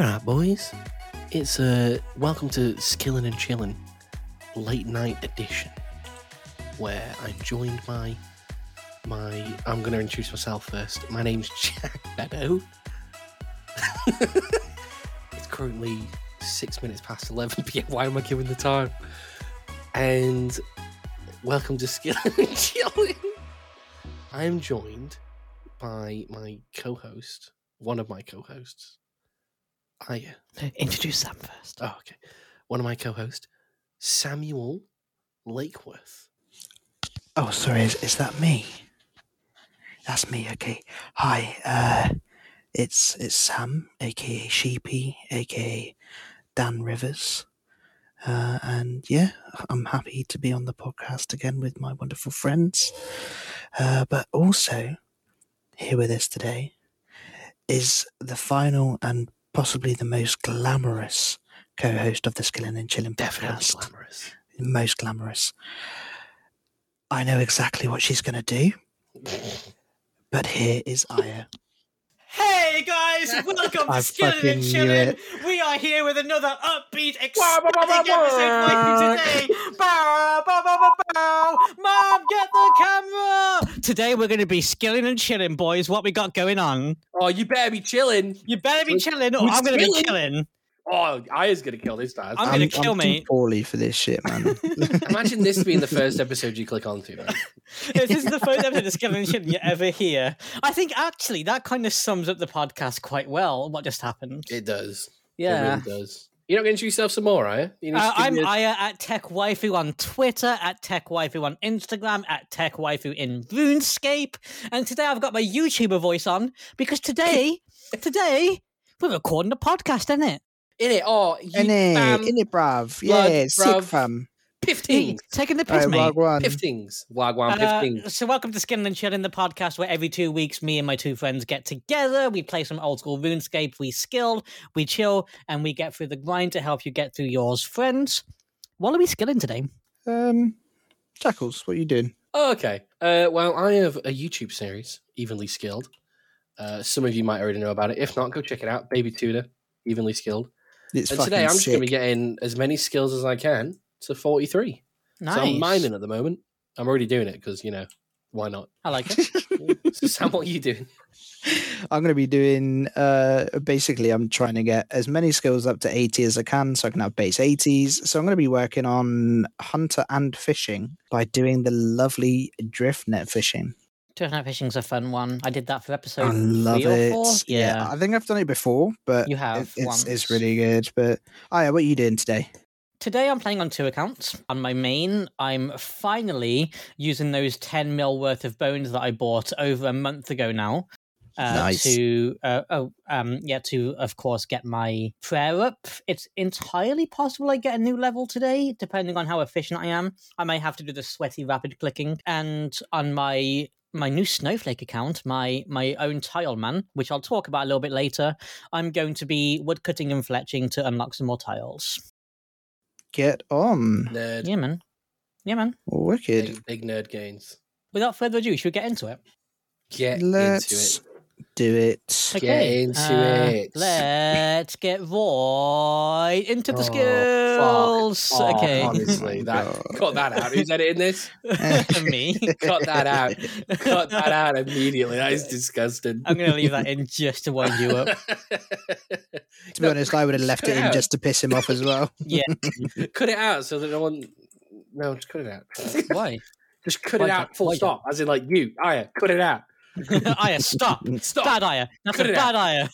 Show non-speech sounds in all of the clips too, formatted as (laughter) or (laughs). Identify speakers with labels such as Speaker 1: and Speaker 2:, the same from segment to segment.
Speaker 1: up, boys? It's uh, welcome to Skillin' and Chillin' late night edition, where I'm joined by my. I'm going to introduce myself first. My name's Jack Beddow. (laughs) it's currently six minutes past eleven p.m. Why am I giving the time? And welcome to Skillin' and Chillin'. I am joined by my co-host, one of my co-hosts. Hiya.
Speaker 2: No, introduce Sam first.
Speaker 1: Oh, okay. One of my co-hosts, Samuel Lakeworth.
Speaker 2: Oh, sorry, is, is that me? That's me. Okay. Hi. Uh, it's it's Sam, aka Sheepy, aka Dan Rivers, uh, and yeah, I'm happy to be on the podcast again with my wonderful friends. Uh, but also here with us today is the final and possibly the most glamorous co-host of the Skillin' and Chillin'
Speaker 1: Definitely
Speaker 2: podcast
Speaker 1: glamorous.
Speaker 2: most glamorous. I know exactly what she's going to do, but here is
Speaker 1: (laughs)
Speaker 2: Aya.
Speaker 3: Hey guys,
Speaker 2: (laughs)
Speaker 3: welcome
Speaker 2: I
Speaker 3: to Skillin'
Speaker 2: fucking
Speaker 3: and
Speaker 2: knew
Speaker 3: Chillin'.
Speaker 2: it.
Speaker 3: We are here with another upbeat,
Speaker 2: Wah, wah,
Speaker 3: exciting
Speaker 2: wah, wah,
Speaker 3: episode
Speaker 2: wah.
Speaker 3: for you today. Bow, bow, bow, bow, bow. Mom, get the camera. Today we're going to be skilling and chilling, boys. What we got going on?
Speaker 1: Oh, you better be chilling.
Speaker 3: You better be
Speaker 1: We're-
Speaker 3: chilling, or
Speaker 1: we're
Speaker 3: I'm going to be
Speaker 1: skillin'.
Speaker 3: chilling.
Speaker 1: Oh, Aya's gonna kill this time.
Speaker 3: I'm gonna kill
Speaker 2: I'm
Speaker 3: me.
Speaker 2: Too poorly for this shit, (laughs) man.
Speaker 1: Imagine this being the
Speaker 2: (laughs)
Speaker 1: first episode you click onto. Man.
Speaker 3: This is the first episode of skilling and chilling you ever hear. I think actually that kind of sums up the podcast quite well. What just happened?
Speaker 1: It does.
Speaker 3: yeah.
Speaker 1: It really does. You're not gonna introduce yourself some more, Aya? You need to
Speaker 3: Uh,
Speaker 1: give
Speaker 3: I'm
Speaker 1: me a-
Speaker 3: Aya at Tech Waifu on Twitter, at Tech Waifu on Instagram, at Tech Waifu in RuneScape. And today I've got my YouTuber voice on because today,
Speaker 1: (laughs)
Speaker 3: today, we're recording a podcast, isn't it?
Speaker 1: in it. Oh, you
Speaker 2: in it,
Speaker 1: fam,
Speaker 2: in it, bruv.
Speaker 1: blood,
Speaker 2: Yeah, sick
Speaker 1: bruv.
Speaker 2: fam.
Speaker 1: piftings,
Speaker 3: Taking the piss,
Speaker 2: Alright,
Speaker 3: mate.
Speaker 2: Rag one.
Speaker 1: piftings, wagwan,
Speaker 3: Uh,
Speaker 1: piftings.
Speaker 3: so welcome to Skin and Chillin, the podcast where every two weeks me and my two friends get together, we play some old school RuneScape, we skilled, we chill, and we get through the grind to help you get through yours, friends. What are we skilling today?
Speaker 2: Um, Jackals, what are you doing?
Speaker 1: Okay. Uh, well, I have a YouTube series, Evenly Skilled. Uh, some of you might already know about it. If not, go check it out. Baby Tudor, Evenly Skilled.
Speaker 2: It's
Speaker 1: and
Speaker 2: fucking
Speaker 1: Uh, today I'm just
Speaker 2: sick.
Speaker 1: going to be getting as many skills as I can to 43.
Speaker 3: Nice.
Speaker 1: So I'm mining at the moment. I'm already doing it because, you know, why
Speaker 3: (laughs)
Speaker 1: not?
Speaker 3: I like
Speaker 1: (laughs)
Speaker 3: it.
Speaker 1: so Sam, what are you doing?
Speaker 2: (laughs) I'm going to be doing. Uh, basically, I'm trying to get as many skills up to 80 as I can, so I can have base 80s. So I'm going to be working on hunter and fishing by doing the lovely drift net fishing.
Speaker 3: Turf night fishing's a fun one. I did that for episode.
Speaker 2: I love
Speaker 3: three or
Speaker 2: it.
Speaker 3: four?
Speaker 2: Yeah.
Speaker 3: Yeah.
Speaker 2: I think I've done it before, but
Speaker 3: You
Speaker 2: it-
Speaker 3: have
Speaker 2: it's,
Speaker 3: once.
Speaker 2: it's really good. But oh yeah, what are you doing today?
Speaker 3: Today I'm playing on two accounts. On my main, I'm finally using those 10 mil worth of bones that I bought over a month ago now. Uh,
Speaker 2: Nice.
Speaker 3: To uh, oh um yeah to of course get my prayer up. It's entirely possible I get a new level today, depending on how efficient I am. I may have to do the sweaty rapid clicking. And on my my new snowflake account, my my own tile man, which I'll talk about a little bit later, I'm going to be woodcutting and fletching to unlock some more tiles.
Speaker 2: Get on.
Speaker 1: Nerd.
Speaker 3: Yeah, man. Yeah, man.
Speaker 2: Wicked.
Speaker 1: Big, big nerd gains.
Speaker 3: Without further ado, should we get into it?
Speaker 1: Get
Speaker 2: Let's
Speaker 1: into
Speaker 2: do it.
Speaker 1: into it.
Speaker 3: uh, Let's get right into the
Speaker 1: Oh,
Speaker 3: skills.
Speaker 1: it. Oh,
Speaker 3: okay.
Speaker 1: Honestly,
Speaker 3: (laughs)
Speaker 2: Oh my
Speaker 1: that,
Speaker 2: God.
Speaker 1: cut that out. Who's editing this?
Speaker 3: Me.
Speaker 1: Cut that out. (laughs) Cut that out immediately. That is disgusting.
Speaker 3: (laughs) I'm going to leave that in just to wind you up.
Speaker 2: To be honest, I would have left
Speaker 1: cut
Speaker 2: it
Speaker 1: it
Speaker 2: in
Speaker 1: out.
Speaker 2: just to piss him off as well.
Speaker 3: Yeah.
Speaker 1: (laughs) cut it out so that no one. No, just cut it out.
Speaker 3: Why?
Speaker 1: (laughs)
Speaker 3: (laughs)
Speaker 1: just cut
Speaker 3: Why
Speaker 1: it out.
Speaker 3: don't-
Speaker 1: Full
Speaker 3: why
Speaker 1: stop. As in, like you, Aya, cut it out.
Speaker 3: Aya, stop.
Speaker 1: Stop.
Speaker 3: Bad Aya. That's
Speaker 1: Cut
Speaker 3: a
Speaker 1: it (laughs)
Speaker 3: bad Aya.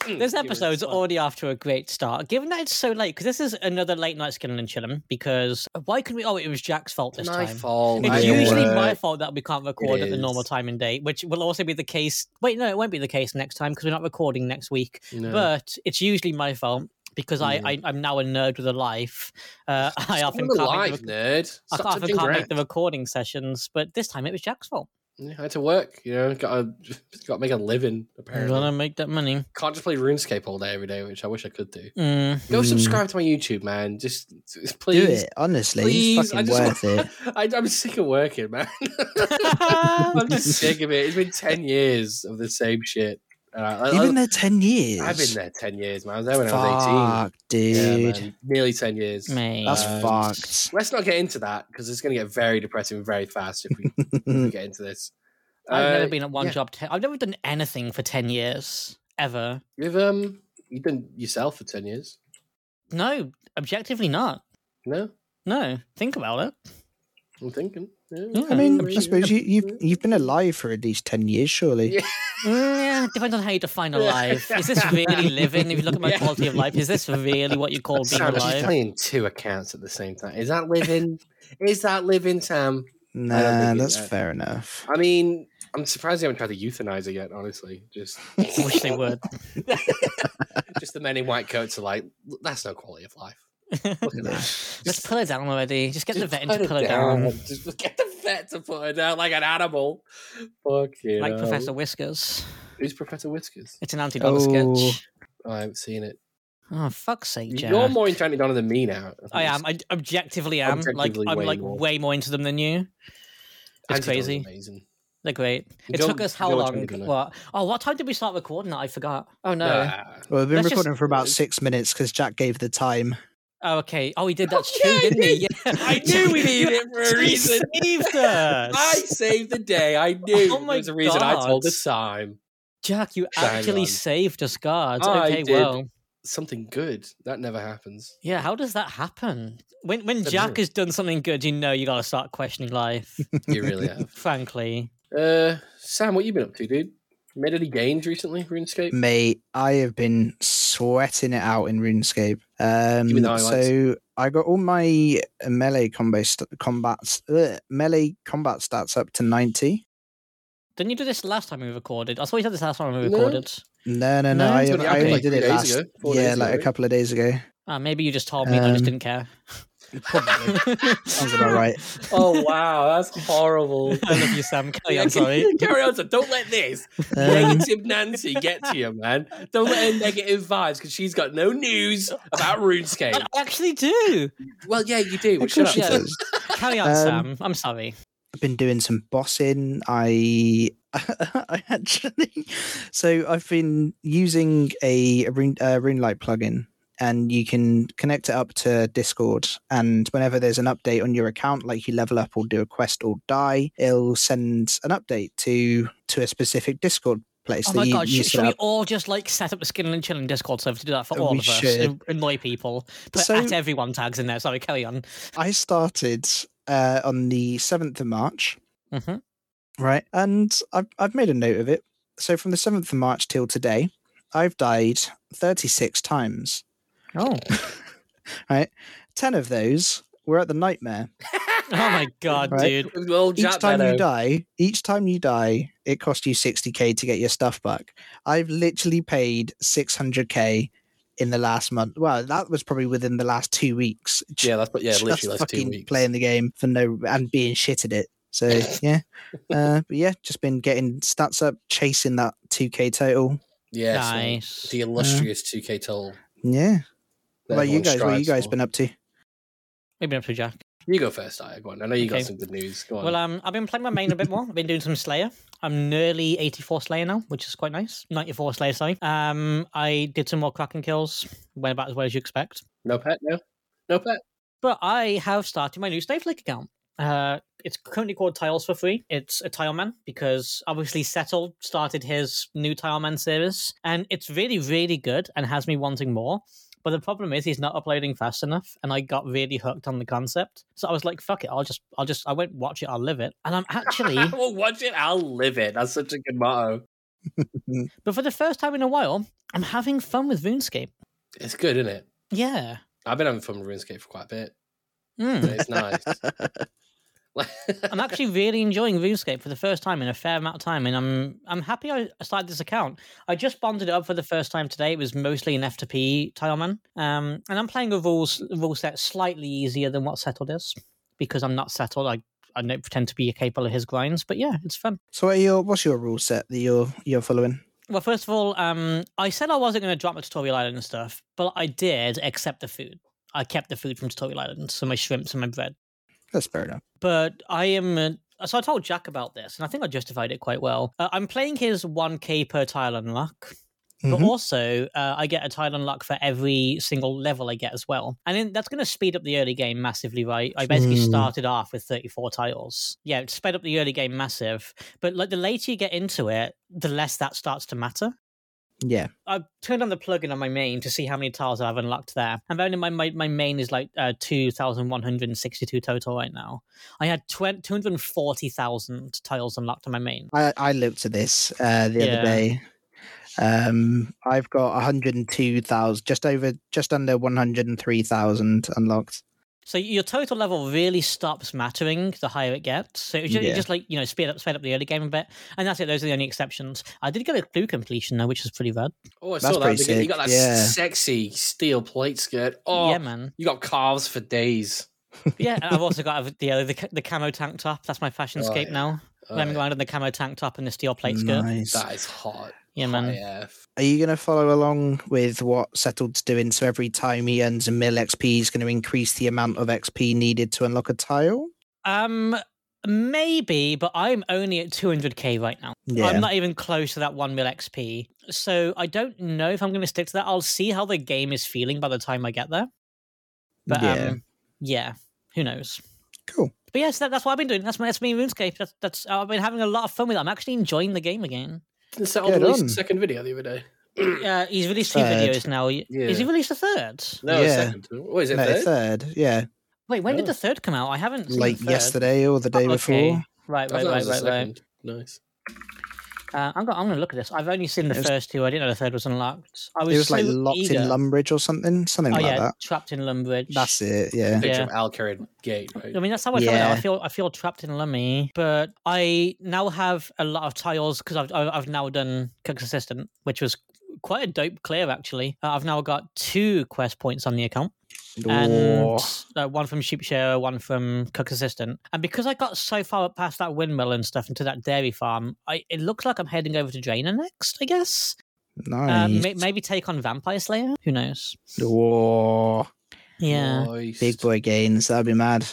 Speaker 1: Mm,
Speaker 3: This
Speaker 1: give us
Speaker 3: episode's
Speaker 1: one.
Speaker 3: already off to a great start. Given that it's so late, because this is another late night skin and chillin', because why couldn't we? Oh, it was Jack's fault this
Speaker 1: my
Speaker 3: time.
Speaker 1: fault.
Speaker 3: It's
Speaker 1: I
Speaker 3: usually
Speaker 1: work.
Speaker 3: my fault that we can't record at the normal
Speaker 1: uh, is.
Speaker 3: time and date, which will also be the case. Wait, no, it won't be the case next time because we're not recording next week.
Speaker 1: No. Mm.
Speaker 3: But it's usually my fault because
Speaker 1: Yeah.
Speaker 3: I, I I'm now a nerd with a life. Uh, (laughs) I
Speaker 1: Stop
Speaker 3: often
Speaker 1: the
Speaker 3: can't,
Speaker 1: live,
Speaker 3: make the, rec-
Speaker 1: nerd.
Speaker 3: I
Speaker 1: Stop
Speaker 3: can't- often
Speaker 1: touching
Speaker 3: can't make
Speaker 1: ground.
Speaker 3: the recording sessions, but this time it was Jack's fault.
Speaker 1: Yeah, I had to work. You know, got to got to make a living.
Speaker 3: I'm
Speaker 1: Apparently,
Speaker 3: gonna make that money.
Speaker 1: can't just play RuneScape all day every day, which I wish I could do.
Speaker 3: Mm. (laughs)
Speaker 1: Go
Speaker 2: Mm.
Speaker 1: subscribe to my YouTube, man. Just, just please.
Speaker 2: Do it, honestly.
Speaker 1: Please,
Speaker 2: it's fucking
Speaker 1: I
Speaker 2: worth
Speaker 1: just,
Speaker 2: it.
Speaker 1: I, I'm sick of (laughs) working, man. I'm just sick of it. It's been ten years of the same shit. And (laughs) I- I-
Speaker 2: You've been there ten years.
Speaker 1: I've been there 10 years, man. I was there when I was
Speaker 2: Fuck,
Speaker 1: 18. Yeah,
Speaker 2: dude.
Speaker 1: man. Nearly 10 years.
Speaker 3: Mate.
Speaker 2: That's
Speaker 1: Um,
Speaker 2: fucked. (laughs)
Speaker 1: Let's not get into that because it's going to get very depressing very fast if we
Speaker 2: (laughs)
Speaker 1: get into this.
Speaker 3: I've
Speaker 1: Uh,
Speaker 3: never been at one
Speaker 1: yeah.
Speaker 3: job. Ten, I've never done anything for ten years ever.
Speaker 1: You've, um, you've been yourself for 10 years.
Speaker 3: No, objectively not.
Speaker 1: No?
Speaker 3: No, think about it.
Speaker 1: I'm thinking. Yeah,
Speaker 3: Yeah,
Speaker 2: I
Speaker 1: (laughs)
Speaker 2: mean,
Speaker 1: maybe,
Speaker 2: I suppose
Speaker 1: yeah.
Speaker 2: you, you've you've been alive for at least ten years, surely.
Speaker 1: Yeah.
Speaker 3: Mm, yeah, depends on how you define alive. Is
Speaker 1: (laughs)
Speaker 3: this really living? If you look at my
Speaker 1: Yeah.
Speaker 3: quality of life, is this really what you call being
Speaker 1: Sam, she's
Speaker 3: alive?
Speaker 1: playing two accounts at the same time. Is that living? is that living, Sam?
Speaker 2: Nah,
Speaker 1: think it-
Speaker 2: that's
Speaker 1: I-
Speaker 2: fair enough.
Speaker 1: I mean, I'm surprised you haven't tried to euthanize her yet, honestly. Just
Speaker 3: I wish they
Speaker 1: (laughs)
Speaker 3: would.
Speaker 1: just the men in white coats are like, "Look, that's no quality of life. Look at that.
Speaker 3: (laughs) Let's pull her down already. Just get the
Speaker 1: Just
Speaker 3: vet in
Speaker 1: put
Speaker 3: to
Speaker 1: her
Speaker 3: pull her down.
Speaker 1: Just get the vet to put her down like an animal. Fuck you.
Speaker 3: Like Professor Whiskers.
Speaker 1: Who's Professor Whiskers?
Speaker 3: It's an Auntie Donna
Speaker 2: Oh.
Speaker 3: sketch.
Speaker 1: Oh, I haven't seen it.
Speaker 3: Oh, fuck's sake, Jack.
Speaker 1: You're more into Andy Donna than me now. think
Speaker 3: I
Speaker 1: it's-
Speaker 3: am. I objectively am.
Speaker 1: Objectively
Speaker 3: like I'm
Speaker 1: way
Speaker 3: like
Speaker 1: more.
Speaker 3: way more into them than you. It's
Speaker 1: Andy Donna's
Speaker 3: crazy.
Speaker 1: Amazing.
Speaker 3: They're great. It
Speaker 1: Go-
Speaker 3: took us how
Speaker 1: go watch
Speaker 3: long?
Speaker 1: Andy Donna.
Speaker 3: What? Oh, what time did we start recording that? I forgot. Oh no.
Speaker 1: Ah.
Speaker 2: Well, we've been
Speaker 3: Let's just-
Speaker 2: recording for about six minutes because Jack gave the time.
Speaker 3: Oh, okay. Oh, he did. That's
Speaker 1: yeah,
Speaker 3: true,
Speaker 1: he
Speaker 3: didn't he? Yeah. (laughs)
Speaker 1: I knew we needed it for a
Speaker 3: He
Speaker 1: reason.
Speaker 3: saved us.
Speaker 1: (laughs) I saved the day. I knew.
Speaker 3: Oh my
Speaker 1: There's a reason I told
Speaker 3: God.
Speaker 1: the time.
Speaker 3: Jack, you
Speaker 1: Hang
Speaker 3: actually
Speaker 1: on.
Speaker 3: saved us, guards.
Speaker 1: I
Speaker 3: okay,
Speaker 1: did.
Speaker 3: well,
Speaker 1: Something good. That never happens.
Speaker 3: yeah. How does that happen? When when
Speaker 1: Dunno.
Speaker 3: Jack has done something good, you know you got to start questioning life.
Speaker 1: You really have.
Speaker 3: frankly,
Speaker 1: Uh, Sam, what you been up to, dude? Made any gains recently, RuneScape?
Speaker 2: Mate, I have been sweating it out in RuneScape.
Speaker 1: Give me the
Speaker 2: Um,
Speaker 1: highlights.
Speaker 2: so I got all my uh, melee combo st- combats, ugh, melee combat stats up to ninety.
Speaker 3: didn't you do this last time we recorded? I saw you did this last time we
Speaker 1: No.
Speaker 3: recorded.
Speaker 2: No, no, no.
Speaker 3: No,
Speaker 2: I,
Speaker 3: it's
Speaker 1: only
Speaker 2: I
Speaker 1: happened
Speaker 2: only
Speaker 1: like
Speaker 2: did
Speaker 1: three
Speaker 2: it
Speaker 1: days
Speaker 2: last.
Speaker 1: ago, four
Speaker 2: yeah,
Speaker 1: days
Speaker 2: like
Speaker 1: ago.
Speaker 2: a couple of days
Speaker 1: (gasps)
Speaker 2: ago.
Speaker 3: Ah, maybe you just told me and I just
Speaker 2: Um,
Speaker 3: didn't care.
Speaker 2: Probably. Sounds about right.
Speaker 3: (laughs)
Speaker 1: Oh wow, that's (laughs) horrible.
Speaker 3: I love you, Sam. Kelly,
Speaker 1: Yeah,
Speaker 3: Oh, I'm sorry.
Speaker 1: (laughs) Carry on, so don't let this
Speaker 2: Um,
Speaker 1: negative Nancy get to you, man. Don't let her negative vibes because she's got no news about RuneScape.
Speaker 3: I actually do.
Speaker 1: well, yeah, you do. but
Speaker 2: of
Speaker 1: Shut
Speaker 2: course
Speaker 1: up.
Speaker 2: she
Speaker 3: yeah.
Speaker 2: does.
Speaker 3: Carry on,
Speaker 2: Um,
Speaker 3: Sam. I'm sorry.
Speaker 2: I've been doing some bossing. I (laughs) I actually so I've been using a Rune, uh, RuneLite plugin, and you can connect it up to Discord. And whenever there's an update on your account, like you level up or do a quest or die, it'll send an update to to a specific Discord place
Speaker 3: Oh
Speaker 2: that
Speaker 3: my
Speaker 2: you,
Speaker 3: god,
Speaker 2: you
Speaker 3: should,
Speaker 2: set
Speaker 3: should we
Speaker 2: up.
Speaker 3: all just like set up a skin and chilling Discord server to do that for
Speaker 2: We
Speaker 3: all of us?
Speaker 2: should.
Speaker 3: and Annoy people. Put
Speaker 2: So-
Speaker 3: at everyone tags in there. Sorry, carry on.
Speaker 2: I started uh, on the seventh of March.
Speaker 3: hmm
Speaker 2: right? And I've I've made a note of it. So from the seventh of March till today, I've died thirty six times. (laughs)
Speaker 3: Oh.
Speaker 2: Ten of those were at the nightmare.
Speaker 3: (laughs)
Speaker 1: (laughs)
Speaker 3: Oh my god,
Speaker 2: Right.
Speaker 3: dude.
Speaker 1: With old
Speaker 2: Each
Speaker 1: Jack
Speaker 2: time
Speaker 1: Meadow.
Speaker 2: you die, each time you die, it costs you sixty k to get your stuff back. I've literally paid six hundred k in the last month. Well, that was probably within the last two weeks. Ju-
Speaker 1: Yeah, that's what. Yeah,
Speaker 2: just
Speaker 1: literally last two
Speaker 2: fucking
Speaker 1: weeks.
Speaker 2: playing the game for no and being shit at it. So (laughs) yeah, uh, but yeah, just been getting stats up, chasing that two k total.
Speaker 1: Yeah, so
Speaker 3: nice.
Speaker 1: the illustrious 2K toll.
Speaker 2: Yeah.
Speaker 1: that
Speaker 2: What about you
Speaker 1: everyone
Speaker 2: guys? What have you
Speaker 1: strives
Speaker 2: guys
Speaker 1: for.
Speaker 2: been up to?
Speaker 3: Maybe up to Jack.
Speaker 1: You go first, I go on. I know you got
Speaker 3: Okay.
Speaker 1: some good news. Go on.
Speaker 3: Well, um, I've been playing my main a bit more. I've been doing some Slayer. I'm nearly 84 Slayer now, which is quite nice. 94 Slayer, sorry. Um, I did some more Kraken kills. Went about as well as you expect.
Speaker 1: no pet, no, no pet.
Speaker 3: but I have started my new Snowflake account. Uh, it's currently called Tiles for Free. It's a tile man because obviously Settle started his new tile man service, and it's really, really good and has me wanting more. But the problem is he's not uploading fast enough, and I got really hooked on the concept. So I was like, "Fuck it, I'll just, I'll just, I won't watch it, I'll live it." And I'm actually,
Speaker 1: (laughs) well, watch it. I'll live it. That's such a good motto.
Speaker 3: but for the first time in a while, I'm having fun with RuneScape.
Speaker 1: It's good, isn't it?
Speaker 3: Yeah,
Speaker 1: I've been having fun with RuneScape for quite a bit.
Speaker 3: Mm.
Speaker 1: and It's nice. (laughs) Like-
Speaker 3: I'm actually really enjoying RuneScape for the first time in a fair amount of time, and I'm I'm happy I started this account. I just bonded it up for the first time today. It was mostly an F2P tileman, um, and I'm playing a rules rule set slightly easier than what Settled is because I'm not settled. I I don't pretend to be capable of his grinds, but yeah, it's fun.
Speaker 2: So, what are your what's your rule set that you're you're following?
Speaker 3: Well, first of all, um, I said I wasn't going to drop my tutorial island and stuff, but I did, except the food. I kept the food from tutorial island, so my shrimps and my bread.
Speaker 2: That's fair enough.
Speaker 3: but I am a, So I told Jack about this, and I think I justified it quite well. Uh, I'm playing his 1k per tile unlock. But
Speaker 2: Mhm.
Speaker 3: also, uh, I get a tile unlock for every single level I get as well. And then that's going to speed up the early game massively, right? I basically
Speaker 2: Hmm.
Speaker 3: started off with 34 tiles. Yeah, it sped up the early game massive. But like the later you get into it, the less that starts to matter.
Speaker 2: Yeah.
Speaker 3: I've turned on the plugin on my main to see how many tiles I've unlocked there. And bearing in mind, my, my main is like uh, 2,162 total right now. I had tw- 240,000 tiles unlocked on my main.
Speaker 2: I, I looked at this uh, the
Speaker 3: Yeah.
Speaker 2: other day. Um, I've got 102,000, just over, just under 103,000 unlocked.
Speaker 3: So your total level really stops mattering the higher it gets. So it just,
Speaker 2: Yeah.
Speaker 3: just like, you know, speed up, speed up the early game a bit. And that's it. Those are the only exceptions. I did get a clue completion though, which is pretty rad.
Speaker 1: Oh, I
Speaker 2: That's
Speaker 1: saw that. at the
Speaker 2: pretty
Speaker 1: beginning. You got that s-
Speaker 2: sick, yeah.
Speaker 1: sexy steel plate skirt. Oh,
Speaker 2: (laughs)
Speaker 3: Yeah, man.
Speaker 1: you got calves for days.
Speaker 3: Yeah, and I've also got a- the, uh, the ca- the camo tank top. That's my fashion
Speaker 1: Oh,
Speaker 3: scape
Speaker 1: yeah.
Speaker 3: now.
Speaker 1: Oh,
Speaker 3: Let me go around in the camo tank top and the steel plate skirt.
Speaker 2: Nice.
Speaker 1: that is hot.
Speaker 3: Yeah,
Speaker 1: hot
Speaker 3: man.
Speaker 1: AF.
Speaker 2: Are you going to follow along with what Settled's doing? So every time he earns a mill XP, he's going to increase the amount of XP needed to unlock a tile?
Speaker 3: Um, maybe, but I'm only at 200k right now.
Speaker 2: Yeah.
Speaker 3: I'm not even close to that one mil XP. So I don't know if I'm going to stick to that. I'll see how the game is feeling by the time I get there. But
Speaker 2: yeah.
Speaker 3: um, yeah, who knows?
Speaker 2: cool.
Speaker 3: But yes, that, that's what I've been doing. That's my that's me in RuneScape. That's that's I've been having a lot of fun with. It. I'm actually enjoying the game again.
Speaker 1: Didn't Settle
Speaker 2: Get
Speaker 1: release
Speaker 2: on.
Speaker 1: the second video the other day? (clears throat)
Speaker 3: Uh, he's released two
Speaker 2: Third.
Speaker 3: videos now. Is he
Speaker 1: Yeah.
Speaker 3: released a third?
Speaker 1: No,
Speaker 2: Yeah.
Speaker 1: second. What is it?
Speaker 2: no,
Speaker 1: third?
Speaker 2: third. Yeah.
Speaker 3: Wait, when did
Speaker 1: Oh.
Speaker 3: the third come out? I haven't seen the
Speaker 2: Like
Speaker 3: third.
Speaker 2: yesterday or the day
Speaker 3: Oh, okay.
Speaker 2: before.
Speaker 3: Right,
Speaker 1: I thought
Speaker 3: right,
Speaker 1: it
Speaker 3: right,
Speaker 1: was the
Speaker 3: right, right.
Speaker 1: second. Nice.
Speaker 3: Uh, I'm, going I'm going to look at this. I've only seen the
Speaker 2: It was-
Speaker 3: first two. I didn't know the third was unlocked. I was,
Speaker 2: It was like
Speaker 3: so
Speaker 2: locked
Speaker 3: eager.
Speaker 2: in Lumbridge or something, something
Speaker 3: Oh
Speaker 2: like
Speaker 3: yeah,
Speaker 2: that.
Speaker 3: trapped in Lumbridge.
Speaker 2: That's it. Yeah. Um,
Speaker 1: Picture
Speaker 3: Yeah.
Speaker 1: of Alcarid Gate, right?
Speaker 3: I mean, that's how I feel. now. I
Speaker 2: Yeah.
Speaker 3: feel I feel trapped in Lummy, but I now have a lot of tiles because I've I've I've now done Cook's Assistant, which was quite a dope clear actually. Uh, I've now got two quest points on the account
Speaker 2: Ooh.
Speaker 3: and uh, one from Sheep Shearer, one from Cook Assistant. And because I got so far up past that windmill and stuff into that dairy farm, I, it looks like I'm heading over to Drainer next, I guess. Uh,
Speaker 2: nice.
Speaker 3: may, maybe take on Vampire Slayer. Who knows?
Speaker 2: Ooh.
Speaker 3: Yeah,
Speaker 1: Nice.
Speaker 2: Big boy gains. That'd be mad.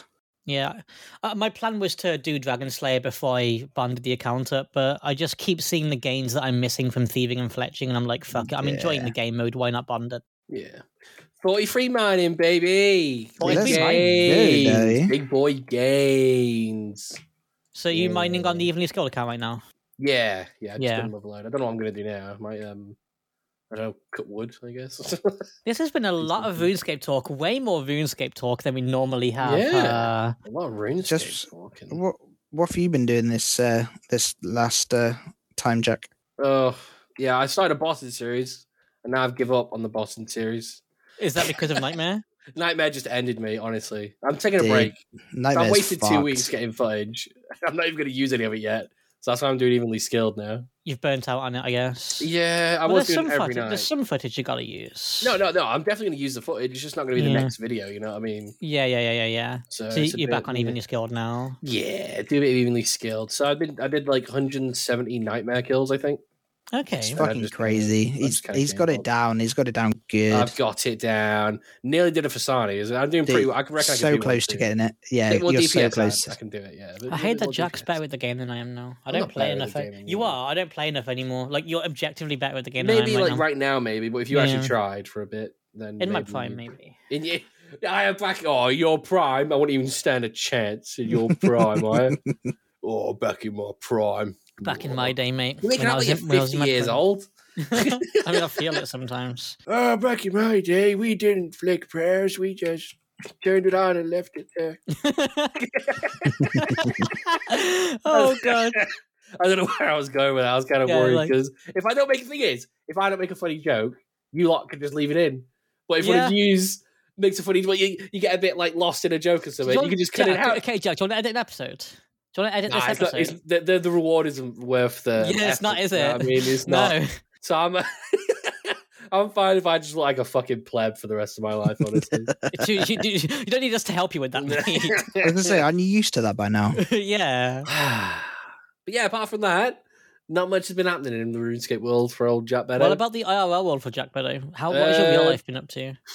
Speaker 3: yeah. Uh, my plan was to do Dragon Slayer before I bonded the account up, but I just keep seeing the gains that I'm missing from thieving and fletching, and I'm like, fuck it. I'm enjoying the game mode. Why not bond it?
Speaker 1: Yeah. 43 mining, baby. Big
Speaker 3: 43
Speaker 1: gains.
Speaker 2: mining.
Speaker 1: Big boy gains.
Speaker 3: So you mining on the
Speaker 1: Yeah.
Speaker 3: evenly skilled account right now?
Speaker 1: Yeah, yeah. I've
Speaker 3: Yeah.
Speaker 1: Just done level nine. I don't know what I'm gonna do now. I might um, I don't know, cut wood. I guess. (laughs)
Speaker 3: This has been a lot of RuneScape talk, way more RuneScape talk than we normally have. uh,
Speaker 1: Yeah.
Speaker 3: Yeah.
Speaker 1: a lot of runes.
Speaker 2: Just-
Speaker 1: talking.
Speaker 2: What What have you been doing this uh, this last uh, time, Jack?
Speaker 1: Oh yeah, I started a Boston series, and now I've give up on the Boston series.
Speaker 3: is that because of Nightmare?
Speaker 1: Nightmare just ended me. Honestly, I'm taking a
Speaker 2: Dude,
Speaker 1: break.
Speaker 2: Nightmares
Speaker 1: I've wasted two
Speaker 2: fucked.
Speaker 1: weeks getting footage. (laughs) I'm not even gonna use any of it yet. So that's why I'm doing evenly skilled now.
Speaker 3: You've burnt out on it, I guess.
Speaker 1: Yeah, I
Speaker 3: Well,
Speaker 1: was
Speaker 3: there's
Speaker 1: doing
Speaker 3: some
Speaker 1: it every
Speaker 3: footage,
Speaker 1: night.
Speaker 3: There's some footage you gotta use.
Speaker 1: No, no, no. I'm definitely gonna use the footage. It's just not gonna be the
Speaker 3: Yeah.
Speaker 1: next video. You know what I mean?
Speaker 3: Yeah, yeah, yeah, yeah, yeah.
Speaker 1: So,
Speaker 3: so
Speaker 1: it's a
Speaker 3: you're back
Speaker 1: bit-
Speaker 3: on
Speaker 1: yeah.
Speaker 3: evenly skilled now.
Speaker 1: Yeah, do a bit evenly skilled. So I've been I did like 170 nightmare kills, I think.
Speaker 3: Okay.
Speaker 2: It's
Speaker 1: And I
Speaker 2: fucking
Speaker 1: just kinda-
Speaker 2: crazy.
Speaker 1: I
Speaker 2: He's
Speaker 1: just kinda
Speaker 2: he's
Speaker 1: came
Speaker 2: got
Speaker 1: up.
Speaker 2: it down. He's got it down good.
Speaker 1: I've got it down. Nearly did it for Sani. I'm doing pretty
Speaker 2: Dude,
Speaker 1: well. I reckon I can
Speaker 2: so
Speaker 1: do one
Speaker 2: close to
Speaker 1: too.
Speaker 2: getting it. Yeah,
Speaker 1: Bit more
Speaker 2: you're so
Speaker 1: DPS,
Speaker 2: close.
Speaker 1: I, I can do it, yeah. Bit-
Speaker 3: I
Speaker 1: bit
Speaker 3: hate that
Speaker 1: more
Speaker 3: Jack's
Speaker 1: DPS.
Speaker 3: better with the game than I am now. I
Speaker 1: I'm
Speaker 3: don't
Speaker 1: not
Speaker 3: play
Speaker 1: better with
Speaker 3: enough.
Speaker 1: the
Speaker 3: a-
Speaker 1: game
Speaker 3: You
Speaker 1: anymore.
Speaker 3: are. I don't play enough anymore. Like you're objectively better with the game
Speaker 1: Maybe
Speaker 3: than I am
Speaker 1: like
Speaker 3: right
Speaker 1: right now, maybe, but if you
Speaker 3: Yeah.
Speaker 1: actually tried for a bit, then
Speaker 3: now. in my
Speaker 1: maybe
Speaker 3: prime,
Speaker 1: you-
Speaker 3: maybe.
Speaker 1: In your, I am back. Oh, your prime. I wouldn't even stand a chance in
Speaker 3: (laughs)
Speaker 1: your prime, I. Oh, back in my prime.
Speaker 3: Back in my day, mate.
Speaker 1: You're making
Speaker 3: when I
Speaker 1: out like
Speaker 3: was
Speaker 1: you're
Speaker 3: in- when I was
Speaker 1: 50
Speaker 3: in my
Speaker 1: years
Speaker 3: prime.
Speaker 1: old.
Speaker 3: (laughs)
Speaker 1: (laughs)
Speaker 3: I mean, I feel it sometimes. (laughs)
Speaker 1: Oh, back in my day, we didn't flick prayers. We just turned it on and left it there.
Speaker 3: oh god.
Speaker 1: (laughs) I don't know where I was going with that. I was kind of
Speaker 3: Yeah,
Speaker 1: worried
Speaker 3: like-
Speaker 1: because if I don't make, the thing is, if I don't make a funny joke, you lot can just leave it in. But if one of yous makes a funny, well, you, you get a bit like lost in a joke or
Speaker 3: Do
Speaker 1: something. You
Speaker 3: want-
Speaker 1: can just cut it
Speaker 3: Jack,
Speaker 1: out.
Speaker 3: Okay, Jack, do you want to edit an episode? Do you want to edit
Speaker 1: Nah,
Speaker 3: this
Speaker 1: it's not,
Speaker 3: episode?
Speaker 1: it's, the, the, the reward isn't worth
Speaker 3: (laughs)
Speaker 1: the.
Speaker 3: yeah, it's not,
Speaker 1: effort,
Speaker 3: is
Speaker 1: you
Speaker 3: it?
Speaker 1: know what I mean, it's not.
Speaker 3: (laughs) No.
Speaker 1: So I'm, (laughs) I'm fine if I just look like a fucking pleb for the rest of my life,
Speaker 3: (laughs)
Speaker 1: honestly.
Speaker 3: you, you- you- you don't need us to help
Speaker 1: (laughs)
Speaker 3: you with that, mate. (laughs)
Speaker 2: I was gonna say, aren't you used to that by now?
Speaker 3: yeah.
Speaker 1: but yeah, apart from that, not much has been happening in the RuneScape world for old Jack Beto.
Speaker 3: What about the IRL world for Jack Beddo? How what has your real
Speaker 1: Uh,
Speaker 3: life been up to?
Speaker 1: (sighs)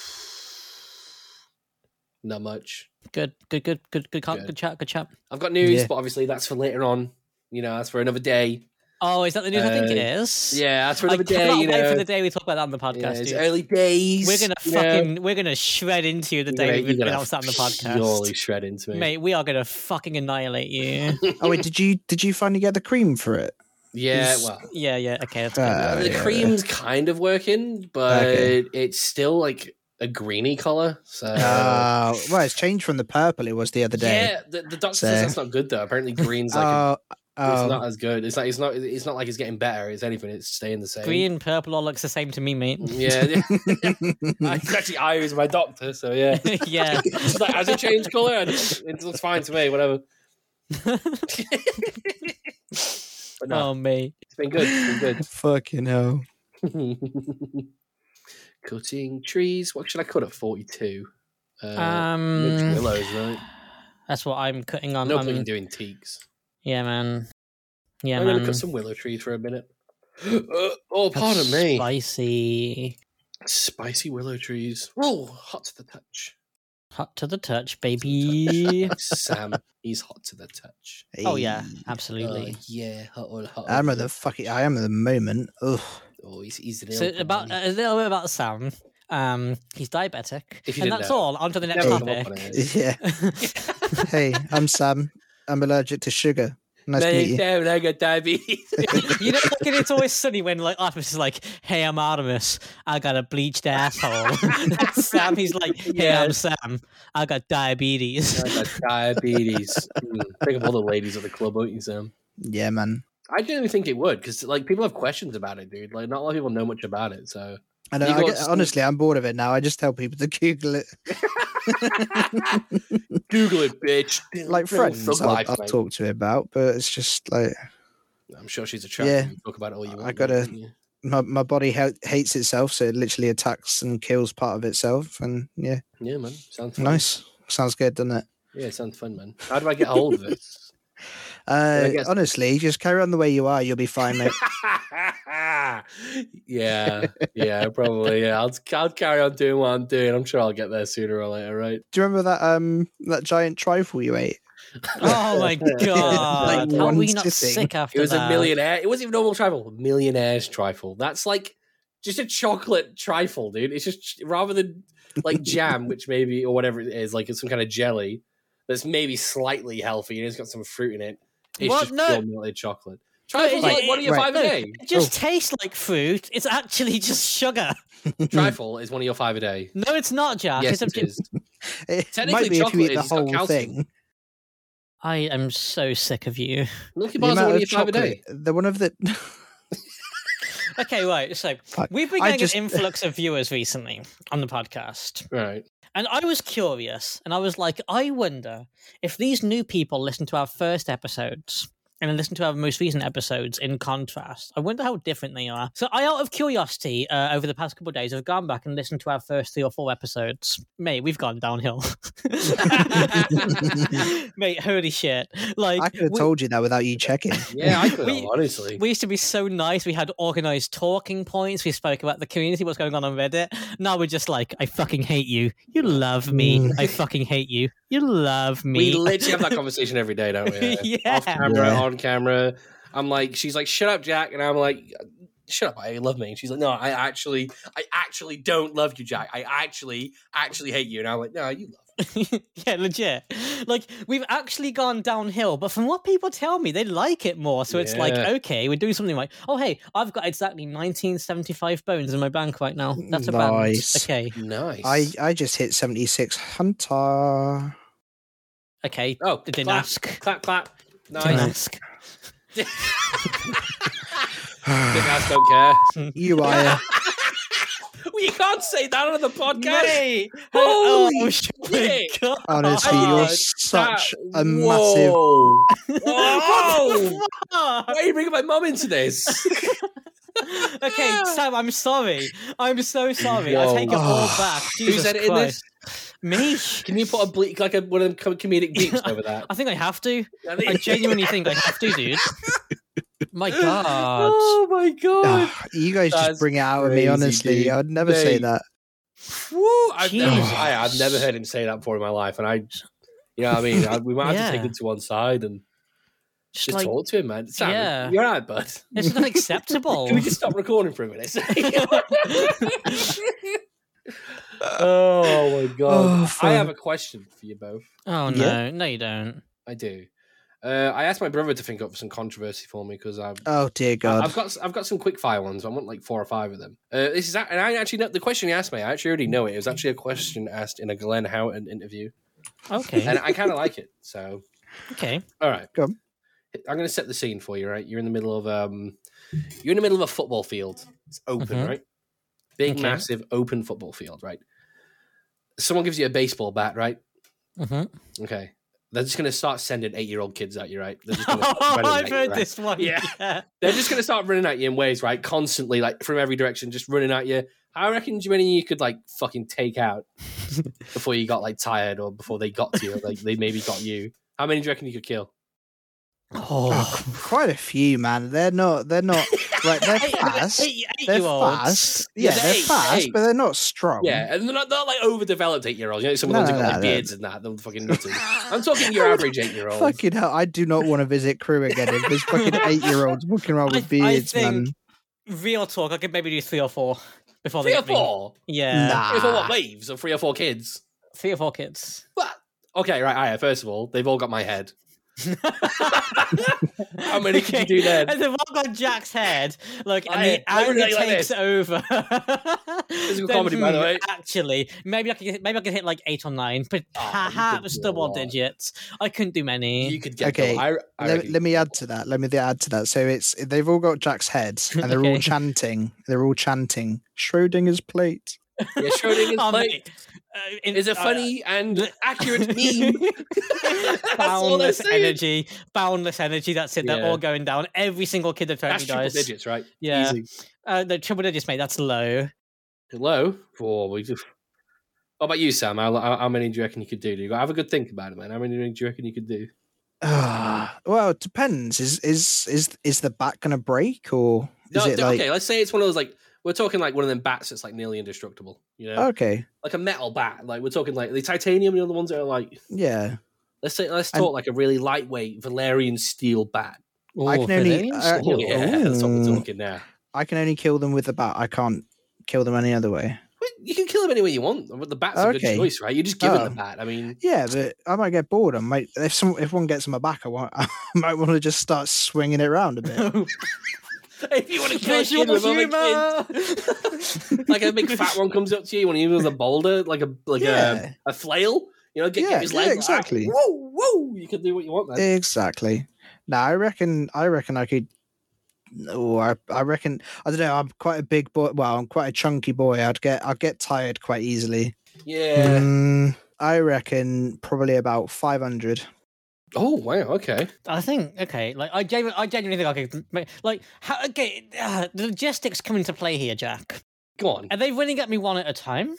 Speaker 1: Not much.
Speaker 3: Good, good, good, good, good, good,
Speaker 1: Good.
Speaker 3: good chat, good chat.
Speaker 1: I've got news,
Speaker 2: Yeah.
Speaker 1: but obviously that's for later on. You know, that's for another day.
Speaker 3: Oh, is that the news? I think it
Speaker 1: Uh,
Speaker 3: is.
Speaker 1: Yeah, that's for
Speaker 3: I
Speaker 1: another day.
Speaker 3: cannot
Speaker 1: You
Speaker 3: wait
Speaker 1: know,
Speaker 3: for the day we talk about that on the
Speaker 1: Yeah,
Speaker 3: podcast.
Speaker 1: it's
Speaker 3: dude.
Speaker 1: early days.
Speaker 3: We're gonna
Speaker 1: you know.
Speaker 3: fucking we're gonna shred into you the
Speaker 1: You're
Speaker 3: day
Speaker 1: gonna-
Speaker 3: we
Speaker 1: you're gonna
Speaker 3: announce that on the
Speaker 1: Surely
Speaker 3: podcast.
Speaker 1: shred into me.
Speaker 3: Mate, we are gonna fucking annihilate
Speaker 1: (laughs)
Speaker 3: you.
Speaker 2: Oh wait, did you did you finally get the cream for it?
Speaker 1: Yeah,
Speaker 2: Is-
Speaker 1: well,
Speaker 3: yeah, yeah, okay. That's good.
Speaker 2: Ah,
Speaker 1: the
Speaker 2: yeah.
Speaker 1: cream's kind of working, but
Speaker 2: Okay.
Speaker 1: it's still like a greeny color. So
Speaker 2: Uh, well, it's changed from the purple it was the other day.
Speaker 1: yeah, the, the doctor says
Speaker 2: So-
Speaker 1: that's not good though. Apparently, green's like a- (laughs)
Speaker 2: Oh,
Speaker 1: it's
Speaker 2: oh,
Speaker 1: not as good. It's like it's not it's not like it's getting better. It's anything. It's staying the same.
Speaker 3: Green, purple all looks the same to me, mate.
Speaker 1: Yeah, (laughs)
Speaker 2: (laughs)
Speaker 1: I- actually, I was my doctor, so yeah.
Speaker 3: (laughs)
Speaker 1: (laughs)
Speaker 3: yeah.
Speaker 1: It's like, has it changed color? It looks fine to me. (laughs) Whatever. But no,
Speaker 3: (laughs) Oh mate.
Speaker 1: it's been good. It's been
Speaker 2: Fucking hell.
Speaker 1: good. (laughs) Cutting trees. What should I cut at forty-two? Uh, Mitch
Speaker 3: Um
Speaker 1: willows, right?
Speaker 3: That's what I'm cutting on.
Speaker 1: no
Speaker 3: I'm-
Speaker 1: point in doing teaks.
Speaker 3: yeah, man. Yeah,
Speaker 1: I'm
Speaker 3: man.
Speaker 1: going to cut some willow trees for a minute. (gasps) Uh, oh,
Speaker 3: That's
Speaker 1: pardon me.
Speaker 3: Spicy.
Speaker 1: Spicy willow trees. Oh, hot to the
Speaker 3: (laughs)
Speaker 1: touch.
Speaker 3: Hot to the touch, baby. (laughs)
Speaker 1: Sam, he's hot to the touch.
Speaker 3: oh yeah,
Speaker 2: Hey.
Speaker 1: Oh,
Speaker 3: absolutely.
Speaker 1: yeah, hot, hot, hot.
Speaker 2: I'm at the fucking. I am at the moment. Ugh.
Speaker 1: Oh, he's, he's an
Speaker 3: So
Speaker 1: ill
Speaker 3: about
Speaker 1: man.
Speaker 3: a little bit about Sam. Um, he's diabetic,
Speaker 1: If you
Speaker 3: and
Speaker 1: didn't
Speaker 3: that's
Speaker 1: know.
Speaker 3: all. On to the next
Speaker 1: Never come up
Speaker 3: topic.
Speaker 1: on it.
Speaker 2: (laughs) Yeah. hey, I'm Sam. I'm allergic to sugar. Nice to
Speaker 1: There
Speaker 2: meet
Speaker 1: you
Speaker 2: you.
Speaker 1: go, uh, I got diabetes.
Speaker 3: (laughs) you know, fucking it's always sunny when like Artemis is like, "Hey, I'm Artemis. I got a bleached asshole." (laughs) And Sam, he's like, "Hey, I'm Sam. I got diabetes."
Speaker 1: I (laughs) got diabetes. Hmm, Think of all the ladies at the club, won't you, Sam?
Speaker 2: Yeah, man.
Speaker 1: I didn't think it would because like people have questions about it, dude. Like not a lot of people know much about it, (laughs) so
Speaker 2: I don't,
Speaker 1: You
Speaker 2: I
Speaker 1: got
Speaker 2: get-
Speaker 1: sn-
Speaker 2: honestly, I'm bored of it now. I just tell people to
Speaker 1: (laughs)
Speaker 2: Google it.
Speaker 1: Google it, bitch.
Speaker 2: Like
Speaker 1: Fuck
Speaker 2: friends, I'll,
Speaker 1: life,
Speaker 2: I'll
Speaker 1: mate.
Speaker 2: talk to it about, but it's just like
Speaker 1: I'm sure she's attractive.
Speaker 2: Yeah.
Speaker 1: You talk about it all you
Speaker 2: I
Speaker 1: want. mate,
Speaker 2: gotta-
Speaker 1: don't you?
Speaker 2: my, my body ha- hates itself, so it literally attacks and kills part of itself. And yeah,
Speaker 1: Yeah, man. Sounds fun.
Speaker 2: nice. Sounds good, doesn't it?
Speaker 1: Yeah, sounds fun, man. How do I get a hold of
Speaker 2: (laughs)
Speaker 1: this?
Speaker 2: Uh,
Speaker 1: guess-
Speaker 2: honestly, just carry on the way you are. You'll be fine, mate.
Speaker 1: yeah, yeah, probably. Yeah, I'll, I'll carry on doing what I'm doing. I'm sure I'll get there sooner or later, right?
Speaker 2: Do you remember that um that giant trifle you ate?
Speaker 3: (laughs) oh my god! How are
Speaker 2: one
Speaker 3: we not
Speaker 2: sitting.
Speaker 3: sick after
Speaker 1: It was
Speaker 3: that?
Speaker 1: a millionaire. It wasn't even normal trifle. Millionaire's trifle. That's like just a chocolate trifle, dude. It's just ch- rather than
Speaker 3: (laughs)
Speaker 1: like jam, which maybe or whatever it is, like it's some kind of jelly that's maybe slightly healthy and it's got some fruit in it. It's
Speaker 3: What?
Speaker 1: just
Speaker 3: No.
Speaker 1: pure melted chocolate. Trifle's
Speaker 3: Right.
Speaker 1: like one of your
Speaker 2: Right.
Speaker 1: five a
Speaker 3: No. Hmm.
Speaker 1: day.
Speaker 3: It just
Speaker 1: Oh.
Speaker 3: tastes like fruit. It's actually just sugar.
Speaker 1: Trifle is one of your five a day.
Speaker 3: No, it's not, Jack.
Speaker 1: Yes,
Speaker 3: it's
Speaker 1: it
Speaker 3: a,
Speaker 1: is.
Speaker 2: (laughs) It
Speaker 1: Technically,
Speaker 2: might be if you
Speaker 1: chocolate
Speaker 2: eat the
Speaker 1: is, it's got
Speaker 2: whole
Speaker 1: calcium.
Speaker 2: thing.
Speaker 3: I am so sick of you. (laughs)
Speaker 1: Milky
Speaker 2: The
Speaker 1: bars are
Speaker 2: amount
Speaker 1: one
Speaker 2: of
Speaker 1: of your five a day.
Speaker 2: chocolate- The one of the
Speaker 3: Okay, right. So
Speaker 2: Fuck.
Speaker 3: we've been
Speaker 2: I
Speaker 3: getting
Speaker 2: just- (laughs)
Speaker 3: an influx of viewers recently on the podcast, (laughs)
Speaker 1: Right.
Speaker 3: and I was curious, and I was like, I wonder if these new people listen to our first episodes and then listen to our most recent episodes in contrast. I wonder how different they are. So I, out of curiosity, uh, over the past couple of days, I've gone back and listened to our first three or four episodes. Mate, we've gone downhill. (laughs)
Speaker 2: (laughs)
Speaker 3: Mate, holy shit! Like
Speaker 2: I could have
Speaker 3: we-
Speaker 2: told you that without you checking.
Speaker 1: Yeah, I could have,
Speaker 3: We-
Speaker 1: honestly.
Speaker 3: we used to be so nice. We had organized talking points. We spoke about the community, what's going on on Reddit. Now we're just like, I fucking hate you. You love me. I fucking hate you. You love
Speaker 1: We
Speaker 3: me.
Speaker 1: literally have that conversation every day, don't we?
Speaker 3: Yeah.
Speaker 1: Off camera,
Speaker 2: Yeah.
Speaker 1: on camera. I'm like, she's like, shut up, Jack, and I'm like, shut up, I love me. And she's like, no, I actually, I actually don't love you, Jack. I actually, actually hate you. And I'm like, no, you love.
Speaker 3: (laughs) yeah, legit. Like we've actually gone downhill, but from what people tell me, they like it more. So it's like,
Speaker 1: Yeah.
Speaker 3: okay, we're doing something like, oh hey, I've got exactly 1975 bones in my bank right now. That's a
Speaker 2: Nice.
Speaker 3: band. Okay,
Speaker 1: Me. Nice.
Speaker 2: I I just hit seventy six hunter. (sighs)
Speaker 3: okay.
Speaker 1: oh,
Speaker 3: Didn't
Speaker 1: clap,
Speaker 3: ask.
Speaker 1: clap, clap.
Speaker 3: Didn't
Speaker 1: Nice.
Speaker 3: ask.
Speaker 1: Didn't ask, don't care.
Speaker 2: you
Speaker 1: (laughs)
Speaker 2: are
Speaker 1: Well, you can't say that on the podcast.
Speaker 3: Mate,
Speaker 1: Holy
Speaker 3: (laughs) oh, shit.
Speaker 1: shit.
Speaker 3: God.
Speaker 2: honestly you're
Speaker 1: God,
Speaker 2: such
Speaker 1: That-
Speaker 2: a massive.
Speaker 1: Oh,
Speaker 3: (laughs)
Speaker 1: Whoa.
Speaker 3: What the
Speaker 1: Whoa.
Speaker 3: fuck?
Speaker 1: Why are you bringing my mum into
Speaker 3: (laughs)
Speaker 1: this?
Speaker 3: okay, Sam, I'm sorry. I'm so sorry. I take it
Speaker 1: Whoa. (sighs)
Speaker 3: all back. Jesus
Speaker 1: Who's editing
Speaker 3: Christ. Me.
Speaker 1: Can you put a bleak like a, one of them com- comedic beeps over that?
Speaker 3: I think I have to.
Speaker 1: I
Speaker 3: I
Speaker 1: think- (laughs)
Speaker 3: genuinely think I have to, dude. My God.
Speaker 1: Oh my god!
Speaker 2: Ah, you guys
Speaker 1: That's
Speaker 2: just bring it out of me.
Speaker 1: crazy,
Speaker 2: Honestly,
Speaker 1: dude.
Speaker 2: I'd never say
Speaker 1: Mate.
Speaker 2: that.
Speaker 1: Woo! (sighs) I've never,
Speaker 3: Jesus.
Speaker 1: I, I've never heard him say that before in my life, and I, you know, what I mean, I, we might have to
Speaker 3: Yeah.
Speaker 1: take him to one side and
Speaker 3: Just
Speaker 1: just
Speaker 3: like,
Speaker 1: talk to him, man. Sam,
Speaker 3: Yeah.
Speaker 1: you're right, bud.
Speaker 3: this is
Speaker 1: (laughs)
Speaker 3: unacceptable.
Speaker 1: Can we just stop recording for a minute?
Speaker 3: (laughs)
Speaker 1: (laughs) oh my god!
Speaker 2: Oh,
Speaker 1: I
Speaker 2: fun.
Speaker 1: have a question for you both.
Speaker 3: oh no,
Speaker 2: Yeah.
Speaker 3: no, you don't.
Speaker 1: I do. Uh, I asked my brother to think up some controversy for me because I've
Speaker 2: Oh dear God!
Speaker 1: I've got I've got some quick fire ones. I want like four or five of them. Uh, this is a- and I actually know the question he asked me. I actually already know it. It was actually a question asked in a Glenn Houghton interview,
Speaker 3: Okay,
Speaker 1: and I kind of like it. So
Speaker 3: okay.
Speaker 1: all right,
Speaker 2: Go on.
Speaker 1: I'm going to set the scene for you. Right, you're in the middle of um, you're in the middle of a football field. It's open,
Speaker 3: Mhm.
Speaker 1: right? Big,
Speaker 3: Okay.
Speaker 1: massive, open football field, right? Someone gives you a baseball bat, right?
Speaker 3: hmm
Speaker 1: Okay, they're just going to start sending eight year old kids at you, right?
Speaker 3: (laughs)
Speaker 1: They're just gonna
Speaker 3: oh,
Speaker 1: run at
Speaker 3: I've
Speaker 1: you,
Speaker 3: heard
Speaker 1: right?
Speaker 3: this one. (laughs)
Speaker 1: Yeah. They're just going to start running at you in ways, right? Constantly, like from every direction, just running at you. I reckon do you many you could like fucking take
Speaker 2: (laughs)
Speaker 1: out before you got like tired or before they got to you, or, like they maybe got you. How many do you reckon you could kill?
Speaker 2: Oh,
Speaker 3: Oh,
Speaker 2: quite a few, man. They're not.
Speaker 1: (laughs)
Speaker 2: They're not. Like they're fast. They're fast. Yeah,
Speaker 1: Yeah,
Speaker 2: they're
Speaker 1: eight,
Speaker 2: fast,
Speaker 1: eight.
Speaker 2: but they're not strong.
Speaker 1: Yeah, and they're not, they're not like overdeveloped eight year olds. You know, some of them
Speaker 2: No,
Speaker 1: have got
Speaker 2: no,
Speaker 1: like
Speaker 2: no.
Speaker 1: beards and that. They're fucking nutty. I'm talking
Speaker 2: (laughs)
Speaker 1: your average eight year old.
Speaker 2: Fucking hell! I do not want to visit crew again. If
Speaker 1: (laughs)
Speaker 2: there's fucking eight-year-olds walking around
Speaker 3: I-
Speaker 2: with
Speaker 3: I
Speaker 2: beards, man.
Speaker 3: think Real talk. I could maybe do three or four before
Speaker 1: Three or
Speaker 3: Oh, they Ah. get me.
Speaker 1: four.
Speaker 3: Yeah,
Speaker 2: Nah.
Speaker 1: Three or four what waves or three or four kids.
Speaker 3: three or four kids.
Speaker 1: Okay, right, Aya, first of all, they've all got my head. How many could you
Speaker 3: (laughs)
Speaker 1: do then?
Speaker 3: And they've all got Jack's head. Look, and
Speaker 1: Right,
Speaker 3: the anger
Speaker 1: everybody
Speaker 3: takes
Speaker 1: like this.
Speaker 3: over. (laughs)
Speaker 1: is
Speaker 3: Then,
Speaker 1: comedy, by the
Speaker 3: hmm,
Speaker 1: way.
Speaker 3: Actually, maybe I could maybe I could hit like eight or nine, but
Speaker 1: Oh, you could
Speaker 3: perhaps
Speaker 1: do a
Speaker 3: double
Speaker 1: lot.
Speaker 3: digits. I couldn't do many.
Speaker 1: You could get
Speaker 2: Okay,
Speaker 1: double. I, I
Speaker 2: Let,
Speaker 1: reckon-
Speaker 2: let me add to that. Let me add to that. So it's they've all got Jack's heads, and
Speaker 1: (laughs)
Speaker 2: they're all
Speaker 3: Okay.
Speaker 2: chanting. They're all chanting Schrodinger's plate.
Speaker 1: Yeah,
Speaker 2: (laughs)
Speaker 1: Schrodinger's
Speaker 3: (laughs) Oh,
Speaker 1: plate
Speaker 3: mate. Uh, in-
Speaker 1: is a
Speaker 3: uh,
Speaker 1: funny and
Speaker 3: (laughs)
Speaker 1: accurate meme. (laughs) That's all they're
Speaker 3: boundless
Speaker 1: saying.
Speaker 3: energy, boundless energy. That's it. They're
Speaker 1: Yeah.
Speaker 3: all going down. Every single kid they've thrown
Speaker 1: That's
Speaker 3: me
Speaker 1: triple
Speaker 3: dies.
Speaker 1: digits, right?
Speaker 3: Yeah,
Speaker 1: Easy.
Speaker 3: uh, no triple digits, mate.
Speaker 1: (laughs)
Speaker 3: That's low. (laughs)
Speaker 1: Hello. Oh, we just... What about you, Sam? How, how, how many do you reckon you could do? Do you have a good think about it, man? How many do you reckon you could do?
Speaker 2: Ah, (sighs) well, it depends. Is is is is the back gonna break or is
Speaker 1: No,
Speaker 2: it
Speaker 1: d-
Speaker 2: like
Speaker 1: okay, let's say it's one of those like we're talking like one of them bats that's like nearly indestructible, you know,
Speaker 2: okay,
Speaker 1: like a metal bat. Like we're talking like the titanium, you know, the ones that are like
Speaker 2: yeah?
Speaker 1: let's say let's
Speaker 2: And-
Speaker 1: talk like a really lightweight Valerian steel bat.
Speaker 2: I can only- uh,
Speaker 1: Oh, yeah, that's what we're
Speaker 2: Ooh.
Speaker 1: talking now.
Speaker 2: I can only kill them with the bat. I can't kill them any other way.
Speaker 1: Well, You can kill him any way you want. But the bat's a good
Speaker 2: Okay.
Speaker 1: choice, right? You just give him
Speaker 2: Oh.
Speaker 1: the bat. I mean,
Speaker 2: Yeah, but I might get bored. I might if some if one gets on my back, I, want, (laughs) I might want to just start swinging it around
Speaker 1: (laughs)
Speaker 2: a bit.
Speaker 1: if you want
Speaker 3: (laughs)
Speaker 1: to kill a kid with other kids, like a big fat one comes up to you, one of you with a boulder, like a like
Speaker 2: yeah,
Speaker 1: a, a flail, you know, get,
Speaker 2: Yeah,
Speaker 1: get his
Speaker 2: yeah,
Speaker 1: legs. out.
Speaker 2: exactly.
Speaker 1: Whoa, whoa! You can do what you want, man.
Speaker 2: exactly. Now I reckon I reckon I could. Oh, I, I reckon I don't know. I'm quite a big boy. Well, I'm quite a chunky boy. I'd get I'd get tired quite easily.
Speaker 1: Yeah.
Speaker 2: Mm, I reckon probably about five hundred.
Speaker 1: Oh wow. Okay.
Speaker 3: I think okay. Like I, genu- I genuinely think I could. make- Like how, okay, uh, the logistics come into play here, Jack.
Speaker 1: Go on.
Speaker 3: Are they winning at me one at a time?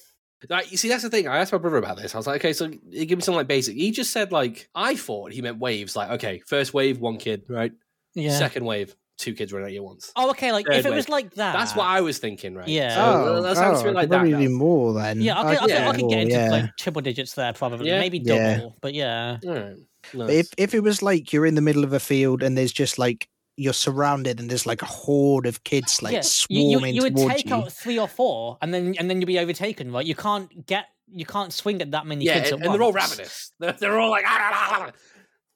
Speaker 1: Like, you see, that's the thing. I asked my brother about this. I was like, okay, so give me something like basic. He just said like I thought he meant waves. Like, okay, first wave, one kid, right?
Speaker 3: Yeah.
Speaker 1: Second wave, two kids running at you at once.
Speaker 3: oh, okay. Like
Speaker 1: Third
Speaker 3: if it
Speaker 1: way.
Speaker 3: was like that,
Speaker 1: That's what I was thinking, right?
Speaker 3: Ah. Yeah.
Speaker 1: So,
Speaker 2: Oh,
Speaker 1: uh, that sounds a bit
Speaker 2: I
Speaker 1: like
Speaker 2: could
Speaker 1: that.
Speaker 2: probably
Speaker 1: now.
Speaker 2: do more then.
Speaker 3: Yeah, I
Speaker 2: I
Speaker 3: could, I,
Speaker 2: could
Speaker 3: could, I
Speaker 2: do
Speaker 3: could get
Speaker 2: more,
Speaker 3: into
Speaker 2: yeah.
Speaker 3: like triple digits there, probably
Speaker 1: Yeah.
Speaker 3: maybe double,
Speaker 2: Yeah.
Speaker 3: but yeah.
Speaker 1: All right.
Speaker 2: But
Speaker 1: Nice.
Speaker 2: if if it was like you're in the middle of a field and there's just like you're surrounded and there's like a horde of kids like
Speaker 3: yeah. You, you,
Speaker 2: swarming
Speaker 3: you would
Speaker 2: towards
Speaker 3: take
Speaker 2: you.
Speaker 3: out three or four, and then and then you'd be overtaken, right? You can't get, you can't swing at that many
Speaker 1: yeah,
Speaker 3: kids
Speaker 1: and,
Speaker 3: at
Speaker 1: and they're all
Speaker 3: once.
Speaker 1: ravenous. (laughs) They're, they're all like, "Ah, ah, ah, ah."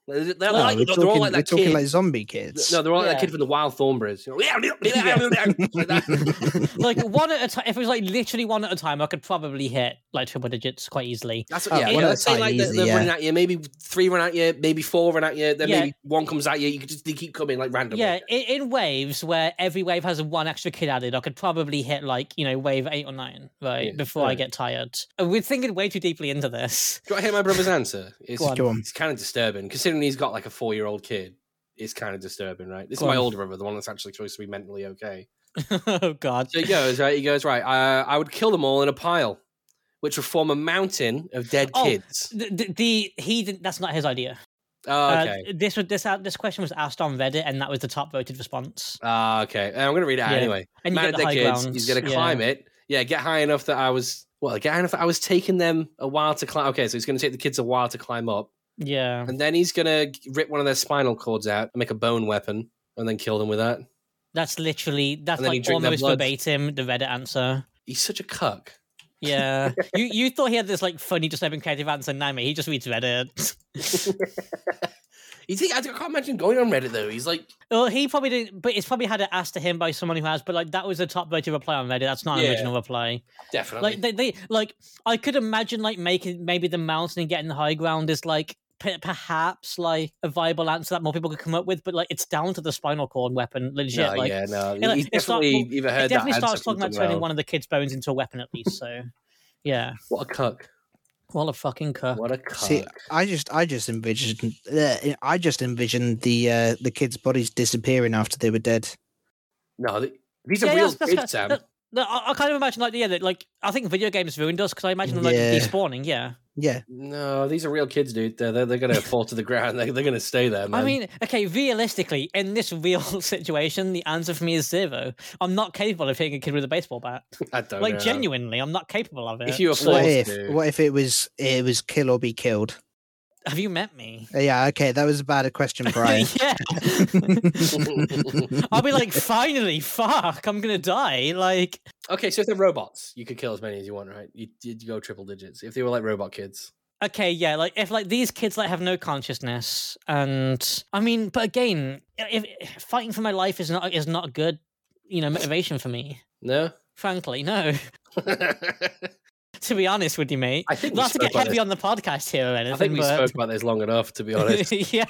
Speaker 1: They're, they're
Speaker 2: No,
Speaker 1: like,
Speaker 2: we're
Speaker 1: they're
Speaker 2: talking,
Speaker 1: all like
Speaker 2: we're
Speaker 1: that
Speaker 2: talking
Speaker 1: kid.
Speaker 2: like zombie kids.
Speaker 1: no, they're all like that
Speaker 3: Yeah.
Speaker 1: kid from the Wild (laughs) Thornberries. You know, like that.
Speaker 3: like one at a time. If it was like literally one at a time, I could probably hit like triple digits quite easily.
Speaker 1: That's
Speaker 2: Oh,
Speaker 1: what, yeah.
Speaker 2: one
Speaker 1: yeah
Speaker 2: at
Speaker 1: let's
Speaker 2: a
Speaker 1: say
Speaker 2: time,
Speaker 1: like they're,
Speaker 2: easy,
Speaker 1: they're
Speaker 2: yeah.
Speaker 1: running at you. Maybe three run at you. Maybe four run at you. Then
Speaker 3: Yeah.
Speaker 1: maybe one comes at you. You could just they keep coming like randomly.
Speaker 3: Yeah, in, in waves where every wave has one extra kid added, I could probably hit like you know wave eight or nine right
Speaker 1: Yeah,
Speaker 3: before I
Speaker 1: alright.
Speaker 3: get tired. Uh, We're thinking way too deeply into this. (laughs)
Speaker 1: Do you want to hear my brother's answer? It's,
Speaker 3: Go on.
Speaker 2: Go on.
Speaker 1: it's kind of disturbing considering he's got like a four-year-old kid. It's kind of disturbing, right? This
Speaker 3: Go
Speaker 1: is my
Speaker 3: on.
Speaker 1: older brother, the one that's actually supposed to be mentally okay.
Speaker 3: oh God.
Speaker 1: So he goes, right? He goes, right? Uh, I would kill them all in a pile, which would form a mountain of dead
Speaker 3: Oh,
Speaker 1: kids.
Speaker 3: The, the, the he didn't, that's not his idea.
Speaker 1: Oh,
Speaker 3: Uh,
Speaker 1: okay.
Speaker 3: this was this out this question was asked on Reddit, and that was the top voted response.
Speaker 1: Ah, okay. Uh, I'm going to read it out
Speaker 3: Yeah.
Speaker 1: anyway.
Speaker 3: And you
Speaker 1: Man
Speaker 3: get
Speaker 1: of
Speaker 3: the
Speaker 1: dead
Speaker 3: high
Speaker 1: kids.
Speaker 3: ground.
Speaker 1: He's going to climb it. Yeah, get high enough that I was Well, again, if I was taking them a while to climb. Okay, so he's going to take the kids a while to climb up,
Speaker 3: Yeah.
Speaker 1: and then he's going to rip one of their spinal cords out and make a bone weapon, and then kill them with that.
Speaker 3: That's literally that's
Speaker 1: And then he
Speaker 3: like
Speaker 1: drink their
Speaker 3: almost
Speaker 1: blood.
Speaker 3: verbatim the Reddit answer.
Speaker 1: He's such a cuck. (laughs)
Speaker 3: Yeah. you you thought he had this like funny, just creative answer, now mate, he just reads Reddit. (laughs)
Speaker 1: You think I can't imagine going on Reddit though. He's like,
Speaker 3: well, he probably didn't, but it's probably had it asked to him by someone who has. But like that was a top voted reply on Reddit. That's not an
Speaker 1: Yeah.
Speaker 3: original reply.
Speaker 1: definitely.
Speaker 3: Like they, they like I could imagine like making maybe the mountain and getting the high ground is like. pe- Perhaps like a viable answer that more people could come up with, but like it's down to the spinal cord weapon, legit.
Speaker 1: no,
Speaker 3: like,
Speaker 1: yeah, no.
Speaker 3: yeah, like,
Speaker 1: he's
Speaker 3: it's not-
Speaker 1: definitely either heard
Speaker 3: it definitely
Speaker 1: that and
Speaker 3: starts
Speaker 1: said
Speaker 3: talking about
Speaker 1: something
Speaker 3: turning
Speaker 1: else.
Speaker 3: one of the kids' bones into a weapon at least. So, yeah,
Speaker 1: What a cuck!
Speaker 3: what a fucking cuck.
Speaker 1: What a cuck!
Speaker 2: See, I just, I just envisioned, uh, I just envisioned the uh, the kids' bodies disappearing after they were dead.
Speaker 1: no, th- these are
Speaker 3: Yeah,
Speaker 1: real
Speaker 3: that's- that's
Speaker 1: kids,
Speaker 3: kind-
Speaker 1: Sam.
Speaker 3: that- No, I, I kind of imagine like yeah, that, like I think video games ruined us because I imagine them like
Speaker 2: Yeah.
Speaker 3: despawning. Yeah,
Speaker 2: Yeah,
Speaker 1: no, these are real kids, dude. They're they're, they're gonna fall to the ground. They're, they're gonna stay there, man.
Speaker 3: I mean, okay, realistically, in this real (laughs) situation, the answer for me is zero. I'm not capable of hitting a kid with a baseball bat.
Speaker 1: I don't
Speaker 3: like
Speaker 1: know.
Speaker 3: genuinely, I'm not capable of it.
Speaker 1: Oh, If you were
Speaker 3: so,
Speaker 1: Forced
Speaker 2: what if,
Speaker 1: to.
Speaker 2: what if it was, it was kill or be killed?
Speaker 3: have you met me?
Speaker 2: Uh, Yeah, okay, that was about a question,
Speaker 3: (laughs)
Speaker 2: Brian.
Speaker 3: yeah, I'll be like, finally, fuck, I'm gonna die. Like,
Speaker 1: (laughs) Okay, so if they're robots, you could kill as many as you want, right? You you go triple digits if they were like robot kids.
Speaker 3: Okay, yeah, like if like these kids like have no consciousness, and I mean, but again, if, if fighting for my life is not is not a good, you know, motivation for me.
Speaker 1: No,
Speaker 3: Frankly, no. (laughs)
Speaker 1: I
Speaker 3: to be honest with you, mate,
Speaker 1: think we
Speaker 3: not to
Speaker 1: spoke
Speaker 3: get
Speaker 1: about
Speaker 3: heavy
Speaker 1: this.
Speaker 3: on the podcast here or anything.
Speaker 1: I think we
Speaker 3: but...
Speaker 1: spoke about this long enough, to be honest.
Speaker 3: (laughs) yeah,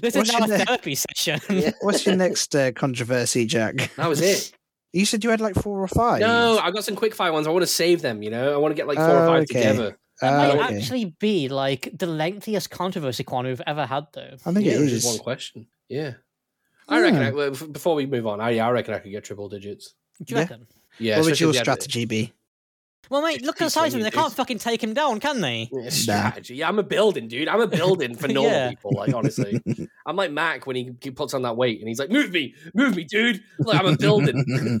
Speaker 3: this
Speaker 2: What's
Speaker 3: is now
Speaker 2: your
Speaker 3: a
Speaker 2: name? (laughs)
Speaker 3: therapy session.
Speaker 1: Yeah.
Speaker 2: What's your next uh, controversy, Jack?
Speaker 1: that was it.
Speaker 2: You said you had like four or five.
Speaker 1: No, I got some quick fire ones. I want to save them. You know, I want to get like four or
Speaker 2: Oh,
Speaker 1: five
Speaker 2: okay.
Speaker 1: together.
Speaker 2: Ah,
Speaker 3: Might
Speaker 2: okay.
Speaker 3: actually be like the lengthiest controversy corner we've ever had, though.
Speaker 2: I think
Speaker 1: yeah,
Speaker 2: it
Speaker 1: was just
Speaker 2: is.
Speaker 1: one question. Yeah, I reckon.
Speaker 2: Yeah.
Speaker 1: I, well, f- before we move on, I, I reckon I could get triple digits.
Speaker 3: Do you
Speaker 2: Yeah.
Speaker 3: reckon?
Speaker 1: Yeah.
Speaker 2: what would
Speaker 1: especially
Speaker 2: your
Speaker 1: if you had-
Speaker 2: strategy be?
Speaker 3: Well, mate, look at the
Speaker 1: It's
Speaker 3: size of him. They
Speaker 1: genius.
Speaker 3: can't fucking take him down, can they?
Speaker 1: Yeah, strategy. Yeah, I'm a building, dude. I'm a building
Speaker 2: (laughs)
Speaker 1: for normal
Speaker 3: Yeah.
Speaker 1: people. Like honestly, I'm like Mac when he he puts on that weight and he's like, "Move me, move me, dude." Like I'm a building.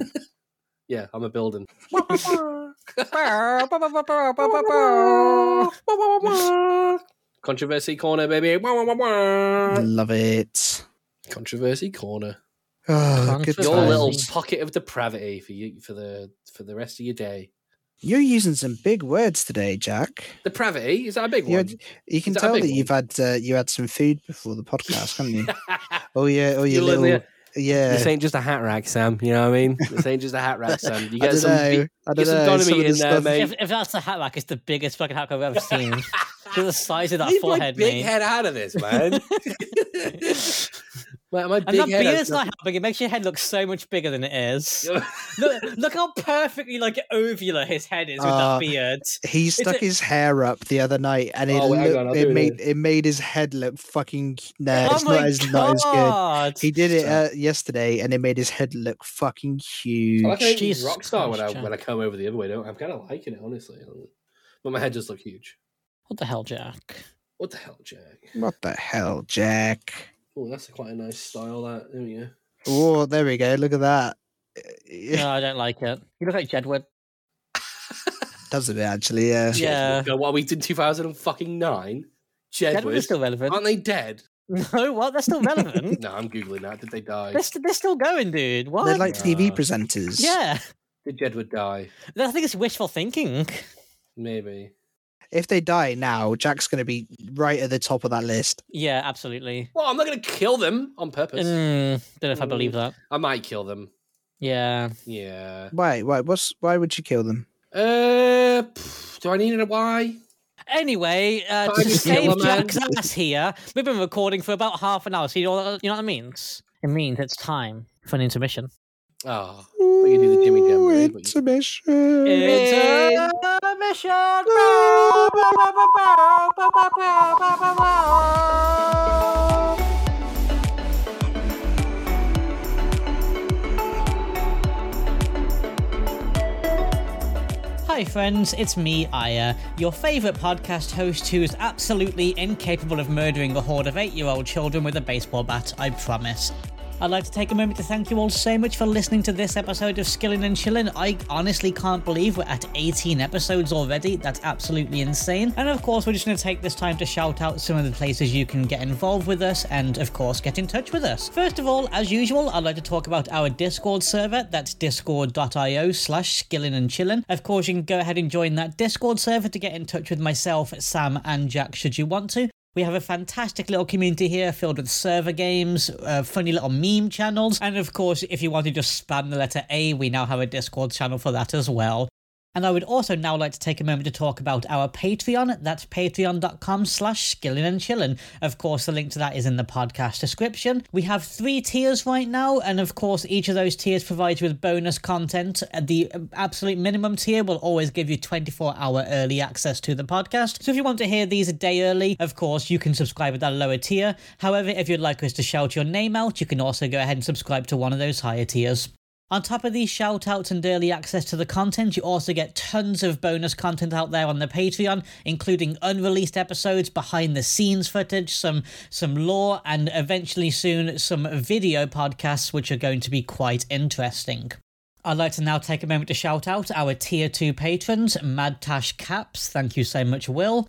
Speaker 1: yeah, I'm a building. Controversy corner, baby.
Speaker 2: (laughs) Love it.
Speaker 1: Controversy corner.
Speaker 2: Oh, good
Speaker 3: Controversy.
Speaker 1: your
Speaker 2: times.
Speaker 1: little pocket of depravity for you for the for the rest of your day.
Speaker 2: You're using some big words today, Jack.
Speaker 1: Depravity is that a big
Speaker 2: You,
Speaker 1: one?
Speaker 2: had,
Speaker 1: (laughs)
Speaker 2: you can
Speaker 1: that a
Speaker 2: tell
Speaker 1: big
Speaker 2: that you've had uh, you had some food before the podcast,
Speaker 1: (laughs)
Speaker 2: haven't you? Oh yeah, oh
Speaker 1: You
Speaker 2: your
Speaker 1: learn
Speaker 2: little uh,
Speaker 1: the-
Speaker 2: yeah.
Speaker 1: This ain't just a hat rack, Sam. You know what I mean? This ain't just a hat rack, Sam. You
Speaker 2: I
Speaker 1: get
Speaker 2: don't
Speaker 1: some.
Speaker 2: know. I
Speaker 1: get
Speaker 2: don't
Speaker 1: some
Speaker 2: know. Some
Speaker 1: Donovan
Speaker 2: of the
Speaker 1: in there,
Speaker 2: stuff.
Speaker 1: mate.
Speaker 3: If, if that's the hat rack, it's the biggest fucking hat rack
Speaker 2: (laughs)
Speaker 3: I've ever seen. Look
Speaker 1: (laughs)
Speaker 3: at the size of that
Speaker 1: Leave my
Speaker 3: forehead,
Speaker 1: big
Speaker 3: mate.
Speaker 1: head out of this, man.
Speaker 3: (laughs)
Speaker 1: my, my
Speaker 3: And
Speaker 1: big
Speaker 3: that
Speaker 1: head. (laughs)
Speaker 3: beard's not helping. It makes your head look so much bigger than it is.
Speaker 1: not...
Speaker 3: look, look how perfectly like ovular his head is with
Speaker 2: Uh,
Speaker 3: that beard.
Speaker 2: He stuck
Speaker 3: a-
Speaker 2: his hair up the other night, and it
Speaker 1: Oh, wait, hang
Speaker 2: looked-
Speaker 1: on, I'll do
Speaker 2: it
Speaker 1: it
Speaker 2: made it made his head look fucking. Nah,
Speaker 3: oh
Speaker 2: it's
Speaker 3: my
Speaker 2: not as not as good.
Speaker 3: god!
Speaker 2: He did it
Speaker 1: So-
Speaker 2: uh, yesterday, and it made his head look fucking huge.
Speaker 1: I like I
Speaker 3: Jesus
Speaker 1: rock star when I
Speaker 3: Christ, Jack.
Speaker 1: when I come over the other way. Don't I? I'm kind of liking it, honestly. But my head does look huge.
Speaker 3: What the hell, Jack?
Speaker 1: What the hell, Jack?
Speaker 2: What the hell, Jack?
Speaker 1: Oh, that's quite a nice style. That there we go.
Speaker 2: Oh, there we go. Look at that.
Speaker 3: No, I don't like it. You look like Jedward.
Speaker 2: Does a bit actually. Yeah.
Speaker 3: Yeah.
Speaker 1: Jedward. What we did in 2009.
Speaker 3: Jedward is
Speaker 1: Jedward.
Speaker 3: still relevant.
Speaker 1: Aren't they dead?
Speaker 3: (laughs) No, what? They're
Speaker 1: (laughs)
Speaker 3: still relevant.
Speaker 1: No, I'm googling that. Did they die?
Speaker 3: they're, st- they're still going, dude. What?
Speaker 2: They're like TV
Speaker 1: Uh,
Speaker 2: presenters.
Speaker 3: yeah.
Speaker 1: Did Jedward die?
Speaker 3: I think it's wishful thinking.
Speaker 1: Maybe.
Speaker 2: If they die now, Jack's going to be right at the top of that list.
Speaker 3: Yeah, absolutely.
Speaker 1: Well, I'm not going to kill them on purpose.
Speaker 3: Mm, don't know if I
Speaker 1: Mm.
Speaker 3: believe that.
Speaker 1: I might kill them.
Speaker 3: Yeah.
Speaker 1: Yeah.
Speaker 2: Why? Why? What's? Why would you kill them?
Speaker 1: Uh, pff, do I need a why?
Speaker 3: Anyway, uh,
Speaker 1: Time
Speaker 3: to
Speaker 1: to kill
Speaker 3: save
Speaker 1: a man.
Speaker 3: Jack's ass here, we've been recording for about half an hour, so you know, what- you know what that means? It means it's time for an intermission.
Speaker 1: Oh, we can do the Jimmy Jam.
Speaker 2: Ooh,
Speaker 1: right? But you-
Speaker 2: intermission.
Speaker 3: Intermission! Hi, friends, it's me, Aya, your favourite podcast host who is absolutely incapable of murdering a horde of eight year old children with a baseball bat, I promise. I'd like to take a moment to thank you all so much for listening to this episode of Skillin' and Chillin'. I honestly can't believe we're at 18 episodes already. That's absolutely insane. And of course, we're just going to take this time to shout out some of the places you can get involved with us and, of course, get in touch with us. First of all, as usual, I'd like to talk about our Discord server. That's discord.io slash skillin' and chillin'. Of course, you can go ahead and join that Discord server to get in touch with myself, Sam, and Jack should you want to. We have a fantastic little community here filled with server games, uh, funny little meme channels, and of course, if you want to just spam the letter A, we now have a Discord channel for that as well. And I would also now like to take a moment to talk about our Patreon. That's patreon.com slash skillin' and chillin'. Of course, the link to that is in the podcast description. We have three tiers right now, and of course, each of those tiers provides you with bonus content. At The absolute minimum tier will always give you 24 hour early access to the podcast. So if you want to hear these a day early, of course, you can subscribe at that lower tier. However, if you'd like us to shout your name out, you can also go ahead and subscribe to one of those higher tiers. On top of these shout outs and early access to the content, you also get tons of bonus content out there on the Patreon, including unreleased episodes, behind the scenes footage, some some lore, and eventually soon some video podcasts which are going to be quite interesting. I'd like to now take a moment to shout out our tier 2 patrons, Mad Tash Caps, thank you so much Will,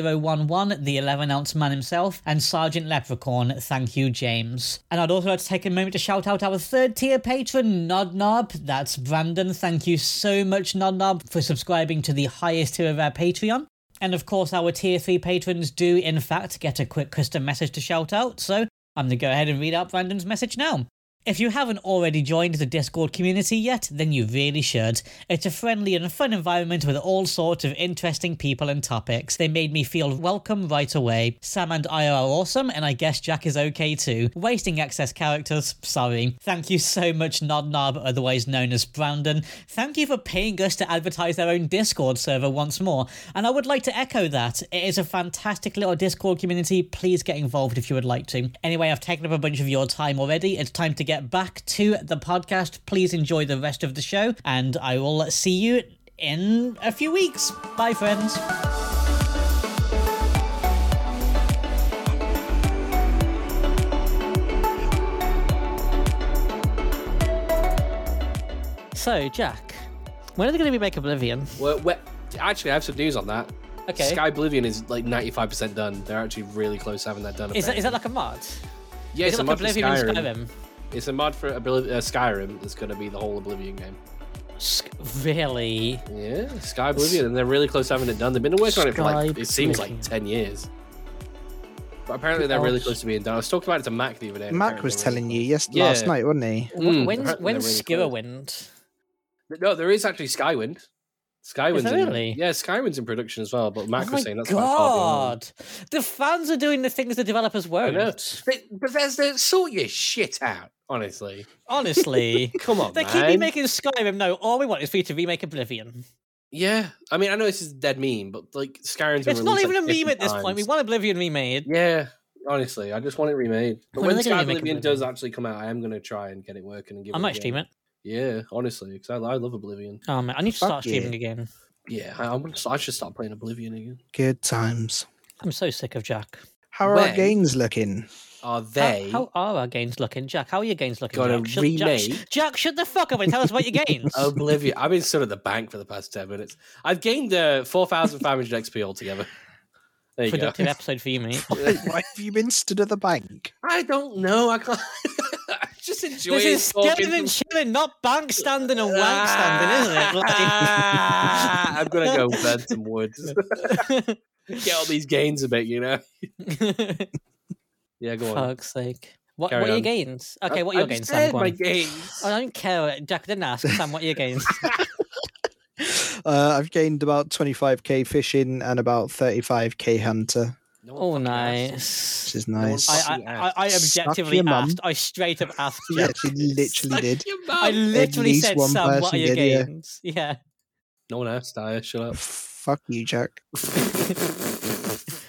Speaker 3: Nams011, the 11 ounce man himself, and Sergeant Leprechaun, thank you James. And I'd also like to take a moment to shout out our third tier patron, Nodnob, that's Brandon, thank you so much Nodnob for subscribing to the highest tier of our Patreon. And of course, our tier 3 patrons do, in fact, get a quick custom message to shout out, so I'm going to go ahead and read out Brandon's message now. If you haven't already joined the Discord community yet, then you really should. It's a friendly and fun environment with all sorts of interesting people and topics. They made me feel welcome right away. Sam and I are awesome, and I guess Jack is okay too. Wasting excess characters, sorry. Thank you so much, Nodnob, otherwise known as Brandon. Thank you for paying us to advertise their own Discord server once more. And I would like to echo that. It is a fantastic little Discord community. Please get involved if you would like to. Anyway, I've taken up a bunch of your time already. It's time to get get back to the podcast. Please enjoy the rest of the show, and I will see you in a few weeks. Bye, friends. So, Jack, when are they going to remake Oblivion?
Speaker 1: Well, we- actually, I have some news on that.
Speaker 3: Okay.
Speaker 1: Sky Oblivion is like 95% done. They're actually really close to having that done.
Speaker 3: Is that, is that
Speaker 1: apparently.
Speaker 3: like a mod?
Speaker 1: yeah,
Speaker 3: Is
Speaker 1: it's
Speaker 3: it
Speaker 1: a
Speaker 3: like
Speaker 1: mod for
Speaker 3: Oblivion and
Speaker 1: Skyrim.
Speaker 3: Skyrim?
Speaker 1: It's a mod for Obliv- uh, Skyrim that's going to be the whole Oblivion game.
Speaker 3: Sk- really?
Speaker 1: Yeah, Sky Oblivion, and they're really close to having it done. They've been working on it for like
Speaker 3: Sky
Speaker 1: it seems
Speaker 3: Oblivion.
Speaker 1: like ten years. But apparently they're really close to being done. I was talking about it to Mac the other day. and
Speaker 2: Mac
Speaker 1: apparently
Speaker 2: was
Speaker 1: they're really
Speaker 2: telling you
Speaker 1: close.
Speaker 2: yes
Speaker 1: Yeah.
Speaker 2: last night, wasn't he?
Speaker 1: Mm, apparently
Speaker 3: when's when's
Speaker 1: they're really
Speaker 3: Skirwind?
Speaker 1: close. No, there is actually Skywind. Skywind's
Speaker 3: there
Speaker 1: in,
Speaker 3: really?
Speaker 1: yeah, Skywind's in production as well. But Mac was
Speaker 3: oh my
Speaker 1: saying that's by far
Speaker 3: god! The fans are doing the things the developers
Speaker 1: the only one. I know.
Speaker 3: won't.
Speaker 1: But Bethesda, sort your shit out. Honestly, (laughs)
Speaker 3: Honestly,
Speaker 1: come on,
Speaker 3: (laughs) they
Speaker 1: man.
Speaker 3: keep remaking Skyrim. No, all we want is for you to remake Oblivion.
Speaker 1: Yeah, I mean, I know this is a dead meme, but like Skyrim's. been
Speaker 3: It's not
Speaker 1: released,
Speaker 3: even a
Speaker 1: like,
Speaker 3: meme at
Speaker 1: 50
Speaker 3: this point. We
Speaker 1: times.
Speaker 3: want Oblivion remade.
Speaker 1: Yeah, honestly, I just want it remade. But
Speaker 3: When are
Speaker 1: when,
Speaker 3: they gonna
Speaker 1: Sky
Speaker 3: remake
Speaker 1: Oblivion
Speaker 3: Oblivion?
Speaker 1: does actually come out, I am going to try and get it working and give.
Speaker 3: I
Speaker 1: it
Speaker 3: might stream it.
Speaker 1: Yeah, honestly, because I, I love Oblivion.
Speaker 3: Oh man, I need to
Speaker 2: Fuck
Speaker 3: start
Speaker 2: yeah.
Speaker 3: streaming again.
Speaker 1: Yeah, I, I'm gonna, I should start playing Oblivion again.
Speaker 2: Good times.
Speaker 3: I'm so sick of Jack.
Speaker 2: How are
Speaker 1: When-
Speaker 2: our games
Speaker 3: (laughs)
Speaker 2: looking?
Speaker 1: Are
Speaker 3: How-
Speaker 1: they
Speaker 3: How, are our games looking, Jack? How are your games looking?
Speaker 1: Gotta
Speaker 3: Jack? Shut- Jack, sh-
Speaker 1: remake. Oh,
Speaker 3: Jack, shut the fuck up and tell us about your
Speaker 1: (laughs)
Speaker 3: games.
Speaker 1: Oblivion? I've been sort of the bank for the past ten minutes. I've gained uh, four thousand five hundred XP altogether. There you
Speaker 3: Productive episode for
Speaker 1: (laughs)
Speaker 3: you, mate.
Speaker 1: go.
Speaker 2: Why have you been stood at the bank?
Speaker 1: I don't know. I can't. (laughs) I just enjoy
Speaker 3: This is
Speaker 1: talking
Speaker 3: standing and
Speaker 1: to-
Speaker 3: chilling, not bank standing and wank standing,
Speaker 1: (laughs)
Speaker 3: isn't it? Like-
Speaker 1: I'm gonna go burn some
Speaker 3: (laughs)
Speaker 1: wood. (laughs) Get all these gains a bit, you know.
Speaker 3: (laughs)
Speaker 1: (laughs) Yeah, go on.
Speaker 3: Fuck's sake. What, what
Speaker 1: Carry
Speaker 3: are your
Speaker 1: on.
Speaker 3: gains? Okay,
Speaker 1: I-
Speaker 3: what are your
Speaker 1: I
Speaker 3: gains,
Speaker 1: said
Speaker 3: Sam? Go
Speaker 1: my
Speaker 3: on. Uh,
Speaker 1: gains.
Speaker 3: I don't care. Jack didn't ask. Sam, what are your gains?
Speaker 2: Uh, I've gained about 25k fishing and about 35k hunter,
Speaker 1: No one fucking
Speaker 3: oh, (laughs)
Speaker 1: asked.
Speaker 2: which
Speaker 3: nice.
Speaker 2: is
Speaker 1: one
Speaker 2: nice.
Speaker 1: fucking
Speaker 3: I, I, I, I
Speaker 2: Suck
Speaker 3: objectively
Speaker 2: your
Speaker 3: asked.
Speaker 2: mum.
Speaker 3: I straight up asked
Speaker 2: (laughs) Yeah,
Speaker 3: Jack. (laughs)
Speaker 2: she literally
Speaker 1: Suck
Speaker 2: did.
Speaker 1: your mouth.
Speaker 3: I literally
Speaker 2: least
Speaker 3: said,
Speaker 2: one
Speaker 3: Sam, what are
Speaker 2: person
Speaker 3: your
Speaker 2: did, yeah.
Speaker 3: gains? Yeah.
Speaker 1: No one asked. I shut up.
Speaker 2: Fuck you, Oh, Jack.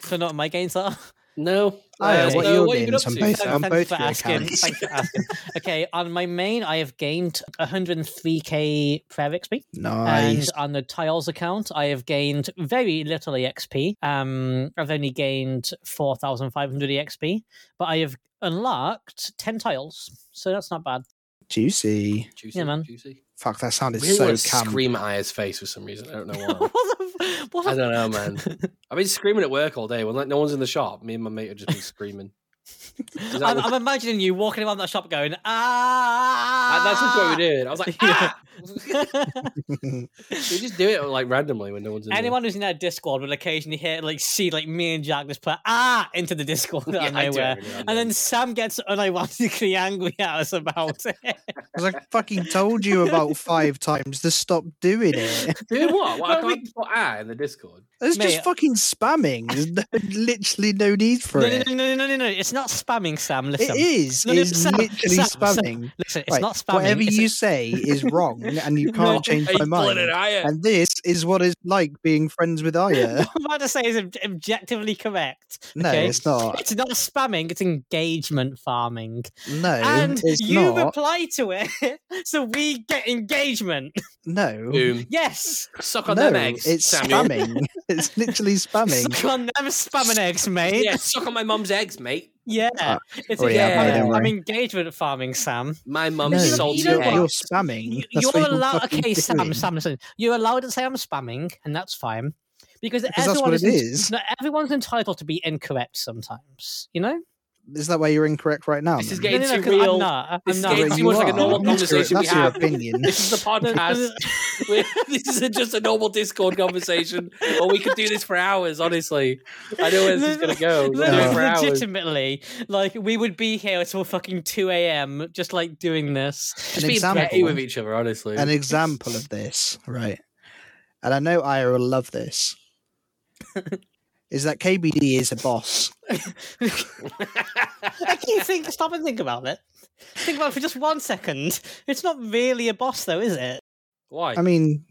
Speaker 3: So, not what my gains are.
Speaker 1: No.
Speaker 2: I
Speaker 3: know
Speaker 1: Uh,
Speaker 3: what
Speaker 1: no, have
Speaker 2: you're
Speaker 1: you
Speaker 2: doing,
Speaker 1: been up
Speaker 2: some
Speaker 1: to?
Speaker 2: both-
Speaker 3: Thank-
Speaker 2: on
Speaker 3: (laughs) thanks
Speaker 2: both
Speaker 3: for
Speaker 2: your
Speaker 3: asking.
Speaker 2: accounts.
Speaker 3: Thanks for asking. okay, on my main, I have gained 103k prayer XP.
Speaker 2: Nice.
Speaker 3: And on the tiles account, I have gained very little EXP. Um, I've only gained 4,500 EXP, but I have unlocked 10 tiles. So that's not bad.
Speaker 2: Juicy.
Speaker 1: Juicy,
Speaker 3: Yeah, man.
Speaker 1: Juicy.
Speaker 2: Fuck, that sounded
Speaker 1: really
Speaker 2: so
Speaker 1: want to
Speaker 2: cam. (laughs)
Speaker 1: scream at Aya's face for some reason. I don't know why.
Speaker 3: (laughs) what the, what
Speaker 1: I don't know, man. I've been screaming at work all day. When like no one's in the shop, me and my mate have just
Speaker 3: (laughs)
Speaker 1: been screaming. Is that
Speaker 3: I'm,
Speaker 1: what-
Speaker 3: I'm imagining you walking around that shop going,
Speaker 1: Like,
Speaker 3: ah!
Speaker 1: that's just what we did. I was like,
Speaker 3: Yeah.
Speaker 1: ah! we just do it like randomly when no one's in. there.
Speaker 3: Anyone who's in our Discord will occasionally hear, like, see, like, me and Jack just put ah into the Discord
Speaker 1: (laughs)
Speaker 3: out
Speaker 1: Yeah,
Speaker 3: of
Speaker 1: I do it
Speaker 3: nowhere.
Speaker 1: every now
Speaker 3: And then Sam gets unironically angry at us about it.
Speaker 2: As I fucking told you
Speaker 3: (laughs)
Speaker 2: about five times to stop doing it.
Speaker 1: Doing what? What, I
Speaker 3: Well, we-
Speaker 1: can't put ah in the Discord.
Speaker 2: It's
Speaker 3: Mate. uh
Speaker 2: just fucking spamming. There's no, literally no need for
Speaker 3: No, no,
Speaker 2: it.
Speaker 3: no, no, no, no, no. It's not spamming, Sam. Listen,
Speaker 2: It is.
Speaker 3: No, no,
Speaker 2: it's
Speaker 3: Sam,
Speaker 2: literally
Speaker 3: Sam, Sam,
Speaker 2: spamming.
Speaker 3: listen. It's
Speaker 2: Right,
Speaker 3: not spamming.
Speaker 2: Whatever
Speaker 3: it's-
Speaker 2: you say is
Speaker 3: (laughs)
Speaker 2: wrong, and you
Speaker 3: No,
Speaker 2: can't change
Speaker 1: Hey,
Speaker 2: my
Speaker 1: you pulling it
Speaker 2: mind.
Speaker 1: Aya?
Speaker 2: And this is what it's like being friends with Aya.
Speaker 3: (laughs) (laughs) what I'm about to say is ob- objectively correct.
Speaker 2: No,
Speaker 3: okay?
Speaker 2: it's not.
Speaker 3: It's not spamming. It's engagement farming.
Speaker 2: No,
Speaker 3: and
Speaker 2: it's
Speaker 3: you
Speaker 2: not.
Speaker 3: reply to it, (laughs) so we get engagement.
Speaker 2: no,
Speaker 1: Boom.
Speaker 3: Yes,
Speaker 1: Suck on
Speaker 2: no,
Speaker 1: them eggs.
Speaker 2: it's
Speaker 1: Samuel.
Speaker 2: spamming. (laughs) it's
Speaker 3: (laughs)
Speaker 2: literally spamming.
Speaker 3: Suck on them spamming eggs, mate.
Speaker 1: Yeah, suck on my mum's eggs, mate.
Speaker 3: Yeah,
Speaker 2: Ah,
Speaker 3: it's
Speaker 2: oh,
Speaker 1: yeah, okay,
Speaker 3: engagement-
Speaker 1: don't
Speaker 2: worry.
Speaker 3: I'm engagement farming, Sam.
Speaker 1: My
Speaker 2: No,
Speaker 1: mum's
Speaker 3: you know-
Speaker 1: salty
Speaker 3: you know
Speaker 2: you're,
Speaker 3: what?
Speaker 1: egg.
Speaker 2: you're spamming.
Speaker 3: You,
Speaker 2: Mm, That's
Speaker 3: you're
Speaker 2: what you're
Speaker 3: allowed.
Speaker 2: fucking
Speaker 3: Okay, Sam,
Speaker 2: doing.
Speaker 3: Sam, listen. You're allowed to say I'm spamming, and that's fine
Speaker 2: Because
Speaker 3: because,
Speaker 2: that's
Speaker 3: everyone
Speaker 2: what it
Speaker 3: ent-
Speaker 2: is.
Speaker 3: no, everyone's entitled to be incorrect sometimes. You know.
Speaker 2: Is that why you're incorrect right now?
Speaker 1: This is getting
Speaker 2: man?
Speaker 3: no, no, no,
Speaker 1: too
Speaker 3: 'cause
Speaker 1: real.
Speaker 3: I'm not.
Speaker 1: This
Speaker 3: I'm
Speaker 1: is
Speaker 3: not.
Speaker 1: getting
Speaker 2: But
Speaker 1: too
Speaker 2: you
Speaker 1: much like a
Speaker 2: are.
Speaker 1: normal
Speaker 2: That's your-
Speaker 1: conversation we
Speaker 2: That's your
Speaker 1: have.
Speaker 2: opinion.
Speaker 1: This is
Speaker 2: (laughs)
Speaker 1: the
Speaker 3: (laughs) No,
Speaker 1: podcast.
Speaker 3: no,
Speaker 1: We're- this isn't just a normal Discord conversation. Or we could do this for hours, honestly. I know where this is going to go. We'll do
Speaker 3: no,
Speaker 1: it for hours.
Speaker 3: legitimately, like we would be here till fucking two a.m. just like doing this.
Speaker 1: Just
Speaker 2: An
Speaker 1: being
Speaker 2: example.
Speaker 1: petty with each other, honestly.
Speaker 2: An example of this, right? And I know Aya will love
Speaker 3: (laughs)
Speaker 2: this. is that KBD is a boss?
Speaker 3: I can you think? Stop and think about it. Think about it for just one second. It's not really a boss, though, is it?
Speaker 1: (laughs) Why?
Speaker 2: I mean,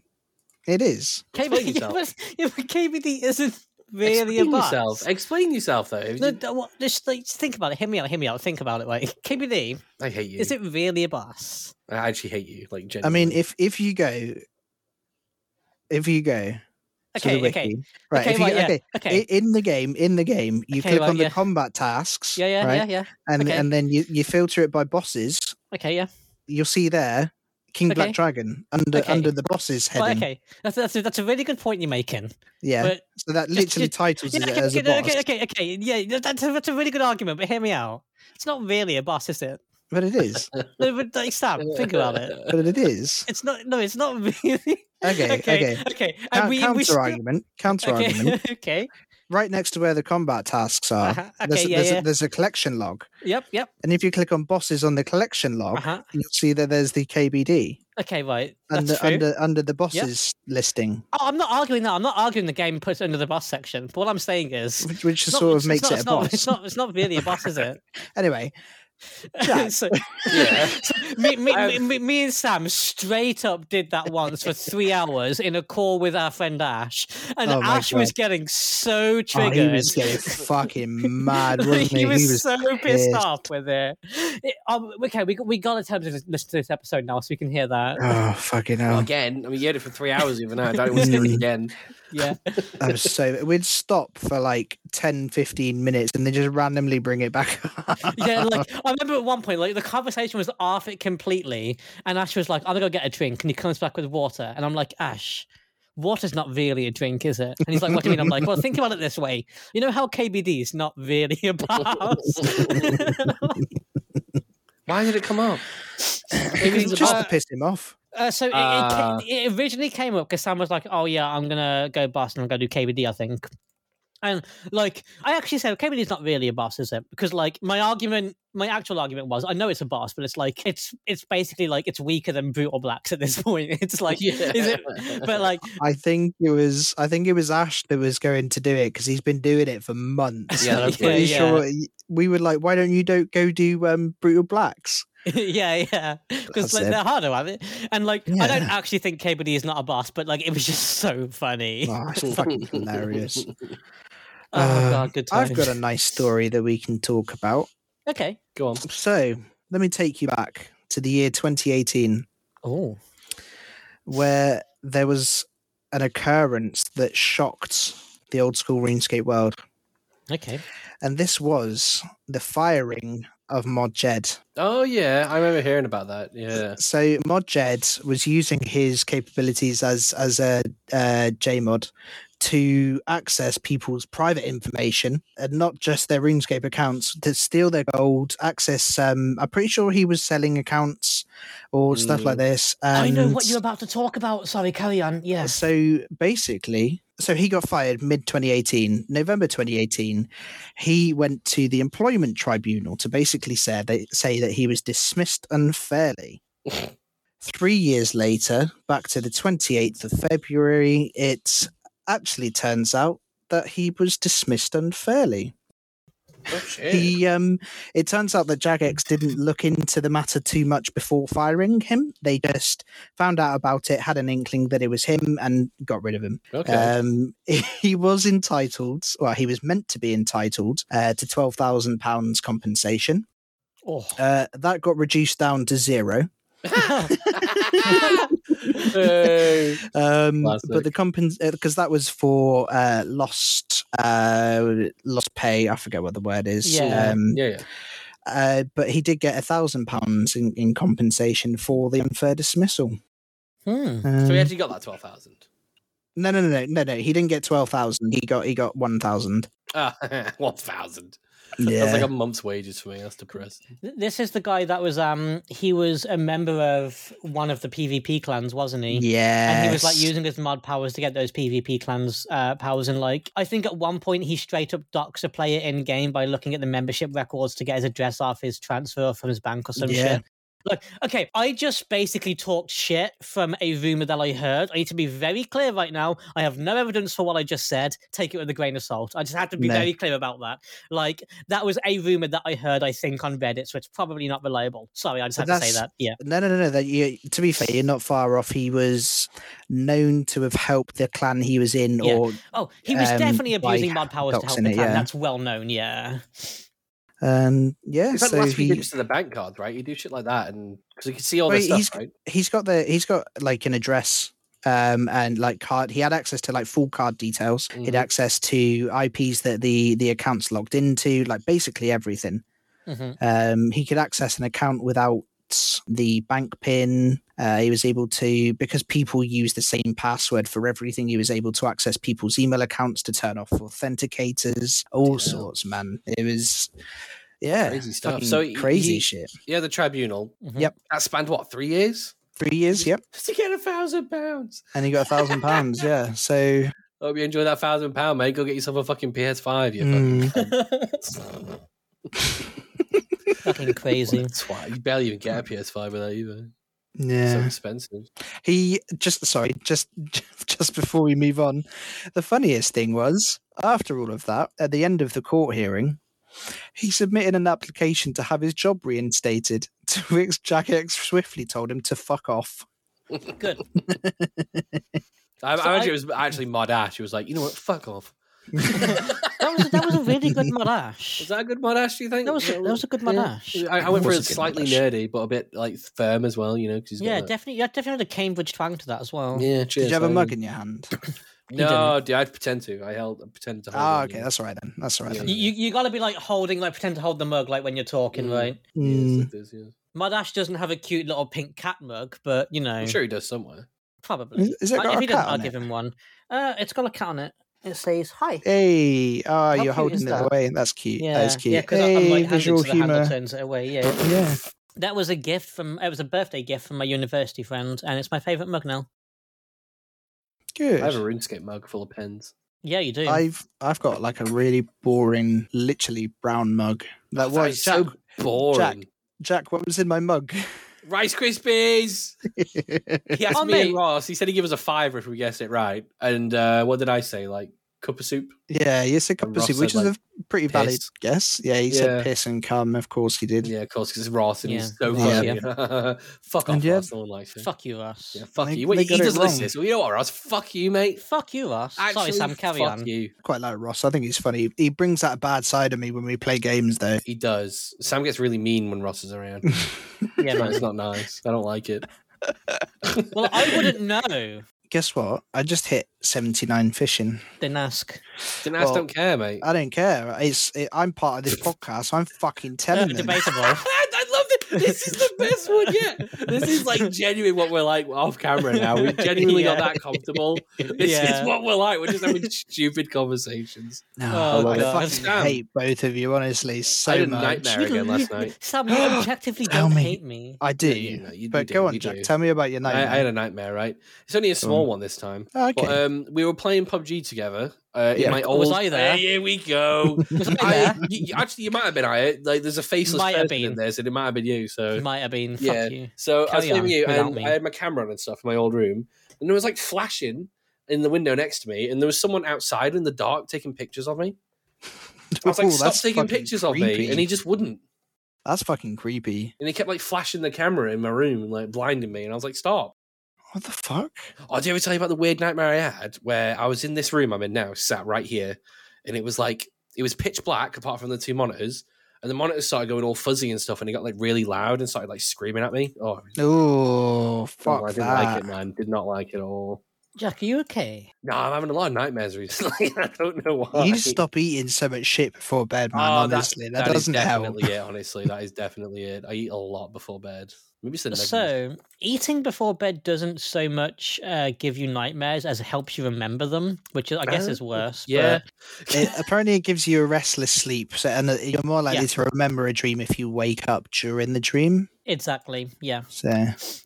Speaker 2: it is.
Speaker 1: Explain
Speaker 3: (laughs) yeah,
Speaker 1: yourself.
Speaker 3: but, yeah, but KBD isn't really a
Speaker 1: Explain
Speaker 3: boss.
Speaker 1: yourself. Explain yourself, though. If
Speaker 3: No,
Speaker 1: you-
Speaker 3: no, what, just, like, just think about it. Hear me out. Hear me out. Think about it. Like KBD,
Speaker 1: I hate you.
Speaker 3: is it really a boss?
Speaker 1: I actually hate you. Like,
Speaker 2: I
Speaker 1: genuinely.
Speaker 2: mean, if if you go, if you go to
Speaker 3: Okay,
Speaker 2: the wiki,
Speaker 3: okay,
Speaker 2: right?
Speaker 3: okay,
Speaker 2: if you,
Speaker 3: right,
Speaker 2: go-
Speaker 3: yeah,
Speaker 2: okay,
Speaker 3: okay.
Speaker 2: i- in the game, in the game, you
Speaker 3: Okay,
Speaker 2: click
Speaker 3: right,
Speaker 2: on the
Speaker 3: yeah.
Speaker 2: combat tasks,
Speaker 3: yeah, yeah,
Speaker 2: right?
Speaker 3: yeah, yeah.
Speaker 2: And
Speaker 3: okay.
Speaker 2: and then you you filter it by bosses.
Speaker 3: Okay, yeah.
Speaker 2: You'll see there King
Speaker 3: Okay.
Speaker 2: Black Dragon under
Speaker 3: Okay.
Speaker 2: under the bosses heading.
Speaker 3: Well, okay, that's, that's that's a really good point you're making.
Speaker 2: Yeah,
Speaker 3: But
Speaker 2: so that
Speaker 3: just-
Speaker 2: literally
Speaker 3: just-
Speaker 2: titles
Speaker 3: Yeah,
Speaker 2: it
Speaker 3: okay,
Speaker 2: as a
Speaker 3: okay,
Speaker 2: boss,
Speaker 3: okay, okay, okay. Yeah, that- that's a, that's a really good argument. But hear me out. It's not really a boss, is it?
Speaker 2: but
Speaker 3: (laughs)
Speaker 2: it is.
Speaker 3: No, but like, stop. Think
Speaker 2: (laughs)
Speaker 3: about it.
Speaker 2: But it is.
Speaker 3: It's not. No, it's not (laughs) really.
Speaker 2: Okay, okay.
Speaker 3: (laughs) Okay. okay.
Speaker 2: Coun- counter
Speaker 3: still- (laughs)
Speaker 2: argument. Counter
Speaker 3: Okay.
Speaker 2: argument.
Speaker 3: (laughs) okay.
Speaker 2: Right next to where the combat tasks are.
Speaker 3: Uh-huh.
Speaker 2: there's,
Speaker 3: Okay.
Speaker 2: a-
Speaker 3: Yeah.
Speaker 2: there's,
Speaker 3: yeah.
Speaker 2: A, there's a collection log,
Speaker 3: Yep. Yep.
Speaker 2: and if you click on bosses on the collection log,
Speaker 3: Uh-huh.
Speaker 2: you'll see that there's the KBD
Speaker 3: Okay. Right. That's
Speaker 2: under
Speaker 3: true.
Speaker 2: under under the bosses listing,
Speaker 3: Oh, I'm not arguing that. I'm not arguing the game puts it under the boss section. But what I'm saying is.
Speaker 2: which, which
Speaker 3: it's not-
Speaker 2: sort
Speaker 3: it's-
Speaker 2: of makes
Speaker 3: it's not,
Speaker 2: it a
Speaker 3: it's not,
Speaker 2: boss.
Speaker 3: It's not. It's not really a boss,
Speaker 2: (laughs)
Speaker 3: is it?
Speaker 2: Anyway, oh,
Speaker 3: Yeah. (laughs) so,
Speaker 1: (laughs) Yeah.
Speaker 3: so me, me,
Speaker 1: I-
Speaker 3: me, me, me and Sam straight up did that once for three hours in a call with our friend Ash, and
Speaker 2: Oh my
Speaker 3: Ash was getting so
Speaker 2: oh,
Speaker 3: triggered.
Speaker 2: he was
Speaker 3: (laughs)
Speaker 2: getting fucking mad, wasn't he?
Speaker 3: he, was
Speaker 2: He was
Speaker 3: so pissed
Speaker 2: pissed.
Speaker 3: off with it. It- um, okay, we, we got in terms of listen to this episode now, so we can hear that.
Speaker 2: oh fucking
Speaker 1: Well,
Speaker 2: hell.
Speaker 1: again, I mean, you had it for three hours even now. I don't want to do it again.
Speaker 3: Yeah,
Speaker 2: I'm so we'd stop for like 10 15 minutes and then just randomly bring it back (laughs)
Speaker 3: (laughs)
Speaker 2: up.
Speaker 3: yeah. Like I remember at one point, like the conversation was off it completely, and Ash was like, "I'm gonna go get a drink," and he comes back with water, and I'm like, "Ash." Water's not really a drink, is it? And he's like, "What do you mean?" I'm like, "Well, think about it this way. You know how KBD is not really (laughs) a boss.
Speaker 1: Why did it come up? Maybe
Speaker 2: Because
Speaker 1: it's a
Speaker 2: just
Speaker 1: bot.
Speaker 2: to piss him off.
Speaker 3: Uh, so it,
Speaker 1: Ah.
Speaker 3: it, ca- it originally came up because Sam was like, "Oh yeah, I'm gonna go boss and I'm gonna do KBD, I think." And like, I actually said KBD is not really a boss, is it? Because like my argument, my actual argument was, I know it's a boss, but it's like it's it's basically like it's weaker than brutal blacks at this (laughs) point. It's
Speaker 1: (laughs)
Speaker 3: like,
Speaker 1: Yeah.
Speaker 3: is it?
Speaker 2: (laughs)
Speaker 3: But like, (laughs)
Speaker 2: I think it was I think it was Ash that was going to do it because he's been doing it for months.
Speaker 1: Yeah,
Speaker 2: And I'm
Speaker 1: that's
Speaker 2: (laughs) pretty
Speaker 3: right. Yeah,
Speaker 2: sure y- we were like, why don't you don't go do um, brutal blacks?
Speaker 3: yeah, yeah, because
Speaker 2: That's
Speaker 3: like
Speaker 2: it.
Speaker 3: they're harder at it. And like, I don't
Speaker 2: Yeah.
Speaker 3: actually think KBD is not a boss, but like it was just so funny.
Speaker 1: (laughs)
Speaker 2: Oh, it's fucking hilarious.
Speaker 3: (laughs) Oh
Speaker 2: Um,
Speaker 3: god, good times.
Speaker 2: I've got a nice story that we can talk about.
Speaker 3: Okay.
Speaker 1: Go on.
Speaker 2: So let me take you back to the year 2018,
Speaker 3: Oh.
Speaker 2: where there was an occurrence that shocked the old school RuneScape world,
Speaker 3: Okay.
Speaker 2: and this was the firing of Modjed.
Speaker 1: Oh yeah, I remember hearing about that. Yeah.
Speaker 2: So Modjed was using his capabilities as as a uh, JMod to access people's private information and not just their RuneScape accounts to steal their gold. Access. Um, I'm pretty sure he was selling accounts or stuff like this.
Speaker 3: Mm. I know what
Speaker 2: and-
Speaker 3: you're about to talk about. Sorry, carry on. Yes.
Speaker 2: So basically, so he got fired mid 2018, November 2018. He went to the employment tribunal to basically say that, say that he was dismissed unfairly. Three years later, back to the 28th of February, it actually turns out that he was dismissed unfairly.
Speaker 1: Oh shit.
Speaker 2: He um it turns out that Jagex didn't look into the matter too much before firing him. They just found out about it, had an inkling that it was him and got rid of him.
Speaker 1: okay.
Speaker 2: Um (laughs) he was entitled, well he was meant to be entitled uh, to 12,000 pounds compensation.
Speaker 3: Oh.
Speaker 2: Uh that got reduced down to zero. uh,
Speaker 1: (laughs)
Speaker 2: (laughs)
Speaker 1: Hey.
Speaker 2: Um
Speaker 1: Classic.
Speaker 2: but the compens because that was for uh lost uh lost pay, I forget what the word is.
Speaker 3: Yeah.
Speaker 2: Um
Speaker 1: Yeah, yeah.
Speaker 2: Uh, but he did get a thousand pounds in in compensation for the unfair dismissal.
Speaker 3: (laughs) Hmm.
Speaker 1: So
Speaker 2: Um,
Speaker 1: we actually got that twelve thousand.
Speaker 2: no, no, no, no, no, no. He didn't get twelve thousand. He got he got one thousand.
Speaker 1: Ah, (laughs) one thousand.
Speaker 2: Yeah,
Speaker 1: That's like a month's wages for me. That's depressing.
Speaker 3: Th- This is the guy that was um he was a member of one of the PvP clans, wasn't he?
Speaker 2: yeah.
Speaker 3: And he was like using his mod powers to get those PvP clans uh, powers, and like I think at one point he straight up docks a player in game by looking at the membership records to get his address off his transfer from his bank or some
Speaker 2: Yeah.
Speaker 3: shit. Look, okay, I just basically talked shit from a rumor that I heard. I need to be very clear right now. I have no evidence for what I just said. Take it with a grain of salt. I just had to be
Speaker 2: No.
Speaker 3: very clear about that. Like that was a rumor that I heard. I think on Reddit, so it's probably not reliable. Sorry, I just had
Speaker 2: But
Speaker 3: to say
Speaker 2: that's-
Speaker 3: that. Yeah.
Speaker 2: No, no, no, no. That you, to be fair, you're not far off. He was known to have helped the clan he was in,
Speaker 3: Yeah.
Speaker 2: or
Speaker 3: Oh, he was
Speaker 2: um,
Speaker 3: definitely
Speaker 2: by
Speaker 3: abusing mod powers to help
Speaker 2: doxing
Speaker 3: the
Speaker 2: it,
Speaker 3: clan.
Speaker 2: yeah.
Speaker 3: That's well known, yeah.
Speaker 2: um, yeah.
Speaker 1: It's like
Speaker 2: so
Speaker 1: the last few
Speaker 2: he,
Speaker 1: digits of the bank cards, right? You do shit like that, and because you can see all
Speaker 2: Well,
Speaker 1: this stuff,
Speaker 2: he's-
Speaker 1: right?
Speaker 2: he's got the he's got like an address um and like card he had access to like full card details he
Speaker 1: Mhm.
Speaker 2: had access to ips that the the accounts logged into like basically everything
Speaker 3: Mhm.
Speaker 2: um he could access an account without the bank pin uh, he was able to because people use the same password for everything he was able to access people's email accounts to turn off authenticators
Speaker 1: Damn.
Speaker 2: all sorts man it was yeah
Speaker 1: Crazy stuff.
Speaker 2: fucking
Speaker 1: So he-
Speaker 2: crazy
Speaker 1: he-
Speaker 2: shit
Speaker 1: Yeah, the tribunal.
Speaker 3: Mhm.
Speaker 2: Yep.
Speaker 1: That spanned what three years? (laughs)
Speaker 2: three years yep
Speaker 1: Just to get a thousand pounds.
Speaker 2: and he got a thousand pounds yeah so
Speaker 1: Hope you enjoy that thousand pound, mate. Go get yourself a fucking PS5. You
Speaker 2: mm.
Speaker 1: fucking
Speaker 3: (laughs)
Speaker 1: (laughs)
Speaker 2: (laughs)
Speaker 3: Fucking crazy.
Speaker 1: twat. You barely even get a PS5 with that either. So
Speaker 2: Yeah.
Speaker 1: expensive.
Speaker 2: He just sorry, just (laughs) just before we move on, the funniest thing was after all of that, at the end of the court hearing, he submitted an application to have his job reinstated. (laughs) To which Jack X swiftly told him to fuck off.
Speaker 3: Good.
Speaker 1: I,
Speaker 3: So
Speaker 1: I imagine
Speaker 3: I-
Speaker 1: it was actually Modash. He was like, you know what? Fuck off.
Speaker 3: That was that was a really
Speaker 2: (laughs)
Speaker 3: good
Speaker 1: Was
Speaker 3: Modash.
Speaker 1: that a good Modash? Do you think?
Speaker 3: That was a, that was a good
Speaker 1: Yeah.
Speaker 3: Modash.
Speaker 1: I, I went for
Speaker 2: It was
Speaker 1: a
Speaker 2: a good
Speaker 1: slightly
Speaker 2: Modash.
Speaker 1: nerdy, but a bit like firm as well. You know, because
Speaker 3: Yeah, definitely. Yeah, definitely had a Cambridge twang to that as well.
Speaker 1: yeah. Cheers.
Speaker 2: Did you have a
Speaker 1: thank
Speaker 2: mug in your
Speaker 3: (laughs)
Speaker 2: hand?
Speaker 3: He
Speaker 1: No, dude, I'd pretend to. I held, I pretended to. Hold
Speaker 2: Ah,
Speaker 1: one,
Speaker 2: okay,
Speaker 1: yeah.
Speaker 2: that's all right then. That's all right
Speaker 1: Yeah.
Speaker 2: then.
Speaker 3: You, you you gotta be like holding like pretend to hold the mug like when you're talking,
Speaker 1: Mm.
Speaker 3: right?
Speaker 1: Yeah,
Speaker 2: Mm,
Speaker 1: it's like this, yeah.
Speaker 3: Modash doesn't have a cute little pink cat mug, but you know,
Speaker 1: I'm sure he does somewhere.
Speaker 3: probably.
Speaker 2: Hmm. is, is it
Speaker 3: I-
Speaker 2: got
Speaker 3: if
Speaker 2: a
Speaker 3: he
Speaker 2: cat
Speaker 3: doesn't, I'll
Speaker 2: on
Speaker 3: give
Speaker 2: it?
Speaker 3: him one. Uh, it's got a cat on it. It says hi.
Speaker 2: Hey, ah,
Speaker 3: How
Speaker 2: you're
Speaker 3: cute is
Speaker 2: holding it
Speaker 3: that?
Speaker 2: away. That's cute.
Speaker 3: Yeah,
Speaker 2: that is cute.
Speaker 3: yeah, because
Speaker 2: hey,
Speaker 3: I'm like
Speaker 2: visual
Speaker 3: handed to the handle
Speaker 2: humor.
Speaker 3: turns it away. Yeah,
Speaker 2: Yeah.
Speaker 3: That was a gift from. It was a birthday gift from my university friend, and it's my favorite mug now.
Speaker 2: Good.
Speaker 1: I have a RuneScape mug full of pens.
Speaker 3: Yeah, you do.
Speaker 2: I've I've got like a really boring, literally brown mug. That
Speaker 1: That
Speaker 2: was
Speaker 1: is
Speaker 2: Jack.
Speaker 1: so boring.
Speaker 2: Jack, what was in my mug?
Speaker 1: Rice Krispies. He asked
Speaker 3: Oh,
Speaker 1: me
Speaker 3: (laughs) mate.
Speaker 1: and Ross. He said he'd give us a fiver if we guessed it right. And uh, what did I say? Like cup of soup.
Speaker 2: (laughs) Yeah, you said
Speaker 1: And
Speaker 2: cup of
Speaker 1: Ross
Speaker 2: soup, which
Speaker 1: said,
Speaker 2: is
Speaker 1: like,
Speaker 2: a pretty valid
Speaker 1: piss.
Speaker 2: guess. Yeah, he
Speaker 1: Yeah.
Speaker 2: said piss and cum. Of course, he did.
Speaker 1: Yeah, of course, because it's Ross and he's
Speaker 3: Yeah.
Speaker 1: so
Speaker 2: Yeah.
Speaker 1: funny. (laughs) fuck
Speaker 2: And
Speaker 1: off,
Speaker 2: yeah.
Speaker 1: Ross. No one likes you.
Speaker 3: Fuck you, Ross.
Speaker 1: yeah, fuck
Speaker 2: They-
Speaker 1: you. Wait,
Speaker 2: they
Speaker 1: he
Speaker 2: got it
Speaker 1: doesn't listen
Speaker 2: wrong.
Speaker 1: to this. Well, you know what, Ross? Fuck you, mate.
Speaker 3: Fuck you, Ross. Sorry,
Speaker 1: Actually,
Speaker 3: Sam. Carry
Speaker 1: fuck
Speaker 3: on.
Speaker 1: you.
Speaker 2: Quite like Ross. I think he's funny. He brings out a bad side of me when we play games, though.
Speaker 1: He does. Sam gets really mean when Ross is
Speaker 2: (laughs)
Speaker 1: around.
Speaker 3: (laughs) Yeah,
Speaker 1: That's
Speaker 3: no.
Speaker 1: not nice. I don't like it.
Speaker 3: well, I wouldn't know.
Speaker 2: Guess what? I just hit 79 fishing.
Speaker 3: Didn't
Speaker 1: (laughs)
Speaker 3: ask.
Speaker 1: Didn't ask,
Speaker 2: Well, uh,
Speaker 1: don't care, mate.
Speaker 2: I don't care. It's it, I'm part of this podcast. So I'm fucking
Speaker 3: Uh,
Speaker 2: telling them.
Speaker 3: debatable.
Speaker 1: (laughs) I love it. This is the best one yet. This is like genuine what we're like off camera now.
Speaker 2: (laughs)
Speaker 1: We've genuinely got
Speaker 3: Yeah.
Speaker 1: that comfortable. (laughs) This
Speaker 3: Yeah.
Speaker 1: is what we're like. We're just having stupid
Speaker 2: (laughs)
Speaker 1: conversations.
Speaker 2: No,
Speaker 3: Oh,
Speaker 2: I
Speaker 3: God.
Speaker 2: fucking
Speaker 1: Damn.
Speaker 2: hate both of you, honestly,
Speaker 1: I
Speaker 2: so
Speaker 1: had a
Speaker 2: much.
Speaker 1: nightmare again
Speaker 3: (laughs)
Speaker 1: last night. (gasps)
Speaker 3: Sam, you objectively
Speaker 2: Tell
Speaker 3: don't
Speaker 2: me.
Speaker 3: hate me.
Speaker 2: I do,
Speaker 1: Yeah, you know, you- you
Speaker 2: but
Speaker 1: do,
Speaker 2: go on,
Speaker 1: you
Speaker 2: Jack.
Speaker 1: do.
Speaker 2: Tell me about your
Speaker 1: I,
Speaker 2: nightmare.
Speaker 1: I had a nightmare, right? It's only a small one this time.
Speaker 2: Oh, okay.
Speaker 1: But, um, we were playing PUBG together. Uh,
Speaker 2: Yeah.
Speaker 1: in my
Speaker 3: Oh, Was
Speaker 1: old.
Speaker 3: I there?
Speaker 1: Hey, here we go.
Speaker 3: Was I
Speaker 1: (laughs) I,
Speaker 3: there?
Speaker 1: you, you- actually, you might have been. I like. There's a faceless
Speaker 3: Might have
Speaker 1: person in
Speaker 3: been.
Speaker 1: there, so it might have been you. So
Speaker 3: Might have been. Fuck
Speaker 1: Yeah.
Speaker 3: you.
Speaker 1: So I was
Speaker 3: Carry
Speaker 1: filming
Speaker 3: on
Speaker 1: you,
Speaker 3: without
Speaker 1: and
Speaker 3: me.
Speaker 1: I had my camera on and stuff in my old room, and there was like flashing in the window next to me, and there was someone outside in the dark taking pictures of me. I
Speaker 3: Oh,
Speaker 1: was like,
Speaker 2: Ooh,
Speaker 1: "Stop
Speaker 2: that's
Speaker 1: taking
Speaker 2: fucking
Speaker 1: pictures of me,"
Speaker 2: creepy.
Speaker 1: and he just wouldn't,
Speaker 2: That's fucking creepy.
Speaker 1: and he kept like flashing the camera in my room and like blinding me, and I was like, "Stop."
Speaker 2: What the fuck?
Speaker 1: Oh, did I ever tell you about the weird nightmare I had where I was in this room I'm in now, sat right here, and it was like it was pitch black apart from the two monitors, and the monitors started going all fuzzy and stuff, and it got like really loud and started like screaming at me. Oh,
Speaker 2: Oh, fuck
Speaker 1: I didn't like
Speaker 2: that.
Speaker 1: it, man. Did not like it at all.
Speaker 3: Jack, are you okay?
Speaker 1: No, I'm having a lot of nightmares recently. (laughs) I don't know why.
Speaker 2: you need to stop eating so much shit before bed,
Speaker 1: Oh,
Speaker 2: man.
Speaker 1: that-
Speaker 2: honestly, that,
Speaker 1: is
Speaker 2: doesn't help.
Speaker 1: definitely it. Honestly, that is definitely it. I eat a lot before bed. Maybe it's the nuggies.
Speaker 3: So, eating before bed doesn't so much uh, give you nightmares as it helps you remember them, which I guess
Speaker 1: Oh,
Speaker 3: is worse.
Speaker 1: yeah.
Speaker 2: It, apparently, it gives you a restless sleep, so and that you're more likely to remember a dream if you wake up during the dream.
Speaker 3: but- Exactly. Yeah.
Speaker 2: So,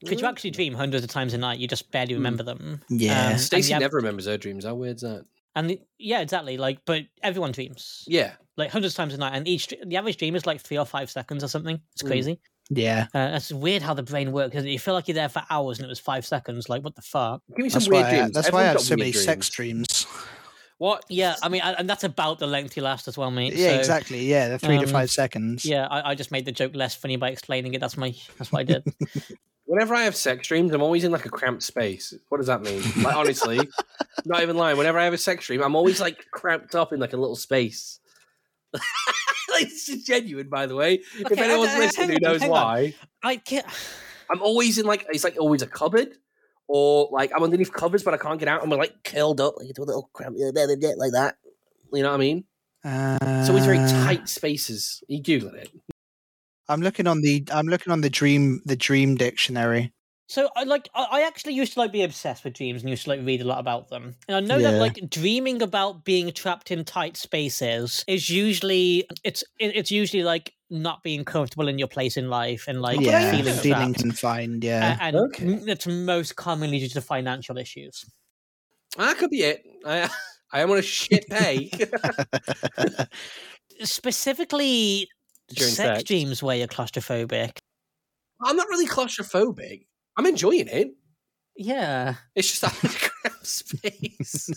Speaker 3: Because you actually dream hundreds of times a night, you just barely
Speaker 1: Hmm.
Speaker 3: remember them.
Speaker 2: Yeah.
Speaker 3: and
Speaker 1: Stacey
Speaker 3: the av-
Speaker 1: never remembers her dreams. How weird's that?
Speaker 3: And the, yeah, exactly. Like, but everyone dreams
Speaker 1: Yeah,
Speaker 3: like hundreds of times a night, and each dr- the average dream is like three or five seconds or something. It's
Speaker 1: Hmm.
Speaker 3: crazy.
Speaker 2: yeah,
Speaker 3: Uh, that's weird how the brain works. Cause you feel like you're there for hours and it was five seconds. Like, what the fuck?
Speaker 1: give me some
Speaker 2: that's why.
Speaker 1: weird
Speaker 2: I,
Speaker 1: dreams.
Speaker 2: that's why I
Speaker 1: Everyone's
Speaker 2: have
Speaker 1: got
Speaker 2: so
Speaker 1: weird
Speaker 2: many
Speaker 1: dreams.
Speaker 2: sex dreams.
Speaker 1: What?
Speaker 3: Yeah, I mean, and and that's about the length you last as well, mate.
Speaker 2: yeah,
Speaker 3: so-
Speaker 2: exactly. Yeah, they're three to
Speaker 3: um,
Speaker 2: five seconds.
Speaker 3: Yeah, I, I just made the joke less funny by explaining it. That's my that's what I (laughs) did.
Speaker 1: Whenever I have sex dreams, I'm always in like a cramped space. What does that mean? Like
Speaker 3: (laughs)
Speaker 1: honestly, not even lying. Whenever I have a sex dream, I'm always like cramped up in like a little space. (laughs) like, this is genuine, by the way. if
Speaker 3: Okay,
Speaker 1: anyone's
Speaker 3: hang on,
Speaker 1: listening who
Speaker 3: hang on,
Speaker 1: knows
Speaker 3: hang on.
Speaker 1: why.
Speaker 3: I can't.
Speaker 1: I'm always in like it's like always a cupboard, or like I'm underneath covers, but I can't get out, and we're like curled up, like into a little cramp, like that. You know what I mean? It's always very
Speaker 2: Uh,
Speaker 1: tight spaces. You googling it?
Speaker 2: I'm looking on the I'm looking on the dream the dream dictionary.
Speaker 3: So I like I, I actually used to like be obsessed with dreams and used to like read a lot about them. And I know
Speaker 2: Yeah.
Speaker 3: that like dreaming about being trapped in tight spaces is usually it's it, it's usually like not being comfortable in your place in life and like
Speaker 2: yeah,
Speaker 3: feeling
Speaker 1: yeah.
Speaker 2: feeling
Speaker 3: trapped.
Speaker 2: confined.
Speaker 3: A- (laughs)
Speaker 2: Yeah,
Speaker 3: and
Speaker 1: Okay.
Speaker 3: m- it's most commonly due to financial issues.
Speaker 1: That could be it. I (laughs) I am on a shit pay
Speaker 3: Specifically,
Speaker 1: during
Speaker 3: sex
Speaker 1: sex.
Speaker 3: dreams where you're claustrophobic.
Speaker 1: I'm not really claustrophobic. I'm enjoying it.
Speaker 3: Yeah.
Speaker 1: It's just that
Speaker 3: (laughs)
Speaker 1: cramped space.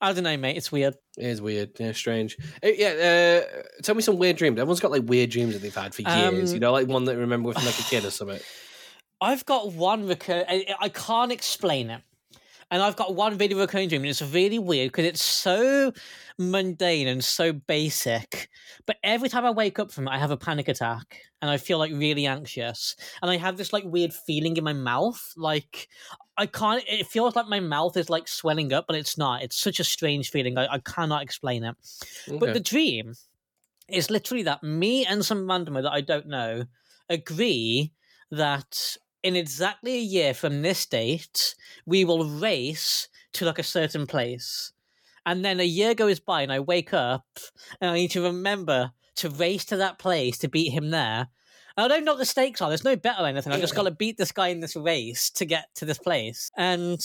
Speaker 3: I don't know, mate. It's weird.
Speaker 1: (laughs) it is weird. Yeah, strange. Eh, yeah. Uh, tell me some weird dreams. Everyone's got like weird dreams that they've had for years.
Speaker 3: Um,
Speaker 1: you know, like one that I remember from like a kid or something.
Speaker 3: I've got one recur. I, I can't explain it, and I've got one really recurring dream, and it's really weird because it's so mundane and so basic. But every time I wake up from it, I have a panic attack, and I feel like really anxious, and I have this like weird feeling in my mouth, like. I can't. It feels like my mouth is like swelling up, but it's not. It's such a strange feeling. I, I cannot explain it. (laughs) But the dream is literally that me and some randomer that I don't know agree that in exactly a year from this date, we will race to like a certain place. And then a year goes by and I wake up and I need to remember to race to that place to beat him there. And I don't know what the stakes are. There's no bet or anything. I've just got to beat this guy in this race to get to this place. And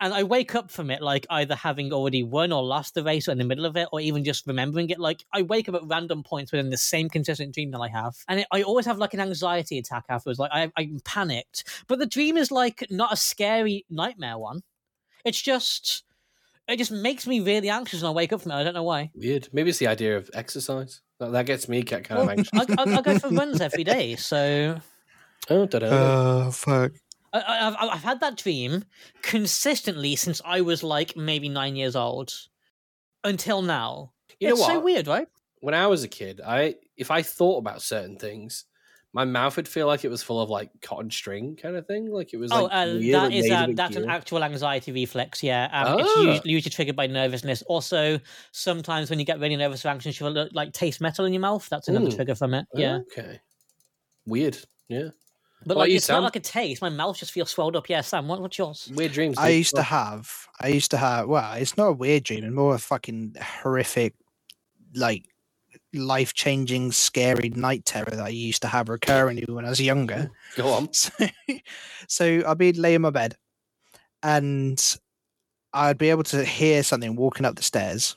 Speaker 3: and I wake up from it like either having already won or lost the race or in the middle of it or even just remembering it. Like I wake up at random points within the same consistent dream that I have. And it, I always have like an anxiety attack afterwards. Like I, I'm panicked. But the dream is like not a scary nightmare one. It's just It just makes me really anxious when I wake up from it. I don't know why.
Speaker 1: Weird. Maybe it's the idea of exercise. That, that gets me kind of
Speaker 3: Well,
Speaker 1: anxious.
Speaker 3: Oh, I, I, I go for runs every day, so
Speaker 1: (laughs) Oh, don't know.
Speaker 2: Oh, fuck.
Speaker 3: I, I- I've, I've had that dream consistently since I was like maybe nine years old until now.
Speaker 1: you know
Speaker 3: it's
Speaker 1: what?
Speaker 3: so weird, right?
Speaker 1: When I was a kid, I if I thought about certain things, my mouth would feel like it was full of like cotton string kind of thing. Like it was.
Speaker 3: Oh,
Speaker 1: like,
Speaker 3: uh,
Speaker 1: weird
Speaker 3: that
Speaker 1: and
Speaker 3: is
Speaker 1: made
Speaker 3: uh,
Speaker 1: of a
Speaker 3: that's an
Speaker 1: gear.
Speaker 3: actual anxiety reflex. Yeah, um, it's
Speaker 1: Ah.
Speaker 3: usually, usually triggered by nervousness. Also, sometimes when you get really nervous or anxious, you'll uh, like taste metal in your mouth. That's another
Speaker 1: Mm.
Speaker 3: trigger from it. Yeah,
Speaker 1: Okay. Weird. Yeah.
Speaker 3: but
Speaker 1: Like
Speaker 3: like
Speaker 1: you,
Speaker 3: it's
Speaker 1: Sam?
Speaker 3: not like a taste. My mouth just feels swelled up. Yeah, Sam, what, what's yours?
Speaker 1: Weird dreams.
Speaker 2: I
Speaker 1: dude.
Speaker 2: used to have, I used to have, well, it's not a weird dream, it's more a fucking horrific, like, life changing, scary night terror that I used to have recurrently when I was younger.
Speaker 1: (laughs) go on.
Speaker 2: So, so I'd be laying in my bed and I'd be able to hear something walking up the stairs.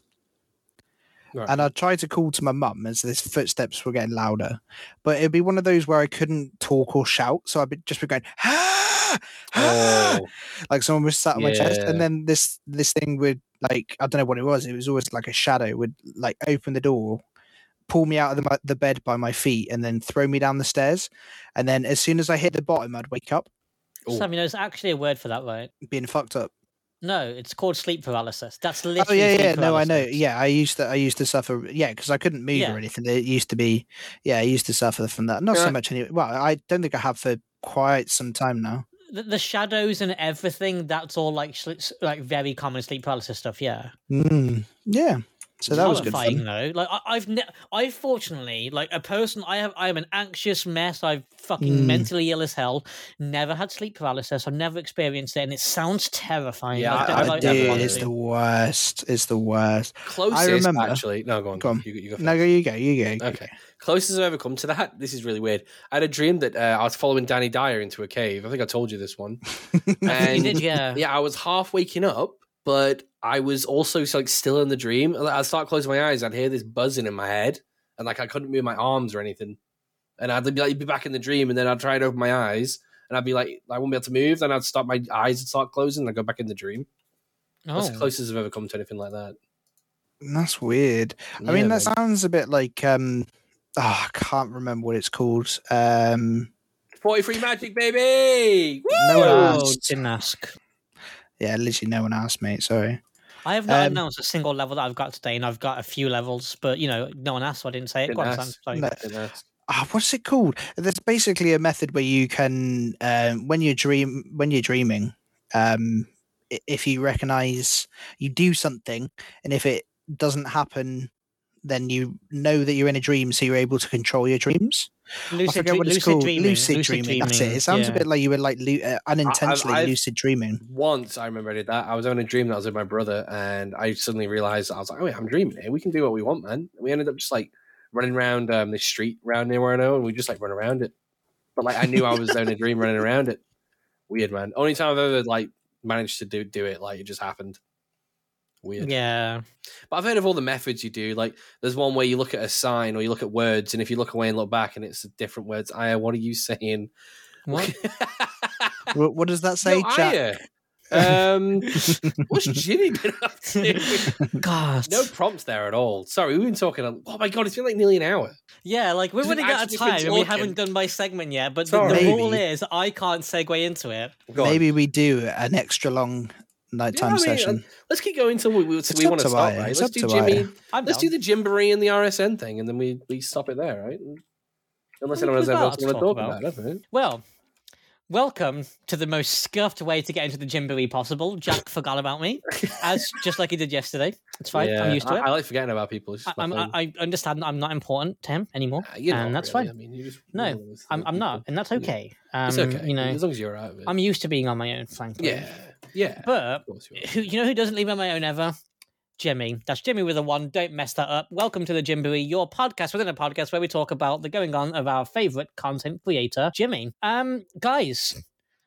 Speaker 1: Right.
Speaker 2: And I'd try to call to my mum as these footsteps were getting louder. But it'd be one of those where I couldn't talk or shout. So I'd be, just be going, ah, (gasps) ah,"
Speaker 1: Oh,
Speaker 2: like someone was sat on my chest.
Speaker 1: Yeah.
Speaker 2: And then this this thing would, like, I don't know what it was. It was always like a shadow would, like, open the door, pull me out of the, the bed by my feet, and then throw me down the stairs. And then as soon as I hit the bottom, I'd wake up
Speaker 1: Ooh.
Speaker 3: Sam, you know, there's actually a word for that, right?
Speaker 2: being fucked up.
Speaker 3: No, it's called sleep paralysis. That's
Speaker 2: Oh
Speaker 3: literally.
Speaker 2: yeah,
Speaker 3: sleep
Speaker 2: yeah. No, I know.
Speaker 3: paralysis.
Speaker 2: Yeah, I used to. I used to suffer. Yeah, because I couldn't move
Speaker 3: Yeah.
Speaker 2: or anything. It used to be. Yeah, I used to suffer from that. Not
Speaker 1: Yeah.
Speaker 2: so much anyway. Well, I don't think I have for quite some time now.
Speaker 3: the, the shadows and everything. That's all like sli- s- like very common sleep paralysis stuff. Yeah,
Speaker 1: Hmm.
Speaker 2: Mm, yeah. So that was good
Speaker 3: Horrifying,
Speaker 2: fun.
Speaker 3: Though, like I, I've ne- I fortunately like a person. I have. I am an anxious mess. I'm fucking
Speaker 2: Mm.
Speaker 3: mentally ill as hell. Never had sleep paralysis. I've never experienced it, and it sounds terrifying.
Speaker 1: Yeah,
Speaker 3: Like,
Speaker 1: I-
Speaker 3: don't
Speaker 1: I
Speaker 3: know if
Speaker 1: did.
Speaker 3: everyone
Speaker 2: Dude, it's
Speaker 3: do.
Speaker 2: the worst. It's the worst.
Speaker 1: Closest,
Speaker 2: remember-
Speaker 1: actually. No, go on.
Speaker 2: Go on.
Speaker 1: You, you go first.
Speaker 2: No, go. You go. You go.
Speaker 1: Okay. Closest I've ever come to that. This is really weird. I had a dream that uh, I was following Danny Dyer into a cave. I think I told you this one.
Speaker 2: (laughs)
Speaker 3: I think you
Speaker 1: And-
Speaker 3: did, yeah.
Speaker 1: yeah, I was half waking up, but I was also like still in the dream. Like, I'd start closing my eyes, I'd hear this buzzing in my head, and like I couldn't move my arms or anything. And I'd be like, be back in the dream, and then I'd try and open my eyes, and I'd be like, I won't be able to move. Then I'd stop my eyes and start closing, and I'd go back in the dream. That's the
Speaker 3: Oh.
Speaker 1: closest I've ever come to anything like that.
Speaker 2: Mm, That's weird. I mean,
Speaker 1: Yeah,
Speaker 2: that
Speaker 1: man.
Speaker 2: sounds a bit like. um oh, I can't remember what it's called. Um
Speaker 1: 43 magic, baby.
Speaker 2: No one
Speaker 1: Woo!
Speaker 3: Oh,
Speaker 2: asked.
Speaker 3: didn't ask.
Speaker 2: Yeah, literally no one asked, mate. Sorry.
Speaker 3: I have not
Speaker 2: Um,
Speaker 3: announced a single level that I've got today, and I've got a few levels, but you know, no one asked, so I didn't say it.
Speaker 1: Didn't
Speaker 3: Go on,
Speaker 1: ask.
Speaker 3: Sam, sorry.
Speaker 2: No.
Speaker 1: Didn't ask.
Speaker 2: Ah, what's it called? There's basically a method where you can, um, when you dream, when you're dreaming, um, i- if you recognize you do something, and if it doesn't happen, then you know that you're in a dream, so you're able to control your dreams. I
Speaker 3: Lucid,
Speaker 2: forget
Speaker 3: dre-
Speaker 2: what it's
Speaker 3: lucid
Speaker 2: called.
Speaker 3: dreaming.
Speaker 2: lucid, dreaming. That's it. It sounds
Speaker 3: yeah.
Speaker 2: a bit like you were like lu- uh, unintentionally
Speaker 1: I've-
Speaker 2: lucid
Speaker 1: (laughs)
Speaker 2: dreaming.
Speaker 1: Once I remember I did that, I was having a dream that I was with my brother, and I suddenly realized I was like, "Oh wait, I'm dreaming here. We can do what we want, man." We ended up just like running around um, this street round near where I know, and we just like run around it. But like I knew I was in a dream running around it. Weird, man. Only time I've ever like managed to do do it, like it just happened. Weird.
Speaker 3: Yeah.
Speaker 1: But I've heard of all the methods you do. Like there's one where you look at a sign or you look at words, and if you look away and look back, and it's different words. Aya, what are you saying?
Speaker 3: What?
Speaker 2: (laughs) what, what does that say,
Speaker 1: No,
Speaker 2: Jack?
Speaker 1: Aya. Um, what's Ginny been
Speaker 2: (laughs)
Speaker 1: up to?
Speaker 3: God.
Speaker 1: No prompts there at all. Sorry, we've been talking. a- Oh my god, it's been like nearly an hour.
Speaker 3: Yeah, like we're
Speaker 1: Just
Speaker 3: running out
Speaker 1: actually been
Speaker 3: of time and we
Speaker 1: talking.
Speaker 3: haven't done my segment yet, but the,
Speaker 1: Sorry.
Speaker 3: the rule
Speaker 2: Maybe.
Speaker 3: is I can't segue into it.
Speaker 1: (laughs) Go on.
Speaker 2: Maybe we do an extra long
Speaker 1: I
Speaker 2: nighttime
Speaker 1: mean,
Speaker 2: session.
Speaker 1: Let's keep going until we, we,
Speaker 2: It's
Speaker 1: we
Speaker 2: up
Speaker 1: want to
Speaker 2: to
Speaker 1: stop.
Speaker 2: Aya.
Speaker 1: Right?
Speaker 2: It's
Speaker 1: Let's
Speaker 2: up
Speaker 1: do
Speaker 2: to
Speaker 1: Jimmy.
Speaker 2: Aya.
Speaker 3: I'm
Speaker 1: Let's do
Speaker 3: down.
Speaker 1: the Jimboree and the RSN thing, and then we, we stop it there, right? Unless
Speaker 3: Well,
Speaker 1: anyone has anything
Speaker 3: we've got
Speaker 1: else
Speaker 3: to
Speaker 1: they want to
Speaker 3: talk
Speaker 1: talk about.
Speaker 3: about.
Speaker 1: haven't we?
Speaker 3: Well, welcome to the most scuffed way to get into the Jimboree possible. Jack forgot about me,
Speaker 2: (laughs)
Speaker 3: as just like he did yesterday. It's fine.
Speaker 1: Yeah,
Speaker 3: I'm used to
Speaker 1: I,
Speaker 3: it.
Speaker 1: I like forgetting about people. It's
Speaker 3: I,
Speaker 1: just
Speaker 3: I'm,
Speaker 1: my
Speaker 3: I,
Speaker 1: thing.
Speaker 3: I understand that I'm not important to him anymore.
Speaker 1: Uh, you're
Speaker 3: and
Speaker 1: not
Speaker 3: that's
Speaker 1: really.
Speaker 3: fine.
Speaker 1: I mean, you just
Speaker 3: No, I'm, I'm not, and that's
Speaker 1: Yeah.
Speaker 3: okay. Um,
Speaker 1: It's okay.
Speaker 3: You know,
Speaker 1: as long as you're out of it.
Speaker 3: I'm used to being on my own, frankly.
Speaker 1: yeah, yeah.
Speaker 3: But
Speaker 1: of course you are.
Speaker 3: (laughs) who you know who doesn't leave on my own ever? Jimmy. That's Jimmy with a one. Don't mess that up. Welcome to the Jimbury, your podcast within a podcast where we talk about the going on of our favorite content creator, Jimmy. Um, guys,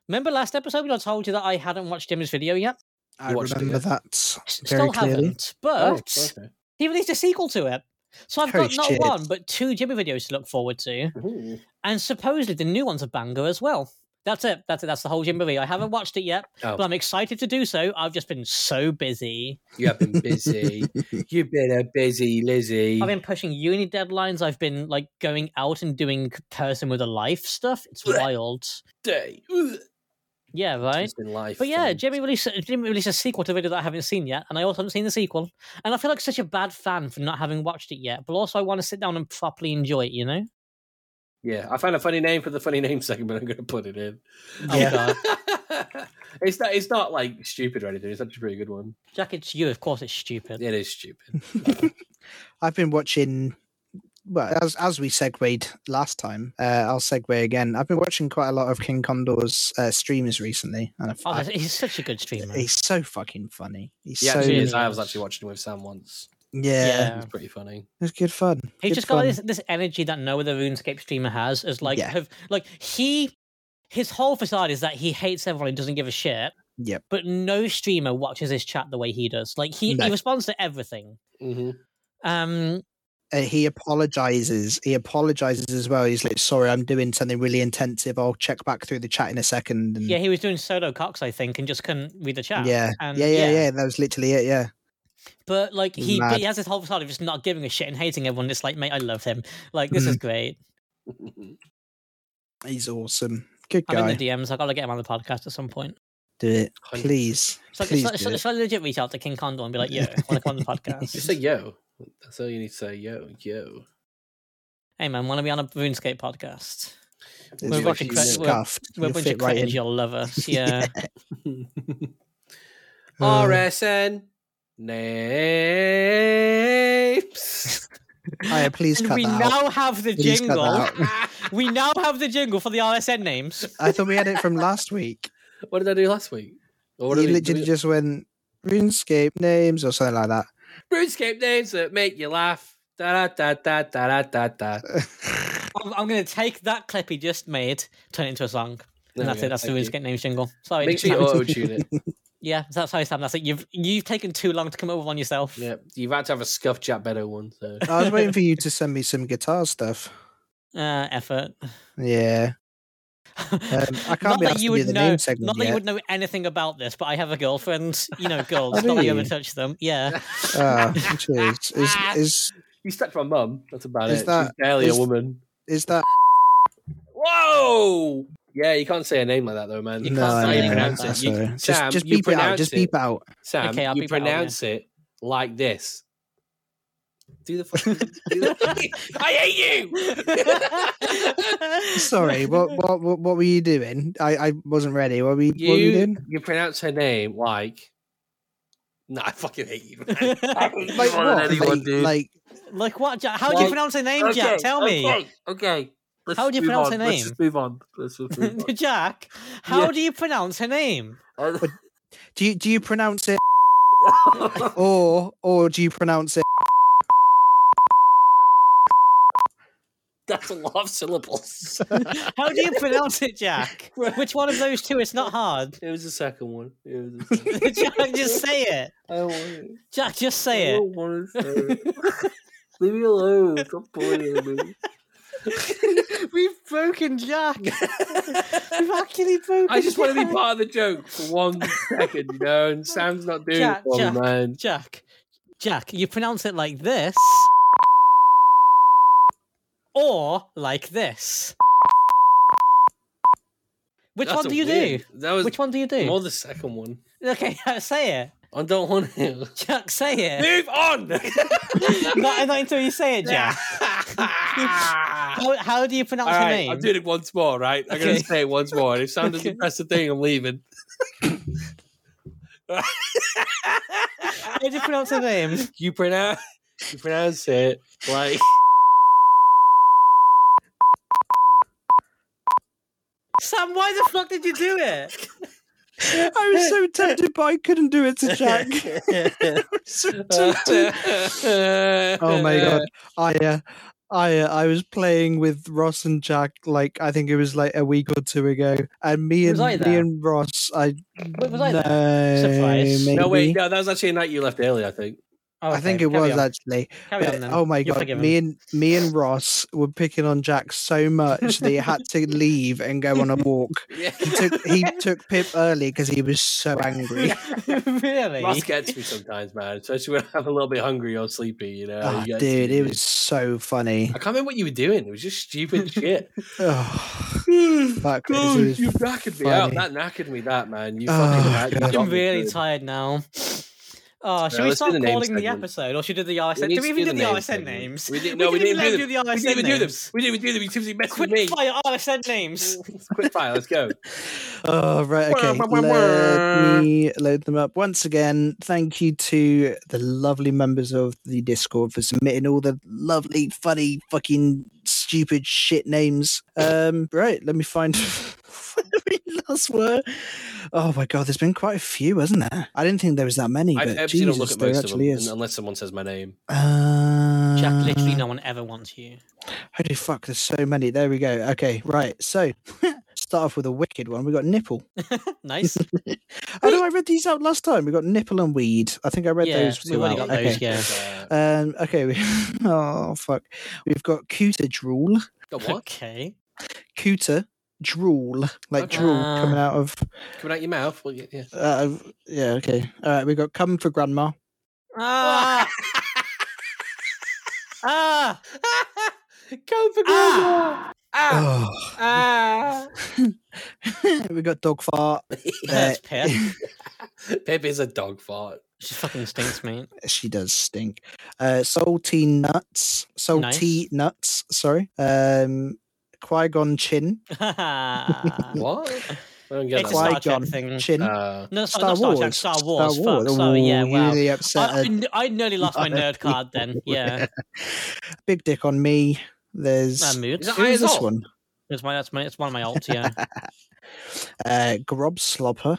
Speaker 3: remember last episode when I told you that I hadn't watched Jimmy's video yet?
Speaker 2: I
Speaker 1: You watched it,
Speaker 2: remember
Speaker 1: yeah?
Speaker 2: that
Speaker 3: S-
Speaker 2: very
Speaker 3: Still
Speaker 2: clearly.
Speaker 3: haven't,
Speaker 1: Oh,
Speaker 3: but
Speaker 1: okay.
Speaker 3: he released a sequel to it. So I've
Speaker 2: Holy
Speaker 3: got not
Speaker 2: shit.
Speaker 3: one, but two Jimmy videos to look forward to.
Speaker 1: Ooh.
Speaker 3: And supposedly the new one's a banger as well. That's it. That's it. That's the whole Jamboree. I haven't watched it yet,
Speaker 1: Oh.
Speaker 3: but I'm excited to do so. I've just been so busy.
Speaker 1: You have been busy. You've been a busy Lizzie.
Speaker 3: I've been pushing uni deadlines. I've been like going out and doing person with a life stuff. It's
Speaker 1: Blech.
Speaker 3: wild.
Speaker 1: day.
Speaker 3: Yeah, right.
Speaker 1: It's been life.
Speaker 3: But yeah,
Speaker 1: and-
Speaker 3: Jimmy released Jimmy released a sequel to a video that I haven't seen yet, and I also haven't seen the sequel. And I feel like such a bad fan for not having watched it yet. But also, I want to sit down and properly enjoy it. You know?
Speaker 1: yeah. I found a funny name for the funny name (laughs) segment. I'm going to put it in.
Speaker 3: Oh
Speaker 2: Yeah.
Speaker 3: God,
Speaker 1: (laughs) it's not. It's not like stupid or anything. It's actually a pretty good one.
Speaker 3: Jack, it's you. Of course, it's stupid.
Speaker 1: It is
Speaker 2: (laughs)
Speaker 1: stupid.
Speaker 2: I've been watching. Well, as as we segued last time, uh, I'll segue again. I've been watching quite a lot of King Condor's uh, streams recently, and I've,
Speaker 3: Oh,
Speaker 2: I-
Speaker 3: he's such a good streamer.
Speaker 2: he's so fucking funny. He's
Speaker 1: Yeah,
Speaker 2: so
Speaker 1: actually,
Speaker 3: yeah.
Speaker 1: is. I was actually watching it with Sam once.
Speaker 2: yeah,
Speaker 3: Yeah.
Speaker 1: It was pretty funny.
Speaker 2: it's good fun.
Speaker 3: He's
Speaker 2: good
Speaker 3: just got
Speaker 2: fun.
Speaker 3: like, this this energy that no other RuneScape streamer has. Is like
Speaker 2: Yeah.
Speaker 3: have, like he his whole facade is that he hates everyone and doesn't give a shit.
Speaker 2: Yep.
Speaker 3: But no streamer watches his chat the way he does. Like he,
Speaker 2: No.
Speaker 3: he responds to everything.
Speaker 1: hmm
Speaker 3: Um,
Speaker 2: Uh, he apologizes. He apologizes as well. He's like, "Sorry, I'm doing something really intensive. I'll check back through the chat in a second. And
Speaker 3: yeah, he was doing solo cocks, I think, and just couldn't read the chat.
Speaker 2: Mm. yeah.
Speaker 3: and,
Speaker 2: yeah, yeah, yeah. That was literally it. Yeah,
Speaker 3: But like he, but
Speaker 2: Mad.
Speaker 3: he has this whole facade of just not giving a shit and hating everyone. It's like, mate, I love him. Like this
Speaker 2: Mm.
Speaker 3: is great.
Speaker 2: he's awesome. Good
Speaker 3: I'm
Speaker 2: guy.
Speaker 3: in the DMs. I gotta get him on the podcast at some point.
Speaker 2: Do it, please.
Speaker 3: So,
Speaker 2: please
Speaker 3: so,
Speaker 2: do
Speaker 3: so,
Speaker 2: it.
Speaker 3: so I legit reach out to King Condor and be like, yo, wanna
Speaker 2: (laughs)
Speaker 3: come on the
Speaker 1: (laughs)
Speaker 3: podcast?
Speaker 1: Just say yo. That's all you need to say. Yo,
Speaker 2: (laughs)
Speaker 1: yo.
Speaker 3: Hey man, want to be on a RuneScape podcast?
Speaker 2: It's
Speaker 3: we're watching
Speaker 2: fucking
Speaker 3: cra- we're-
Speaker 2: scuffed.
Speaker 3: We're a
Speaker 2: You'll
Speaker 3: bunch of
Speaker 2: fit right
Speaker 3: cringe,
Speaker 2: in.
Speaker 3: you'll
Speaker 2: (laughs)
Speaker 3: love us. Yeah.
Speaker 2: Uh,
Speaker 1: RSN names.
Speaker 2: Hiya, Oh, please
Speaker 3: and
Speaker 2: cut
Speaker 3: we
Speaker 2: that out.
Speaker 3: now have the
Speaker 2: Please cut that
Speaker 3: jingle.
Speaker 2: out.
Speaker 1: (laughs)
Speaker 3: We now have the jingle for the RSN names.
Speaker 2: I thought we had it from last week.
Speaker 1: what did I do last week? Or (laughs) what
Speaker 2: you
Speaker 1: did I-
Speaker 2: literally
Speaker 1: did
Speaker 2: just went RuneScape names or something like
Speaker 1: I- RuneScape names that make you laugh. Da da da da da da da da.
Speaker 2: that.
Speaker 3: I'm, I'm going to take that clip he just made, turn it into a song.
Speaker 1: There we
Speaker 3: And that's
Speaker 1: go,
Speaker 3: it. That's the
Speaker 1: thank you.
Speaker 3: RuneScape names jingle. Sorry.
Speaker 1: Make sure you
Speaker 3: Sam.
Speaker 1: auto tune it.
Speaker 3: yeah, that's how Sam. That's it. You've you've taken too long to come up with one yourself.
Speaker 1: Yeah, you've had to have a scuffed Jack Beto one. So
Speaker 2: (laughs) I was waiting for you to send me some guitar stuff.
Speaker 3: Uh, effort.
Speaker 2: Yeah, Um, I
Speaker 3: (laughs)
Speaker 2: can't
Speaker 3: not
Speaker 2: be
Speaker 3: that
Speaker 2: asked
Speaker 3: you
Speaker 2: to do
Speaker 3: would
Speaker 2: the
Speaker 3: know.
Speaker 2: name segment
Speaker 3: not that you
Speaker 2: yet.
Speaker 3: would know anything about this, but I have a girlfriend. You
Speaker 2: (laughs)
Speaker 3: know,
Speaker 2: Oh,
Speaker 3: girls. not that you
Speaker 2: really?
Speaker 3: ever touch them. Yeah.
Speaker 2: (laughs) (laughs) Ah, cheers. Is is
Speaker 1: (laughs) you stuck to my mum. That's about
Speaker 2: Is
Speaker 1: it.
Speaker 2: that-
Speaker 1: She's barely
Speaker 2: is-
Speaker 1: a woman.
Speaker 2: is that?
Speaker 1: Whoa! Yeah, you can't say a name like that though, man.
Speaker 3: You
Speaker 2: no,
Speaker 3: can't
Speaker 1: That's how
Speaker 2: I
Speaker 3: say
Speaker 1: you
Speaker 3: it.
Speaker 2: know.
Speaker 1: pronounce
Speaker 2: I'm
Speaker 1: it. You-
Speaker 2: sorry.
Speaker 1: Sam,
Speaker 2: just, just
Speaker 1: you
Speaker 2: beep it out.
Speaker 1: pronounce
Speaker 2: Just
Speaker 1: it.
Speaker 2: beep out.
Speaker 1: Sam,
Speaker 3: Okay, I'll
Speaker 1: you
Speaker 3: beep it out, yeah.
Speaker 1: pronounce it like this. Do the fucking. do
Speaker 2: (laughs)
Speaker 1: the fucking I hate you. (laughs)
Speaker 3: (laughs)
Speaker 2: Sorry, what what what, what were you doing? I, I wasn't ready. What were you, what were you
Speaker 1: you
Speaker 2: doing?
Speaker 1: you pronounce her name like. No, I fucking hate you.
Speaker 3: (laughs)
Speaker 1: man. I hate you
Speaker 2: Like
Speaker 1: more than
Speaker 2: what?
Speaker 1: anyone,
Speaker 2: like,
Speaker 1: dude.
Speaker 2: like
Speaker 3: Like what? Jack? How do you
Speaker 1: Like-
Speaker 3: pronounce her name, Jack? Tell me,
Speaker 1: Okay, okay. Let's
Speaker 3: How would you
Speaker 1: move
Speaker 3: pronounce
Speaker 1: on.
Speaker 3: her
Speaker 1: Let's
Speaker 3: name?
Speaker 1: just move on. Let's just
Speaker 3: (laughs)
Speaker 1: move on.
Speaker 3: (laughs) Jack. How
Speaker 1: Yeah.
Speaker 3: do you pronounce her name?
Speaker 1: Uh,
Speaker 2: do you do you pronounce it or or do you pronounce it?
Speaker 1: (laughs) That's a lot of syllables. (laughs)
Speaker 3: How do you pronounce it, Jack?
Speaker 1: Right.
Speaker 3: Which one of those two? It's not hard. (laughs)
Speaker 1: It was the second one. It was the second
Speaker 3: Jack, just say it.
Speaker 1: (laughs) I don't want it.
Speaker 3: Jack, just
Speaker 1: I
Speaker 3: say it.
Speaker 1: don't (laughs) want to say it. Leave me alone. Stop bullying me.
Speaker 3: We've broken Jack. We've actually broken.
Speaker 1: (laughs) Oh. I just want to be
Speaker 3: Jack.
Speaker 1: part of the joke for one second, you know, and Sam's not doing
Speaker 3: Jack,
Speaker 1: it for
Speaker 3: Jack.
Speaker 1: me, man.
Speaker 3: Jack. Jack, you pronounce it like this, or like this. Which
Speaker 1: That's
Speaker 3: one
Speaker 1: a
Speaker 3: do you
Speaker 1: weird-
Speaker 3: do?
Speaker 1: That was
Speaker 3: Which one do you do?
Speaker 1: more the second one.
Speaker 3: Okay, (laughs) say it.
Speaker 1: I don't want to.
Speaker 3: Jack, say (laughs) it.
Speaker 1: (laughs) Move
Speaker 2: (laughs)
Speaker 1: on!
Speaker 3: not, not until you say it, Jack.
Speaker 1: (laughs)
Speaker 3: How, how do you pronounce
Speaker 1: All
Speaker 3: her
Speaker 1: right,
Speaker 3: name?
Speaker 1: I'm doing it once more, right? I'm going
Speaker 3: Okay.
Speaker 1: to say it once more. And if Sam doesn't
Speaker 3: Okay.
Speaker 1: press the thing, I'm leaving.
Speaker 3: How do you pronounce her name?
Speaker 1: You pronounce, you pronounce it
Speaker 2: (laughs)
Speaker 1: like.
Speaker 3: (laughs) Sam, why the fuck did you do it?
Speaker 2: (laughs) I was so tempted, but I couldn't do (laughs) it
Speaker 1: (laughs)
Speaker 2: to Jack.
Speaker 3: (laughs)
Speaker 2: so tempted. Oh
Speaker 3: (laughs)
Speaker 2: my god, I uh, I uh, I was playing with Ross and Jack like I think it was like a week or two ago, and me and
Speaker 3: Was I
Speaker 2: me
Speaker 3: there?
Speaker 2: and Ross, I
Speaker 3: Wait, was I there?
Speaker 2: No,
Speaker 3: Surprise.
Speaker 2: Maybe.
Speaker 1: No, wait, no, that was actually a night you left early, I think.
Speaker 3: Oh,
Speaker 2: I think
Speaker 3: okay,
Speaker 2: it
Speaker 3: carry
Speaker 2: was
Speaker 3: on.
Speaker 2: actually.
Speaker 3: Carry
Speaker 2: but-
Speaker 3: on then.
Speaker 2: oh my
Speaker 3: You're
Speaker 2: god,
Speaker 3: forgiven.
Speaker 2: me and me and Ross were picking on Jack so much that he had to leave and go on a walk.
Speaker 1: (laughs) Yeah.
Speaker 2: He took he took Pip early because he was so
Speaker 3: (laughs)
Speaker 2: angry.
Speaker 3: (laughs) really?
Speaker 1: Ross gets me sometimes, man. Especially when I'm a little bit hungry or sleepy, you know.
Speaker 2: Oh,
Speaker 1: he gets
Speaker 2: dude,
Speaker 1: me,
Speaker 2: it was so
Speaker 3: (laughs)
Speaker 2: funny.
Speaker 1: I can't remember what you were doing. It was just
Speaker 2: (laughs)
Speaker 1: stupid shit.
Speaker 2: Oh, fuck, this
Speaker 1: Oh,
Speaker 2: was
Speaker 1: you knackered me out.
Speaker 2: funny.
Speaker 1: That knackered me, that man. You
Speaker 2: Oh,
Speaker 1: fucking. knack- you
Speaker 2: God.
Speaker 1: got
Speaker 3: I'm
Speaker 1: me
Speaker 3: really
Speaker 1: good.
Speaker 3: tired now. Oh, should we
Speaker 1: let's do
Speaker 3: start
Speaker 1: the name
Speaker 3: calling the
Speaker 1: segment.
Speaker 3: episode, or should we do the
Speaker 1: need
Speaker 3: RSN? Did
Speaker 1: to
Speaker 3: we even do the
Speaker 1: name
Speaker 3: RSN
Speaker 1: segment.
Speaker 3: names?
Speaker 1: We didn't. No, we, didn't
Speaker 3: even
Speaker 1: even do them.
Speaker 3: do the
Speaker 1: We didn't
Speaker 3: RSN
Speaker 1: even do them.
Speaker 3: names.
Speaker 1: We didn't even do them. You simply messed with me.
Speaker 3: Quick fire RSN names.
Speaker 1: (laughs) Quick fire. Let's go.
Speaker 2: Oh, right.
Speaker 1: Wah,
Speaker 2: Okay.
Speaker 1: wah, wah, wah.
Speaker 2: Let me load them up. Once again, thank you to the lovely members of the Discord for submitting all the lovely, funny, fucking stupid shit names. Um, right. Let me find (laughs) where we last were. Oh, my God. There's been quite a few, hasn't there? I didn't think there was that many,
Speaker 1: I
Speaker 2: but
Speaker 1: actually don't look
Speaker 2: Jesus,
Speaker 1: at
Speaker 2: there
Speaker 1: most of them
Speaker 2: actually is.
Speaker 1: unless someone says my name.
Speaker 2: Uh,
Speaker 3: Jack, literally, no one ever
Speaker 2: (laughs)
Speaker 3: wants you.
Speaker 2: Holy fuck. There's so many. There we go. Okay. Right. So. (laughs) Start off with a wicked one. We got nipple.
Speaker 3: Nice.
Speaker 2: Oh no, I read these out last time. We got nipple and weed. I think I read
Speaker 3: yeah,
Speaker 2: those.
Speaker 3: we've
Speaker 2: two
Speaker 3: already
Speaker 2: out.
Speaker 3: got
Speaker 2: okay.
Speaker 3: those. Yeah.
Speaker 1: Uh,
Speaker 2: Um, okay. We, (laughs) oh fuck. We've got cooter drool.
Speaker 1: (laughs) got what?
Speaker 3: Okay.
Speaker 2: Cooter drool, like
Speaker 1: Okay.
Speaker 2: drool
Speaker 3: Ah.
Speaker 2: coming out of.
Speaker 1: Coming out your mouth? Well, yeah.
Speaker 3: (laughs)
Speaker 1: yeah.
Speaker 2: Uh, yeah. Okay. All right. We got come for grandma.
Speaker 3: Ah. ah.
Speaker 1: Go for
Speaker 3: Ah. Ah.
Speaker 2: (laughs) Oh.
Speaker 3: Ah.
Speaker 2: we got dog
Speaker 3: (laughs)
Speaker 2: fart. Uh,
Speaker 3: That's Pip.
Speaker 1: Ah! Pip is a dog fart.
Speaker 3: She fucking stinks, mate. (laughs)
Speaker 2: She does stink. Uh, salty nuts. Salty nuts. Sorry. Um, Qui Gon chin.
Speaker 3: it's
Speaker 1: What? I don't get
Speaker 3: a
Speaker 1: that.
Speaker 2: Why
Speaker 3: Star Trek
Speaker 2: Gon
Speaker 3: thing.
Speaker 2: Chin.
Speaker 1: Uh,
Speaker 3: No,
Speaker 2: Star,
Speaker 3: sorry, Oh, not Star
Speaker 2: Wars.
Speaker 3: Trek, Star Wars. Fuck, sorry, yeah,
Speaker 2: Ooh,
Speaker 3: wow.
Speaker 2: really
Speaker 3: I,
Speaker 2: upset
Speaker 3: I,
Speaker 2: her.
Speaker 3: kn- I nearly lost my nerd card then. Yeah.
Speaker 2: (laughs) Big dick on me. There's
Speaker 3: That mood.
Speaker 1: Is that-
Speaker 2: who's this
Speaker 1: Eyes off.
Speaker 2: one?
Speaker 3: It's my that's my it's one of my alt, yeah.
Speaker 2: Uh, Grob Slobber.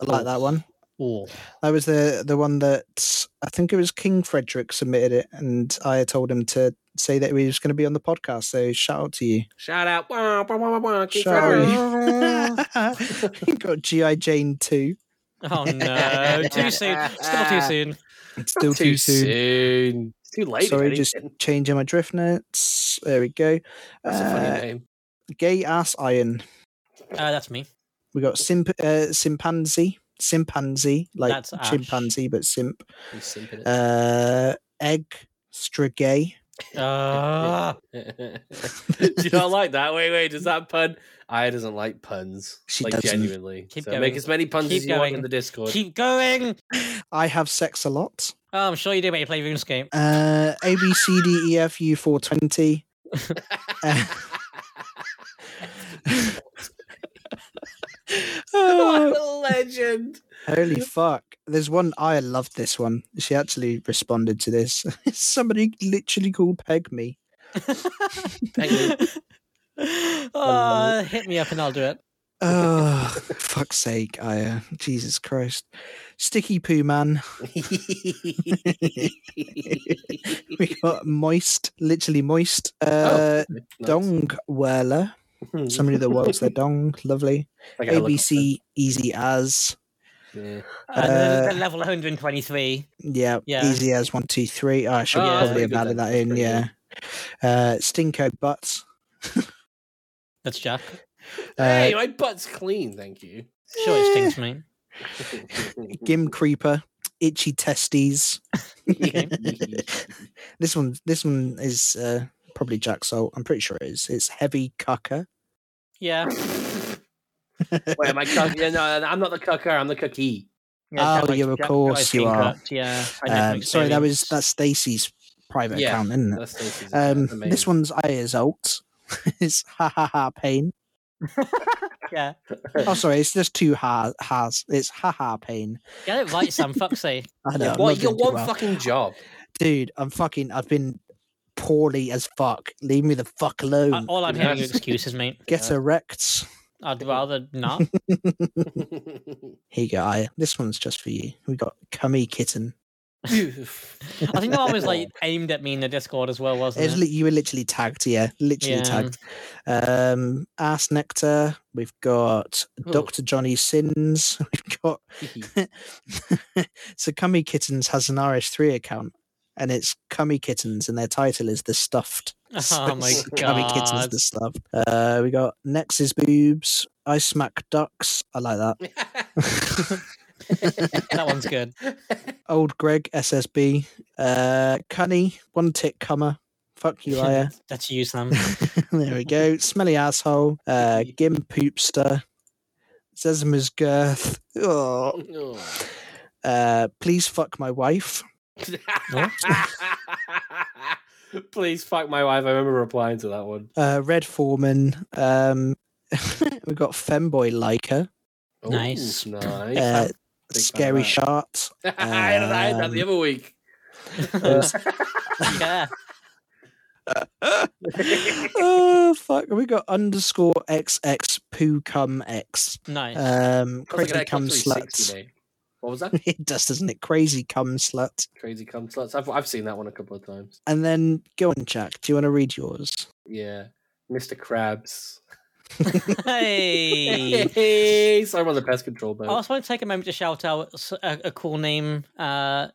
Speaker 2: I like that one.
Speaker 3: Oh.
Speaker 2: That was the the one that I think it was King Frederick submitted it, and I told him to say that he was going to be on the podcast. So shout out to
Speaker 3: (laughs)
Speaker 2: you.
Speaker 1: shout out. Wah, wah, wah, wah, wah, King
Speaker 2: Shout
Speaker 1: Frederick.
Speaker 2: (laughs)
Speaker 3: Ah.
Speaker 2: he got GI Jane too.
Speaker 3: Oh no. too soon. Still too soon.
Speaker 2: It's still too, soon.
Speaker 1: soon. It's too late.
Speaker 2: Sorry,
Speaker 1: already.
Speaker 2: just
Speaker 1: That's
Speaker 2: changing my drift notes. There we go.
Speaker 1: a
Speaker 2: Uh,
Speaker 1: funny name.
Speaker 2: Gay ass iron.
Speaker 3: Uh, that's me.
Speaker 2: We got simp uh, simpanzee, simpanzee, like
Speaker 3: That's Ash.
Speaker 2: chimpanzee, but simp.
Speaker 1: He's simping it.
Speaker 2: Uh, egg strigay.
Speaker 3: Uh,
Speaker 1: (laughs) Do
Speaker 2: uh,
Speaker 1: you
Speaker 2: (laughs)
Speaker 1: not like that? Wait, wait. Does that pun? I doesn't like puns.
Speaker 2: She
Speaker 1: like
Speaker 2: doesn't.
Speaker 1: genuinely.
Speaker 3: Keep
Speaker 1: so
Speaker 3: going.
Speaker 1: Make as many puns
Speaker 3: Keep
Speaker 1: as you want
Speaker 3: going.
Speaker 1: in the Discord.
Speaker 2: (laughs)
Speaker 3: keep going.
Speaker 2: I have sex a lot.
Speaker 3: Oh, I'm sure you do when you play RuneScape.
Speaker 2: Uh, A B C D E F U four
Speaker 3: (laughs)
Speaker 2: twenty. (laughs)
Speaker 1: what a legend!
Speaker 2: Holy fuck! There's one. I love this one. She actually responded to this. (laughs) Somebody literally called Peg me.
Speaker 3: oh, hit me up and I'll do it.
Speaker 2: Oh,
Speaker 3: (laughs)
Speaker 2: fuck's sake! I uh, Jesus Christ. Sticky poo man. We got moist, literally moist.
Speaker 3: Oh,
Speaker 2: Uh, Dong whirler. Somebody that whirls their dong. Lovely.
Speaker 1: Like Hmm. (laughs) I look
Speaker 2: ABC easy as.
Speaker 1: up there.
Speaker 3: and then
Speaker 2: Uh,
Speaker 3: the level 123.
Speaker 2: Yeah,
Speaker 3: Yeah.
Speaker 2: easy as one, two, three. Oh, I should
Speaker 1: Oh, that's
Speaker 2: probably
Speaker 1: pretty
Speaker 2: have
Speaker 1: good
Speaker 2: added
Speaker 1: then.
Speaker 2: that
Speaker 1: That's
Speaker 2: in.
Speaker 1: pretty
Speaker 2: Yeah. Uh, Stinko butts.
Speaker 3: That's Jack.
Speaker 2: Uh,
Speaker 1: hey, my butt's clean, thank
Speaker 2: (laughs)
Speaker 1: you. (laughs)
Speaker 3: Sure, it
Speaker 2: eh,
Speaker 3: stinks, mate.
Speaker 2: Gim creeper. Itchy testes.
Speaker 3: Okay.
Speaker 2: This one. This one is uh, probably Jack Salt. I'm pretty sure it is. It's heavy cucker.
Speaker 3: Yeah.
Speaker 1: Wait,
Speaker 2: (laughs)
Speaker 1: am I cuck? Yeah, no, I'm not the cucker. I'm the cookie.
Speaker 3: Yeah,
Speaker 2: Oh,
Speaker 3: Jack likes-
Speaker 2: you- of
Speaker 3: Jack
Speaker 2: course
Speaker 3: likes
Speaker 2: you
Speaker 3: being
Speaker 2: are.
Speaker 3: cooked, Yeah. I know from
Speaker 2: Um, sorry, that was
Speaker 3: experience.
Speaker 2: that's Stacy's private
Speaker 1: Yeah,
Speaker 2: account, isn't it?
Speaker 1: That's Stacey's
Speaker 2: Um,
Speaker 1: account, the
Speaker 2: this
Speaker 1: main-
Speaker 2: one's I is alt. (laughs) it's ha ha ha pain.
Speaker 3: Yeah.
Speaker 2: Oh, sorry, it's just two ha has. It's ha ha pain.
Speaker 3: Get it right, Sam. Fuck's sake.
Speaker 2: I know. uh, I'm
Speaker 1: What?
Speaker 2: not
Speaker 1: You
Speaker 2: doing
Speaker 1: got
Speaker 2: too
Speaker 1: one
Speaker 2: well.
Speaker 1: fucking
Speaker 2: (laughs)
Speaker 1: job. (laughs)
Speaker 2: dude, I'm fucking, I've been poorly as fuck. Leave me the fuck alone. (laughs)
Speaker 3: Uh, All I'm hearing are
Speaker 1: Yes.
Speaker 3: excuses, mate.
Speaker 2: Get erect.
Speaker 3: I'd rather not.
Speaker 2: Here you go. I, this one's just for you. We got cummy kitten.
Speaker 3: I think that one was
Speaker 2: (laughs)
Speaker 3: like aimed at me in the Discord as well, wasn't
Speaker 2: It's
Speaker 3: it?
Speaker 2: li- you were literally tagged, yeah, literally
Speaker 3: Yeah.
Speaker 2: tagged. Um, Ass Nectar. We've got
Speaker 1: Oh.
Speaker 2: Doctor Johnny Sins. (laughs) We've got so Cummy Kittens has an RS3 account, and it's Cummy Kittens, and their title is The Stuffed.
Speaker 3: (laughs)
Speaker 2: (laughs)
Speaker 3: Oh my
Speaker 2: it's Cummy Kittens,
Speaker 3: God.
Speaker 2: The Stuffed. Uh, we got Nex's boobs. I smack ducks. I like that.
Speaker 3: That one's good.
Speaker 2: Old Greg SSB. Uh, Cunny one tick cummer. Fuck (laughs)
Speaker 1: (laughs)
Speaker 2: you, liar.
Speaker 3: That's you, Sam.
Speaker 2: there we go. Smelly asshole. Uh, Gim poopster. Zezima's girth. Oh.
Speaker 1: Oh.
Speaker 2: Uh, please fuck my wife.
Speaker 1: (laughs) Please fuck my wife. I remember replying to that one.
Speaker 2: Uh, Red Foreman. Um, (laughs) we've got Femboy Leica.
Speaker 1: Oh,
Speaker 3: Nice.
Speaker 1: Nice.
Speaker 2: Uh,
Speaker 1: Big fan of
Speaker 2: Scary
Speaker 1: that.
Speaker 2: Shart.
Speaker 1: (laughs) I had that- I had that the
Speaker 2: um, uh,
Speaker 1: other
Speaker 2: (laughs)
Speaker 1: week.
Speaker 3: (laughs) yeah.
Speaker 1: (laughs)
Speaker 2: oh, fuck. We got underscore XX poo cum X.
Speaker 3: Nice.
Speaker 2: Um,
Speaker 1: Sounds like
Speaker 2: crazy
Speaker 1: an
Speaker 2: cum
Speaker 1: Xbox 360
Speaker 2: sluts.
Speaker 1: name. What was that?
Speaker 2: (laughs) It does, doesn't it? Crazy cum slut.
Speaker 1: Crazy cum sluts. I've, I've seen that one a couple of times.
Speaker 2: And then go on, Jack. Do you want to read yours?
Speaker 1: Yeah. Mr. Krabs.
Speaker 3: hey.
Speaker 1: Hey, sorry about the pest control,
Speaker 3: Oh, I
Speaker 1: man.
Speaker 3: also want to take a moment to shout out s- a, a cool name, uh,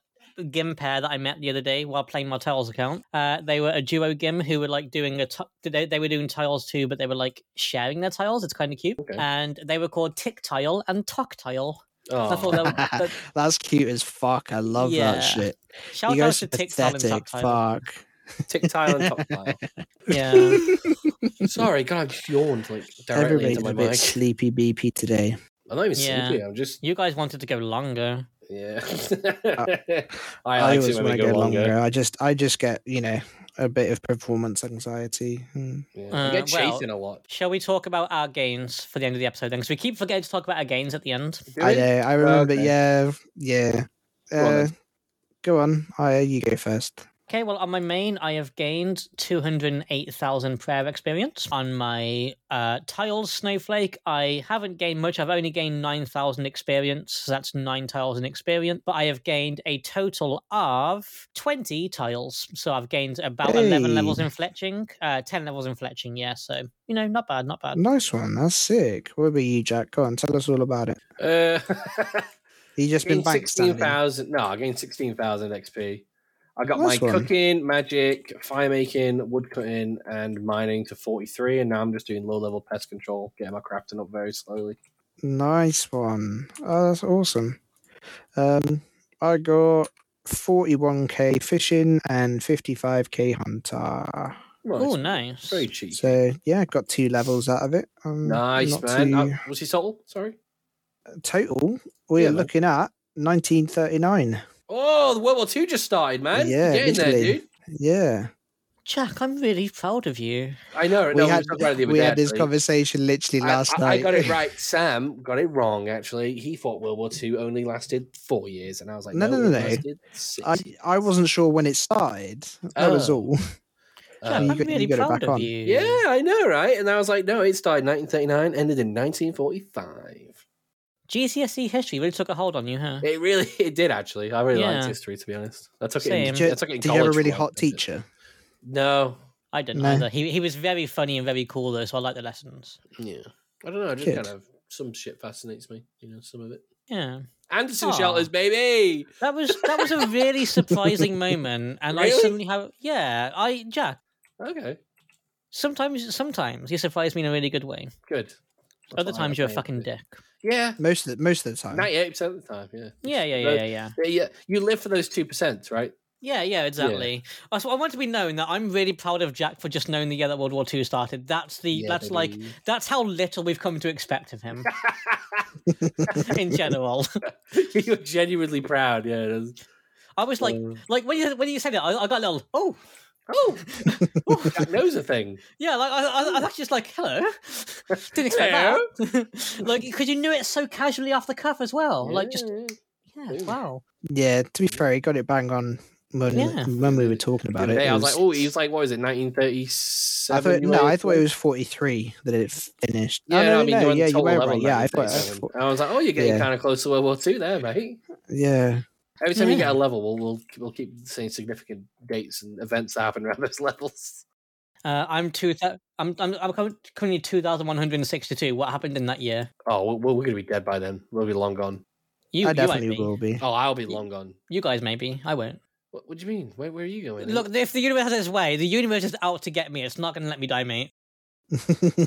Speaker 3: Gim pair that I met the other day while playing my Tiles account. Uh, they were a duo Gim who were like doing a t- they, they were doing tiles too, but they were like sharing their tiles. It's kind of cute,
Speaker 1: Okay.
Speaker 3: and they were called Tick Tile and Tock Tile. I
Speaker 1: Aw.
Speaker 3: thought
Speaker 2: (laughs)
Speaker 3: that, that
Speaker 2: That's cute as fuck. I love
Speaker 3: Yeah.
Speaker 2: that shit.
Speaker 3: shout
Speaker 2: you
Speaker 3: out
Speaker 2: guys
Speaker 3: to
Speaker 2: are
Speaker 3: Tick Tile and
Speaker 2: pathetic.
Speaker 3: Tock Tile.
Speaker 2: Fuck.
Speaker 1: Tick tile and top tile.
Speaker 2: (laughs)
Speaker 3: Yeah,
Speaker 1: (laughs) Sorry, God, I just yawned like directly
Speaker 2: Everybody's
Speaker 1: into my
Speaker 2: a bit
Speaker 1: mic.
Speaker 2: sleepy BP today.
Speaker 1: I'm not even
Speaker 3: Yeah.
Speaker 1: sleepy. I'm just
Speaker 3: you guys wanted to go longer.
Speaker 1: yeah. (laughs)
Speaker 2: I,
Speaker 1: I like
Speaker 2: always
Speaker 1: it when
Speaker 2: want
Speaker 1: they
Speaker 2: to
Speaker 1: go
Speaker 2: go
Speaker 1: longer.
Speaker 2: longer. I just, I just get, you know, a bit of performance anxiety. Hmm.
Speaker 1: Yeah.
Speaker 3: Uh,
Speaker 1: you get
Speaker 3: well-
Speaker 1: chasing a lot.
Speaker 3: Shall we talk about our gains for the end of the episode then? Because we keep forgetting to talk about our gains at the end.
Speaker 1: Do
Speaker 2: I
Speaker 1: we?
Speaker 2: know. I remember.
Speaker 1: okay.
Speaker 2: Yeah, yeah.
Speaker 1: Go on
Speaker 2: Uh,
Speaker 1: then.
Speaker 2: go on. I, you go first.
Speaker 3: Okay, well, on my main, I have gained 208,000 prayer experience. On my uh, tiles snowflake, I haven't gained much. I've only gained 9,000 experience. So that's 9 tiles in experience. But I have gained a total of 20 tiles. So I've gained about 11
Speaker 2: Hey.
Speaker 3: levels in fletching, uh, 10 levels in fletching, yeah. So, you know, not bad, not
Speaker 1: Uh,
Speaker 3: bad.
Speaker 2: Nice one. That's sick. What about you, Jack? Go on. Tell us all about it.
Speaker 1: Uh,
Speaker 2: (laughs) You just
Speaker 1: (laughs)
Speaker 2: been
Speaker 1: gained
Speaker 2: bank
Speaker 1: sixteen
Speaker 2: standing.
Speaker 1: thousand. No, I gained sixteen thousand XP. I got
Speaker 2: Nice
Speaker 1: my
Speaker 2: one.
Speaker 1: cooking, magic, fire making, woodcutting, and mining to forty three, and now I'm just doing low level pest control, getting my crafting up very slowly.
Speaker 2: Nice one. Oh, that's awesome. Um, I got 41k fishing and 55k hunter.
Speaker 1: Well,
Speaker 3: Oh,
Speaker 1: it's
Speaker 3: nice.
Speaker 1: very cheap.
Speaker 2: So yeah, I got two levels out of it. Um,
Speaker 1: nice
Speaker 2: not
Speaker 1: man. Uh,
Speaker 2: too-
Speaker 1: was he total? Sorry.
Speaker 2: total, we
Speaker 1: Yeah,
Speaker 2: are
Speaker 1: man.
Speaker 2: looking at 1939.
Speaker 1: Oh, the World War Two just started, man.
Speaker 2: Yeah,
Speaker 1: You're getting there,
Speaker 2: literally.
Speaker 1: dude.
Speaker 2: Yeah,
Speaker 3: Jack, I'm really proud of you.
Speaker 1: I know.
Speaker 2: we
Speaker 1: no,
Speaker 2: had
Speaker 1: talked about it the other
Speaker 2: we
Speaker 1: day,
Speaker 2: had this
Speaker 1: actually.
Speaker 2: conversation literally
Speaker 1: I-
Speaker 2: last
Speaker 1: I,
Speaker 2: night.
Speaker 1: I got
Speaker 2: (laughs)
Speaker 1: it right. Sam got it wrong. Actually, he thought World War Two only lasted four years, and I was like,
Speaker 2: No,
Speaker 1: no,
Speaker 2: no, no,
Speaker 1: it
Speaker 2: no.
Speaker 1: lasted six.
Speaker 2: I, I wasn't sure when it started. That was
Speaker 1: Oh.
Speaker 2: all.
Speaker 1: Uh,
Speaker 3: Jack,
Speaker 2: you
Speaker 3: I'm
Speaker 2: got- you
Speaker 3: really
Speaker 2: got it
Speaker 3: proud
Speaker 2: back
Speaker 3: of
Speaker 2: on.
Speaker 3: you.
Speaker 1: yeah, I know, right? And I was like, no, it started 1939, ended in 1945.
Speaker 3: GCSE E history really took a hold on you, huh?
Speaker 1: It really, (laughs) it did actually. I really liked
Speaker 3: Yeah.
Speaker 1: history, to be honest. I took
Speaker 3: Same.
Speaker 1: it.
Speaker 2: Did
Speaker 1: In,
Speaker 2: you,
Speaker 1: I took it in
Speaker 2: did you have a
Speaker 1: college
Speaker 2: really
Speaker 1: for
Speaker 2: hot
Speaker 1: once, I did.
Speaker 2: teacher?
Speaker 1: No,
Speaker 3: I didn't
Speaker 2: No.
Speaker 3: either. He he was very funny and very cool though, so I like the lessons.
Speaker 1: yeah, I don't know. I just
Speaker 2: Good.
Speaker 1: kind of some shit fascinates me. You know, some of it.
Speaker 3: Yeah,
Speaker 1: Anderson
Speaker 3: Aw.
Speaker 1: shelters, baby.
Speaker 3: that was that was a really surprising moment, and I
Speaker 1: Really?
Speaker 3: suddenly have yeah. I Jack
Speaker 1: Okay,
Speaker 3: sometimes sometimes you surprise me in a really good way.
Speaker 1: good. That's
Speaker 3: Other
Speaker 1: what I
Speaker 3: times you're a
Speaker 1: aim
Speaker 3: fucking
Speaker 1: for.
Speaker 3: dick.
Speaker 1: Yeah,
Speaker 2: Most of the, most of the time.
Speaker 1: ninety-eight percent of the time. Yeah.
Speaker 3: Yeah, yeah, yeah,
Speaker 1: Those-
Speaker 3: yeah, yeah,
Speaker 1: Yeah, yeah, you live for those two percent, right?
Speaker 3: yeah, yeah. Exactly. Uh, So I want to be known that I'm really proud of Jack for just knowing the year that World War Two started. That's the that's like that's how little we've come to expect of
Speaker 1: (laughs)
Speaker 3: him in general. (laughs)
Speaker 1: (laughs) you're genuinely proud. Yeah, it is.
Speaker 3: I was like,
Speaker 1: Uh,
Speaker 3: like when you when you said it, I, I got a little oh
Speaker 1: (laughs) oh, that knows a
Speaker 3: (laughs)
Speaker 1: thing.
Speaker 3: Yeah, like I,
Speaker 2: Hmm.
Speaker 3: I, I was actually just like,
Speaker 2: (laughs)
Speaker 3: hello. Didn't expect that. (laughs) like, because you knew it so casually off the cuff as well. Oh, Like, just
Speaker 1: Yeah,
Speaker 3: yeah,
Speaker 1: Really?
Speaker 3: wow.
Speaker 2: Yeah, to be fair, he got it bang on when,
Speaker 3: Yeah.
Speaker 2: when we were talking
Speaker 1: yeah.
Speaker 2: about
Speaker 1: The
Speaker 2: it.
Speaker 1: other day
Speaker 2: it
Speaker 1: I was
Speaker 2: was-
Speaker 1: like, oh, he was like, what was it,
Speaker 2: I
Speaker 1: 1937?
Speaker 2: thought,
Speaker 1: you
Speaker 2: no,
Speaker 1: were
Speaker 2: I thought it
Speaker 1: saying?
Speaker 2: was 43 that it finished.
Speaker 1: Yeah,
Speaker 2: oh,
Speaker 1: no, I mean, you're on
Speaker 2: yeah, you
Speaker 1: total
Speaker 2: were
Speaker 1: level
Speaker 2: right. Yeah, I thought, I
Speaker 1: 1937.
Speaker 2: thought-
Speaker 1: And I was like, oh, you're getting
Speaker 2: Yeah.
Speaker 1: kind of close to World War Two there, mate.
Speaker 2: yeah.
Speaker 1: Every time you get a level, we'll, we'll we'll keep saying significant dates and events that happen around (laughs) those levels.
Speaker 3: Uh, I'm two. thou- I'm I'm, I'm curr- currently two thousand one hundred and sixty-two. What happened in that year?
Speaker 1: Oh, we're, we're going to be dead by then. We'll be long gone.
Speaker 2: I
Speaker 3: You, you won't
Speaker 2: definitely
Speaker 3: be.
Speaker 2: will be.
Speaker 1: Oh, I'll be long gone.
Speaker 3: You guys maybe. I won't.
Speaker 1: What, what do you mean? Where, where are you going?
Speaker 3: Look, if the universe has its way, the universe is out to get me. It's not going to let me die, mate.
Speaker 2: (laughs)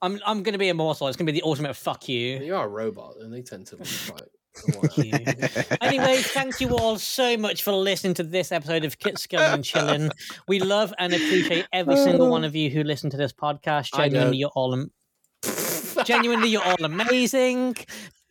Speaker 3: I'm I'm going to be immortal. It's going to be the ultimate fuck you.
Speaker 1: you are a robot, and they tend to live quite a while.
Speaker 2: (laughs)
Speaker 3: Fuck you. anyway, thank you all so much for listening to this episode of Kitskill and Chillin. We love and appreciate every single one of you who listen to this podcast.
Speaker 1: I know.
Speaker 3: Genuinely, you're all am- genuinely you're all amazing.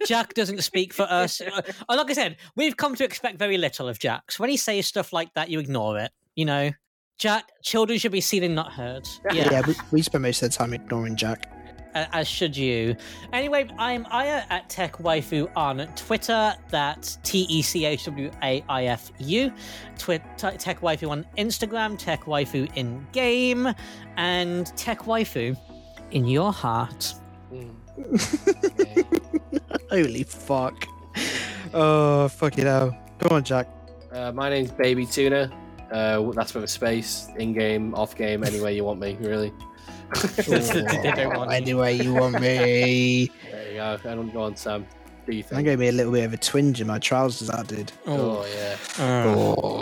Speaker 3: Jack doesn't speak for us. Uh, Like I said, we've come to expect very little of Jack. So when he says stuff like that, you ignore it. You know, Jack, children should be seen and not heard. Yeah,
Speaker 2: yeah, we, we spend most of the time ignoring Jack. (laughs)
Speaker 3: a- uh, as should you. Anyway, I'm Aya at Tech Waifu on Twitter. That's T E C H W A I F U. Twi- Te- Tech Waifu on Instagram, Tech Waifu in game, and Tech Waifu in your heart.
Speaker 1: (laughs) Mm.
Speaker 2: Holy fuck. Oh, fuck it hell. Go on, Jack.
Speaker 1: Uh, my name's Baby Tuna. Uh, that's with a space, in game, off game, anywhere you want me, really.
Speaker 3: They don't want you.
Speaker 2: anyway, you want me.
Speaker 1: There you go. I don't go on, Sam. Do you
Speaker 2: That
Speaker 1: think?
Speaker 2: gave me a little bit of a twinge in my trousers, that did.
Speaker 1: Oh, yeah.
Speaker 2: Oh.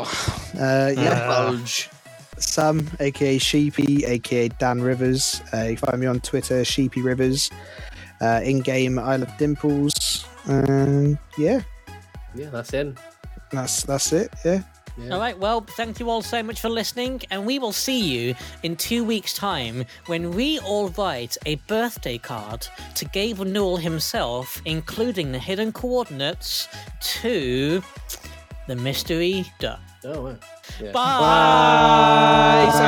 Speaker 2: Uh, yeah.
Speaker 1: Bulge.
Speaker 2: Sam, aka Sheepy, aka Dan Rivers. Uh, you can find me on Twitter, Sheepy Rivers. Uh, in game, I love dimples. Um, yeah,
Speaker 1: Yeah, that's in.
Speaker 2: that's that's it. Yeah.
Speaker 1: Yeah.
Speaker 3: All right, well, thank you all so much for listening, and we will see you in two weeks' time when we all write a birthday card to Gabe Newell himself, including the hidden coordinates to the mystery duck.
Speaker 1: Oh, wow. Yeah.
Speaker 3: Bye!
Speaker 2: Bye.